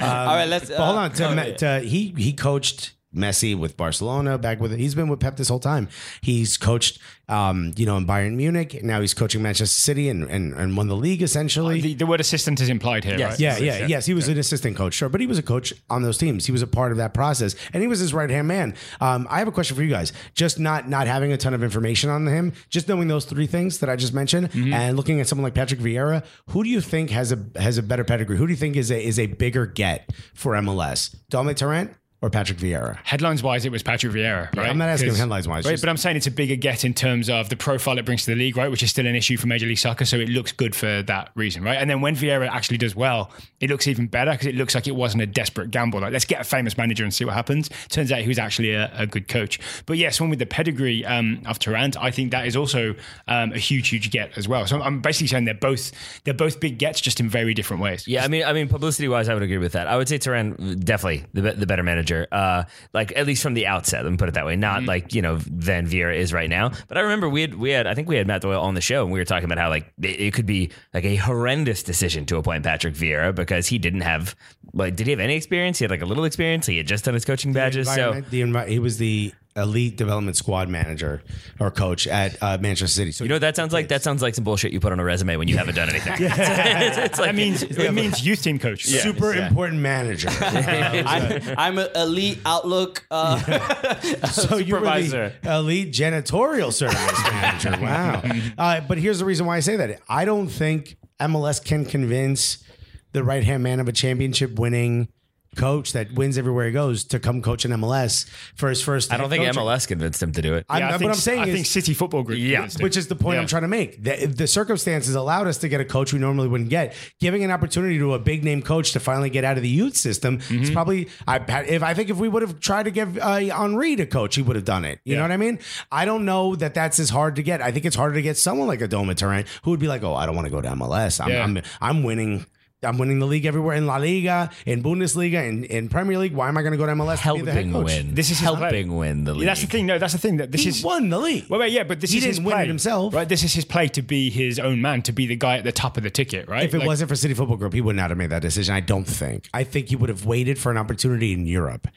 Speaker 2: [laughs] Um,
Speaker 3: All right, let's uh,
Speaker 2: but hold on. To, Me- to- he he coached Messi with Barcelona. Back with he's been with Pep this whole time. He's coached, um, you know, in Bayern Munich. Now he's coaching Manchester City and and, and won the legue essentially.
Speaker 4: The, the word assistant is implied here, right?
Speaker 2: Yeah, yeah, yes. He was an assistant coach, sure, but he was a coach on those teams. He was a part of that process, and he was his right hand man. Um, I have a question for you guys. Just not not having a ton of information on him, just knowing those three things that I just mentioned,
Speaker 1: Mm-hmm.
Speaker 2: and looking at someone like Patrick Vieira, who do you think has a has a better pedigree? Who do you think is a is a bigger get for MLS? Dominic Torrent or Patrick Vieira?
Speaker 4: Headlines wise, it was Patrick Vieira, right?
Speaker 2: I'm not asking
Speaker 4: 'Cause-
Speaker 2: headlines-wise,
Speaker 4: right?
Speaker 2: just-
Speaker 4: But I'm saying it's a bigger get in terms of the profile it brings to the league, right? Which is still an issue for Major League Soccer, so it looks good for that reason, right? And then when Vieira actually does well, it looks even better because it looks like it wasn't a desperate gamble. Like let's get a famous manager and see what happens. Turns out he was actually a, a good coach. But yes, one with the pedigree um, of Tarrant, I think that is also um, a huge, huge get as well. So I'm, I'm basically saying they're both they're both big gets, just in very different ways.
Speaker 1: [laughs] Yeah, I mean, I mean, publicity wise, I would agree with that. I would say Turan definitely the, be- the better manager, uh, like at least from the outset. Let me put it that way. Not like you know than Vieira is right now. But I remember we had we had I think we had Matt Doyle on the show and we were talking about how like it, it could be like a horrendous decision to appoint Patrick Vieira because he didn't have like did he have any experience? He had like a little experience. He had just done his coaching badges. So
Speaker 2: Environment- the envi- he was the elite development squad manager or coach at uh, Manchester City. So
Speaker 1: you know what that sounds like? That sounds like some bullshit you put on a resume when you haven't done anything. it's, [laughs] it's
Speaker 4: [laughs]
Speaker 1: like
Speaker 4: That means it means youth team coach.
Speaker 2: super important
Speaker 1: [laughs]
Speaker 2: manager.
Speaker 3: I, I'm an elite Outlook uh,
Speaker 2: [laughs] So you were the
Speaker 3: supervisor.
Speaker 2: elite janitorial service manager. Wow. Uh, but here's the reason why I say that. I don't think MLS can convince the right hand man of a championship winning coach that wins everywhere he goes to come coach in MLS for his first.
Speaker 1: I don't think MLS convinced him to do it.
Speaker 2: I'm,
Speaker 4: Yeah, I
Speaker 2: but
Speaker 4: think,
Speaker 2: I'm saying
Speaker 4: I
Speaker 2: is,
Speaker 4: think City Football Group.
Speaker 1: Yeah.
Speaker 4: convinced him.
Speaker 2: which is the point
Speaker 4: Yeah.
Speaker 2: I'm trying to make. The, the circumstances allowed us to get a coach we normally wouldn't get. Giving an opportunity to a big name coach to finally get out of the youth system
Speaker 4: Mm-hmm.
Speaker 2: It's probably. I if I think if we would have tried to give uh, Henri to coach, he would have done it. You
Speaker 4: Yeah.
Speaker 2: know what I mean? I don't know that that's as hard to get. I think it's harder to get someone like a Doma Tarrant who would be like, "Oh, I don't want to go to MLS. I'm
Speaker 4: Yeah.
Speaker 2: I'm, I'm winning." I'm winning the league everywhere in La Liga, in Bundesliga, in, in Premier League. Why am I going to go to MLS to be the head
Speaker 1: helping
Speaker 2: coach?
Speaker 1: win.
Speaker 4: This is his
Speaker 1: helping win the league.
Speaker 4: Yeah, that's the thing. No, that's the thing. That this
Speaker 2: He
Speaker 4: is
Speaker 2: won the league.
Speaker 4: Well, wait, yeah, but this
Speaker 2: He
Speaker 4: is
Speaker 2: didn't
Speaker 4: his
Speaker 2: win it
Speaker 4: play,
Speaker 2: himself.
Speaker 4: right? This is his play to be his own man, to be the guy at the top of the ticket, right?
Speaker 2: If it
Speaker 4: Like,
Speaker 2: wasn't for City Football Group, he would not have made that decision. I don't think. I think he would have waited for an opportunity in Europe.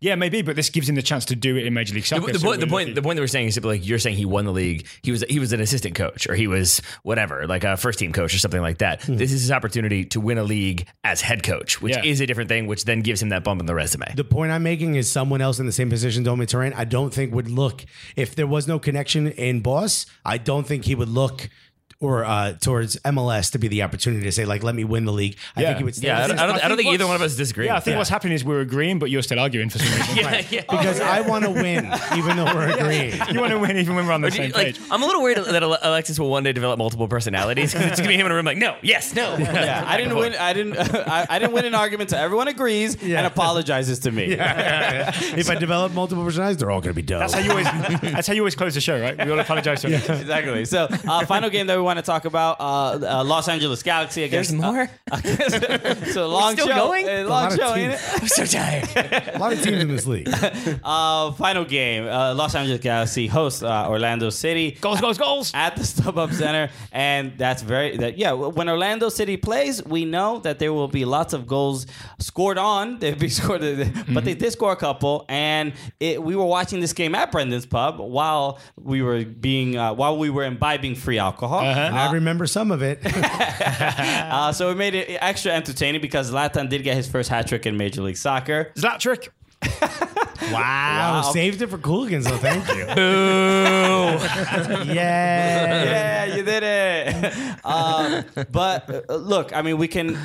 Speaker 4: yeah, maybe, but this gives him the chance to do it in Major League Soccer.
Speaker 1: The, the
Speaker 4: so
Speaker 1: point, the
Speaker 4: we're
Speaker 1: point,
Speaker 4: lucky.
Speaker 1: the point that we're saying is simply like you're saying he won the league. He was he was an assistant coach or he was whatever, like a first team coach or something like that. This is his opportunity to win a league as head coach, which
Speaker 4: Hmm. Yeah.
Speaker 1: is a different thing, which then gives him that bump in the resume.
Speaker 2: The point I'm making is someone else in the same position, Domi Terrain, I don't think would look. If there was no connection in Boss, I don't think he would look or uh, towards MLS to be the opportunity to say like, let me win the league. I
Speaker 4: Yeah.
Speaker 2: think he would. stay
Speaker 1: Yeah, I
Speaker 2: with
Speaker 1: don't,
Speaker 2: us.
Speaker 1: I don't, I don't think
Speaker 4: what's-
Speaker 1: either one of us disagree.
Speaker 4: Yeah, I think what's happening is we're agreeing, but you're still arguing for some
Speaker 2: [laughs]
Speaker 1: [laughs]
Speaker 4: reason.
Speaker 1: yeah, yeah.
Speaker 2: because I want to win, even though we're agreeing.
Speaker 4: [laughs] You want to win even when we're on the
Speaker 1: Do you-
Speaker 4: same
Speaker 1: like,
Speaker 4: page.
Speaker 1: I'm a little worried that Ale- Alexis will one day develop multiple personalities 'cause it's gonna be him in a room like, no, yes, no.
Speaker 4: [laughs]
Speaker 3: Yeah, [laughs] I didn't win. I didn't. I, I didn't win an argument. So everyone agrees and apologizes to me.
Speaker 2: if I develop multiple personalities, they're all going to be dope.
Speaker 4: That's how you always. that's how you always close the show, right? We all apologize to each other.
Speaker 3: Exactly. So, uh, final game that we want to talk about: uh, uh, Los Angeles Galaxy against.
Speaker 1: There's more.
Speaker 3: Uh, [laughs] it's a long
Speaker 1: still
Speaker 3: show.
Speaker 1: going?
Speaker 3: A
Speaker 2: A lot
Speaker 3: long
Speaker 2: of
Speaker 3: show,
Speaker 2: teams-
Speaker 3: ain't it?
Speaker 1: I'm so tired.
Speaker 2: a lot of teams in this league.
Speaker 3: Uh, final game: uh, Los Angeles Galaxy hosts uh, Orlando City.
Speaker 4: Goals, goals, goals.
Speaker 3: at the [laughs] StubHub Center, and that's very that yeah. When Orlando City plays, we know that there will be lots of goals scored on. [laughs] They've been scored, but they did score a couple. And it, we were watching this game at Brendan's Pub while we were being uh, while we were imbibing free alcohol.
Speaker 2: And I remember some of it. [laughs]
Speaker 3: Uh, so it made it extra entertaining because Latan did get his first hat trick in Major League Soccer.
Speaker 4: Zlat trick.
Speaker 2: Wow, saved it for Cooligans, though. Thank
Speaker 4: [laughs]
Speaker 2: you. yeah.
Speaker 3: yeah, you did it. [laughs] Um, but uh, look, I mean, we can.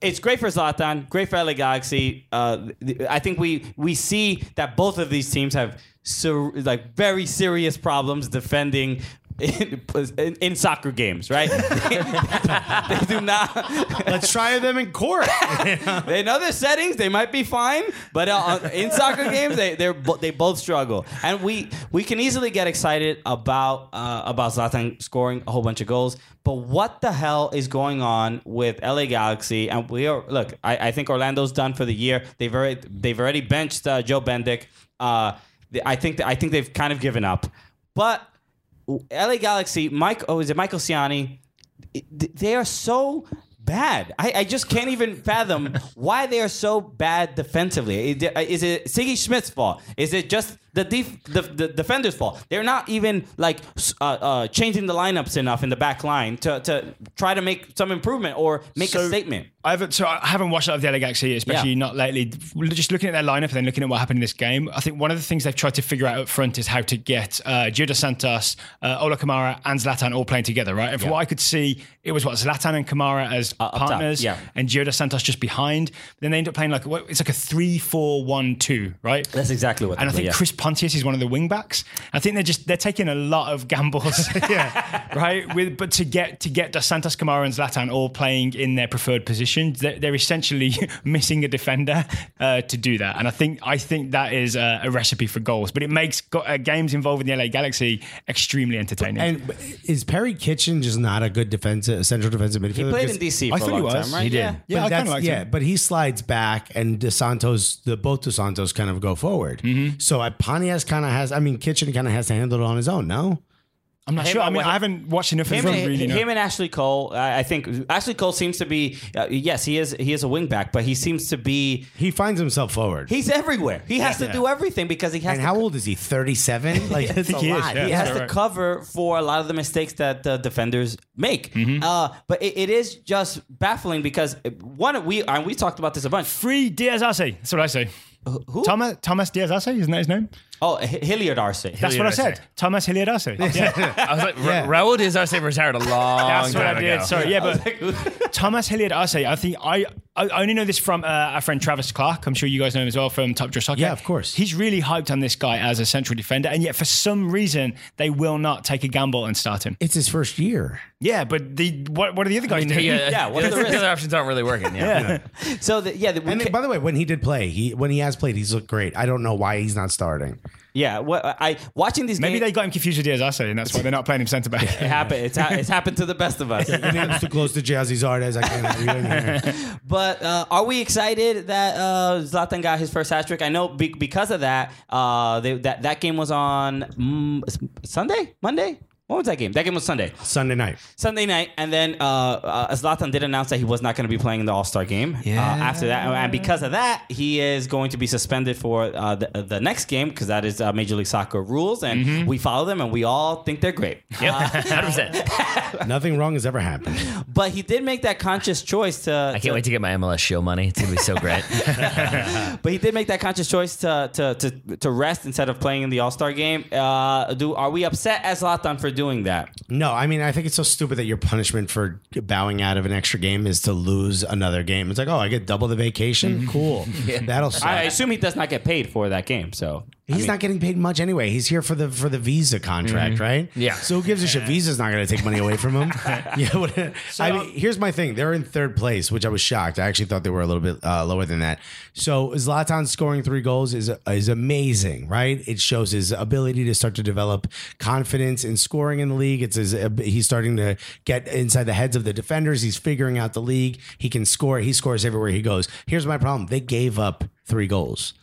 Speaker 3: It's great for Zlatan, great for LA Galaxy. Uh, th- I think we we see that both of these teams have ser- like very serious problems defending. [laughs] In, in, in soccer games, right? [laughs] they do not.
Speaker 2: Let's try them in court.
Speaker 3: In other settings, they might be fine, but uh, in soccer games, they they're bo- they both struggle, and we we can easily get excited about uh, about Zlatan scoring a whole bunch of goals. But what the hell is going on with LA Galaxy? And we are look, I, I think Orlando's done for the year. They've already they've already benched uh, Joe Bendick. Uh, th- I think I think they've kind of given up, but. LA Galaxy, Mike, oh, is it Michael Ciani? it- they are so bad. I, I just can't even fathom why they are so bad defensively. Is it- uh, Is it Siggy Schmidt's fault? Is it just the def- the, the defender's fault? They're not even like s- uh, uh, changing the lineups enough in the back line to, to try to make some improvement or make a
Speaker 4: So-
Speaker 3: statement.
Speaker 4: I haven't, so I haven't watched a lot of the LA Galaxy, especially
Speaker 3: Yeah.
Speaker 4: not lately. Just looking at their lineup and then looking at what happened in this game, I think one of the things they've tried to figure out up front is how to get uh, Gio dos Santos, uh, Ola Kamara, and Zlatan all playing together, right? And from what I could see, it was what Zlatan and Kamara as
Speaker 3: top,
Speaker 4: partners,
Speaker 3: yeah.
Speaker 4: and Gio dos Santos just behind. Then they end up playing like what, it's like a three-four-one-two, right?
Speaker 3: That's exactly what.
Speaker 4: and I think Chris Pontius is one of the wing backs. I think they're just they're taking a lot
Speaker 2: [laughs]
Speaker 4: of gambles, [laughs] yeah, right. With but to get to get Dos Santos, Camara, and Zlatan all playing in their preferred positions, they're, they're essentially [laughs] missing a defender uh, to do that. And I think I think that is a, a recipe for goals. But it makes go- uh, games involving the LA Galaxy extremely entertaining.
Speaker 2: And is Perry Kitchen just not a good defensive, central defensive midfielder?
Speaker 3: played
Speaker 2: Because-
Speaker 3: in DC
Speaker 4: I
Speaker 3: for a
Speaker 4: thought he
Speaker 3: long
Speaker 4: was.
Speaker 3: time, right?
Speaker 4: He did.
Speaker 3: Yeah.
Speaker 2: but
Speaker 4: Yeah, I kinda
Speaker 2: that's-
Speaker 4: liked
Speaker 2: yeah,
Speaker 4: him.
Speaker 2: but he slides back, and DeSantos, the both DeSantos kind of go forward.
Speaker 4: Mm-hmm.
Speaker 2: So uh, Pontius kind of has, I mean, Kitchen kind of has to handle it on his own. No,
Speaker 4: I'm not
Speaker 3: him-
Speaker 4: sure. I mean,
Speaker 3: him-
Speaker 4: I haven't watched enough of
Speaker 3: Him
Speaker 4: them
Speaker 3: and,
Speaker 4: really. know.
Speaker 3: him and Ashley Cole, I I think Ashley Cole seems to be. Uh, yes, he is. He is a wing back, but he seems to be
Speaker 2: he finds himself forward.
Speaker 3: He's everywhere. He has to do everything because he has
Speaker 2: and
Speaker 3: to,
Speaker 2: how old is he?
Speaker 3: [laughs]
Speaker 2: Thirty-seven. Like that's a
Speaker 4: he is,
Speaker 2: lot.
Speaker 4: yeah.
Speaker 3: he
Speaker 4: That's
Speaker 3: has to cover for a lot of the mistakes that the defenders make. Uh, but it, it is just baffling because one we and we talked about this a bunch.
Speaker 4: Free Diaz Arce. That's what I say.
Speaker 3: Who?
Speaker 4: Thomas Thomas Diaz Arce, isn't that his name?
Speaker 3: Oh, H- Hilliard Arce.
Speaker 4: That's
Speaker 1: Hilliard
Speaker 4: what I
Speaker 1: Arce.
Speaker 4: said. Thomas Hilliard Arce. [laughs] Yeah.
Speaker 1: I was like, Ra-
Speaker 2: Yeah.
Speaker 1: Raul Diaz Arce retired a long
Speaker 4: That's what
Speaker 1: time
Speaker 4: [laughs] I
Speaker 1: ago.
Speaker 4: did. Sorry, yeah, but Thomas Hilliard Arce. I think I, I only know this from uh, our friend Travis Clark. I'm sure you guys know him as well from Top Drawer Soccer.
Speaker 2: Yeah, of course.
Speaker 4: He's really hyped on this guy as a central defender, and yet for some reason they will not take a gamble and start him.
Speaker 2: It's his first year.
Speaker 4: Yeah, but the what, what are the other guys
Speaker 1: I mean, uh,
Speaker 4: doing?
Speaker 1: yeah,
Speaker 3: Yeah, what are the
Speaker 1: the
Speaker 3: risks?
Speaker 1: other options aren't really working. Yeah.
Speaker 3: [laughs] So the, yeah, the, we
Speaker 2: And
Speaker 3: ca-
Speaker 2: by the way, when he did play, he when he has played, he's looked great. I don't know why he's not
Speaker 3: [laughs]
Speaker 2: starting.
Speaker 3: yeah. What I watching these
Speaker 4: Maybe they
Speaker 3: games.
Speaker 4: got him confused with Diaz Arce, and that's why they're not playing him centre back.
Speaker 3: it happened. It's, ha- it's happened to the best of us.
Speaker 2: I mean, it's too close to Jazzy's art as I can. have you in
Speaker 3: [laughs]
Speaker 2: here.
Speaker 3: But uh, are we excited that uh, Zlatan got his first hat trick? I know be- because of that, uh, they, that that game was on mm, S- Sunday, Monday. When was that game? That game was Sunday,
Speaker 2: Sunday night.
Speaker 3: Sunday night, and then uh, uh, Zlatan did announce that he was not going to be playing in the All Star game. Yeah. Uh, after that, and because of that, he is going to be suspended for uh, the, the next game because that is uh, Major League Soccer rules, and we follow them, and we all think they're great.
Speaker 1: Yep, [laughs] 100%.
Speaker 2: Nothing wrong has ever happened.
Speaker 3: But he did make that conscious choice to.
Speaker 1: I can't wait to get my MLS show money. It's going to be so great.
Speaker 3: But he did make that conscious choice to to to, to rest instead of playing in the All Star game. Uh, do are we upset as Zlatan for doing that.
Speaker 2: No, I mean, I think it's so stupid that your punishment for bowing out of an extra game is to lose another game. It's like, oh, I get double the vacation. Cool. That'll suck.
Speaker 3: I assume he does not get paid for that game. So
Speaker 2: He's not getting paid much anyway. He's here for the for the visa contract, right?
Speaker 3: Mm-hmm. Yeah.
Speaker 2: So who gives a shit? Visa's not going to take money away from
Speaker 3: [laughs]
Speaker 2: him. yeah. what- I mean, here's my thing. They're in third place, which I was shocked. I actually thought they were a little bit uh, lower than that. So Zlatan scoring three goals is is amazing, right? It shows his ability to start to develop confidence in scoring in the league. It's his, uh, he's starting to get inside the heads of the defenders. He's figuring out the league. He can score. He scores everywhere he goes. Here's my problem. They gave up three goals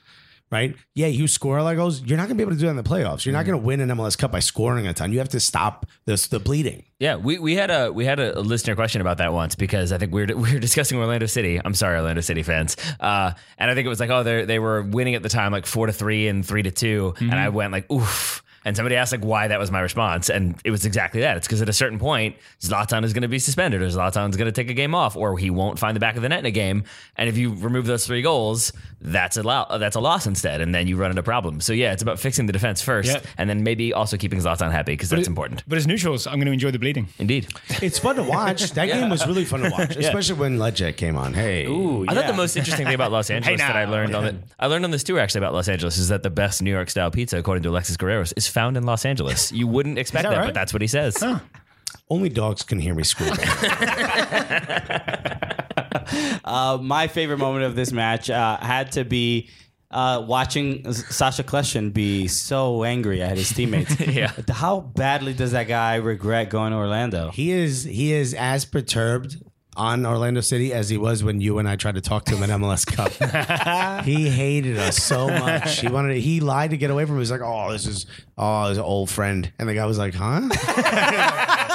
Speaker 2: right? Yeah, you score a lot of goals. You're not going to be able to do that in the playoffs. You're
Speaker 4: Mm-hmm.
Speaker 2: not going to win an MLS Cup by scoring a ton. You have to stop this, the
Speaker 4: [laughs]
Speaker 2: bleeding.
Speaker 1: Yeah, we, we had a we had a listener question about that once because I think we were [laughs] we were discussing Orlando City. I'm sorry, Orlando City fans. Uh, and I think it was like, oh, they they were winning at the time, like four to three and three to 2
Speaker 4: Mm-hmm.
Speaker 1: and I went like, oof. And somebody asked like why that was my response, and it was exactly that. It's because at a certain point, Zlatan is going to be suspended, or Zlatan's going to take a game off, or he won't find the back of the net in a game. And if you remove those three goals, that's a lo- that's a loss instead, and then you run into problems. So yeah, it's about fixing the defense first,
Speaker 4: Yeah.
Speaker 1: and then maybe also keeping Zlatan happy because that's important.
Speaker 4: But as neutrals, I'm going to enjoy the bleeding.
Speaker 1: Indeed.
Speaker 2: It's fun to
Speaker 4: [laughs]
Speaker 2: watch. That game was really fun to watch, especially when Ledgett came on. Hey,
Speaker 1: I thought the most interesting thing about Los Angeles that I learned on it, I learned on this tour actually about Los Angeles is that the best New York style pizza, according to Alexis Guerreros, is found in Los Angeles. You wouldn't expect
Speaker 4: that
Speaker 1: that,
Speaker 4: right?
Speaker 1: but that's what he says.
Speaker 2: only dogs can hear me
Speaker 4: [laughs]
Speaker 2: squeal.
Speaker 3: Uh, my favorite moment of this match uh, had to be uh, watching S- Sasha Kleshin be so angry at his
Speaker 2: [laughs]
Speaker 3: teammates.
Speaker 1: Yeah.
Speaker 3: How badly does that guy regret going to Orlando?
Speaker 2: He is he is as perturbed on Orlando City as he was when you and I tried to talk to him at MLS
Speaker 4: [laughs]
Speaker 2: Cup. he hated us so much. He wanted to, he lied to get away from. Him. He's like, oh, this is oh, his old friend, and the guy was like, huh.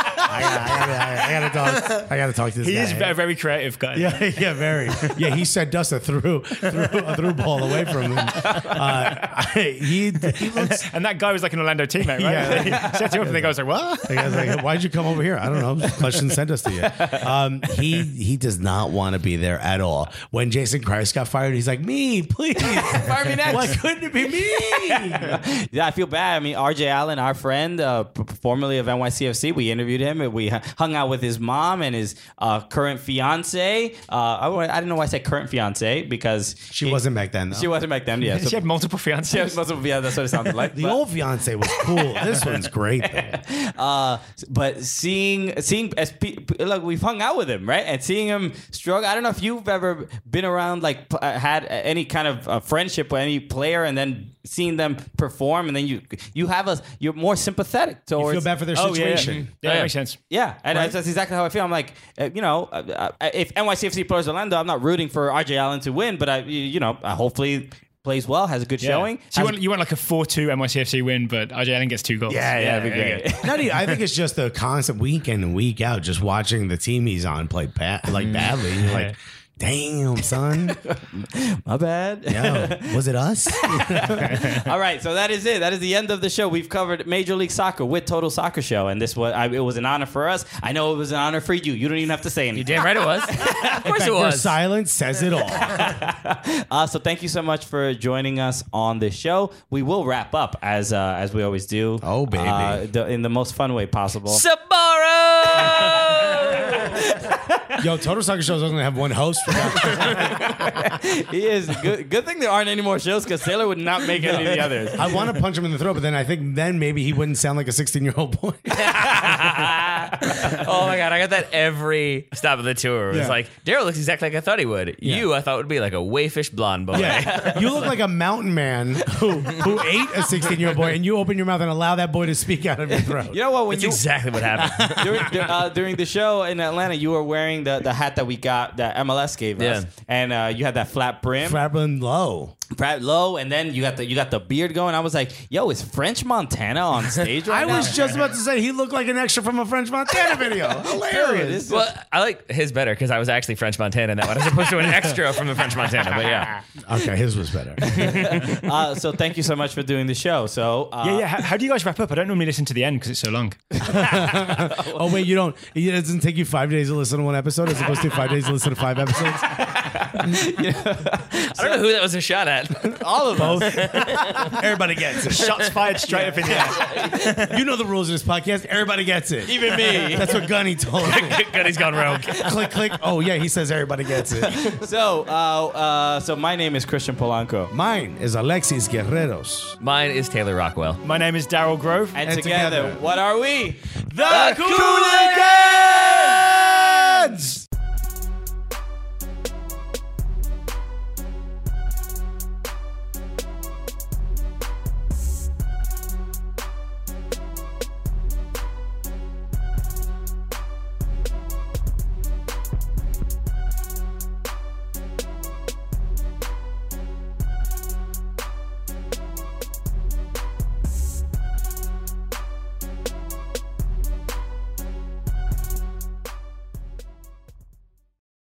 Speaker 2: [laughs] I gotta, I, gotta, I gotta talk. I gotta talk to this
Speaker 4: He
Speaker 2: guy.
Speaker 4: is a very creative guy.
Speaker 2: Yeah, yeah, very. Yeah, he sent us a through through a through ball away from him. Uh, he he looks.
Speaker 4: [laughs] And that guy was like an Orlando teammate, right?
Speaker 2: Yeah. [laughs]
Speaker 4: [laughs] He Set you up, and the guy was like, "What?"
Speaker 2: The guy's like, "Why'd you come over here? I don't know. Question sent us to you." Um, he he does not want to be there at all. When Jason Christ got fired, he's like, "Me, please, fire me next." Why couldn't it be me?
Speaker 3: [laughs] Yeah, I feel bad. I mean, RJ Allen, our friend, uh, p- formerly of NYCFC, we interviewed him and we h- hung out with his mom and his uh, current fiance. Uh, I, wa- I didn't know why I said current fiance because
Speaker 2: She
Speaker 3: he-
Speaker 2: wasn't back then. Though.
Speaker 3: She wasn't
Speaker 2: [laughs]
Speaker 3: back then. Yeah,
Speaker 4: She had multiple fiancés.
Speaker 3: multiple. Yeah, that's what it sounded like.
Speaker 2: The
Speaker 3: but-
Speaker 2: old fiance was cool. This one's great. Though.
Speaker 3: Uh, but seeing seeing as pe- pe- look, we've hung out with him, right? And seeing him struggle. I don't know if you've ever been around, like p- uh, had any kind of uh, friendship with any player, and then seeing them perform, and then you you have a you're more sympathetic towards.
Speaker 2: Feel bad for their
Speaker 4: Oh, yeah, yeah.
Speaker 2: situation.
Speaker 4: Yeah, that makes sense.
Speaker 3: Yeah, and that's, that's exactly how I feel. I'm like, uh, you know, uh, uh, if NYCFC plays Orlando, I'm not rooting for RJ Allen to win, but I, you you know, uh, hopefully plays well, has a good showing.
Speaker 4: So you
Speaker 3: has-
Speaker 4: want, you want like a 4-2 NYCFC win, but RJ Allen gets two goals.
Speaker 3: [laughs] yeah, yeah, that'd be
Speaker 4: okay.
Speaker 3: great.
Speaker 2: Not even, I think it's just the constant week in and week out, just watching the team he's on play bad, like badly. You're like, damn, son.
Speaker 3: [laughs] My bad.
Speaker 2: [laughs] Yo, was it us?
Speaker 3: [laughs] All right, so that is it. That is the end of the show. We've covered Major League Soccer with Total Soccer Show, and this was I, it was an honor for us. I know it was an honor for you. You don't even have to say anything.
Speaker 1: Damn right it was. of course it
Speaker 2: Your
Speaker 1: was.
Speaker 2: silence says it all.
Speaker 3: Uh, so thank you so much for joining us on the show. We will wrap up as uh, as we always do.
Speaker 2: Oh, baby.
Speaker 3: uh, the, in the most fun way possible.
Speaker 1: Sabaro!
Speaker 2: [laughs] Yo, Total Soccer Show's only gonna have one host. For that.
Speaker 3: he is good. Good thing there aren't any more shows because Taylor would not make any of the others.
Speaker 2: I want to punch him in the throat, but then I think then maybe he wouldn't sound like a 16 year old boy.
Speaker 1: [laughs]
Speaker 2: [laughs]
Speaker 1: oh my god, I got that every stop of the tour. It was
Speaker 2: Yeah.
Speaker 1: like Daryl looks exactly like I thought he would. You, I thought would be like a wayfish blonde boy.
Speaker 2: Yeah, you look like a mountain man who who ate a 16 year old boy, and you open your mouth and allow that boy to speak out of your throat.
Speaker 3: You know what? When
Speaker 1: [laughs] That's
Speaker 3: you
Speaker 1: exactly what happened.
Speaker 3: [laughs] during, dur- uh, during the show in Atlanta, you were wearing the, the hat that we got that MLS gave us,
Speaker 1: Yeah.
Speaker 3: and uh, you had that flat brim, flat,
Speaker 2: Frappin' low.
Speaker 3: low, and then you got the you got the beard going. I was like, "Yo, is French Montana on stage right
Speaker 2: I
Speaker 3: now?" [laughs]
Speaker 2: was just about to say he looked like an extra from a French Montana [laughs] video.
Speaker 3: Dude,
Speaker 2: Hilarious.
Speaker 3: this is-
Speaker 1: well, I like his better because I was actually French Montana in that one, as opposed to an extra from the French Montana. But yeah.
Speaker 2: Okay, his was better.
Speaker 3: uh, so thank you so much for doing the show. So uh,
Speaker 4: Yeah, yeah. How, how do you guys wrap up? I don't normally listen to the end because it's so [laughs] long.
Speaker 2: [laughs] Oh wait, you don't. It doesn't take you five days to listen to one episode, as opposed to five days to listen to five episodes.
Speaker 1: I don't know who that was a shot at. that.
Speaker 3: All of us.
Speaker 2: Everybody gets it.
Speaker 4: Shots fired straight up in the air.
Speaker 2: You know the rules of this podcast. Everybody gets it.
Speaker 3: Even me.
Speaker 2: [laughs] That's what Gunny told me.
Speaker 4: [laughs]
Speaker 1: Gunny's gone rogue.
Speaker 2: click, click. Oh yeah, he says everybody gets it.
Speaker 3: So, uh, uh, so my name is Christian Polanco.
Speaker 2: Mine is Alexis Guerreros.
Speaker 1: Mine is Taylor Rockwell.
Speaker 4: My name is Daryl Grove.
Speaker 3: And,
Speaker 2: And
Speaker 3: together,
Speaker 2: together,
Speaker 3: what are we?
Speaker 4: The
Speaker 3: Kool-Aid Gang!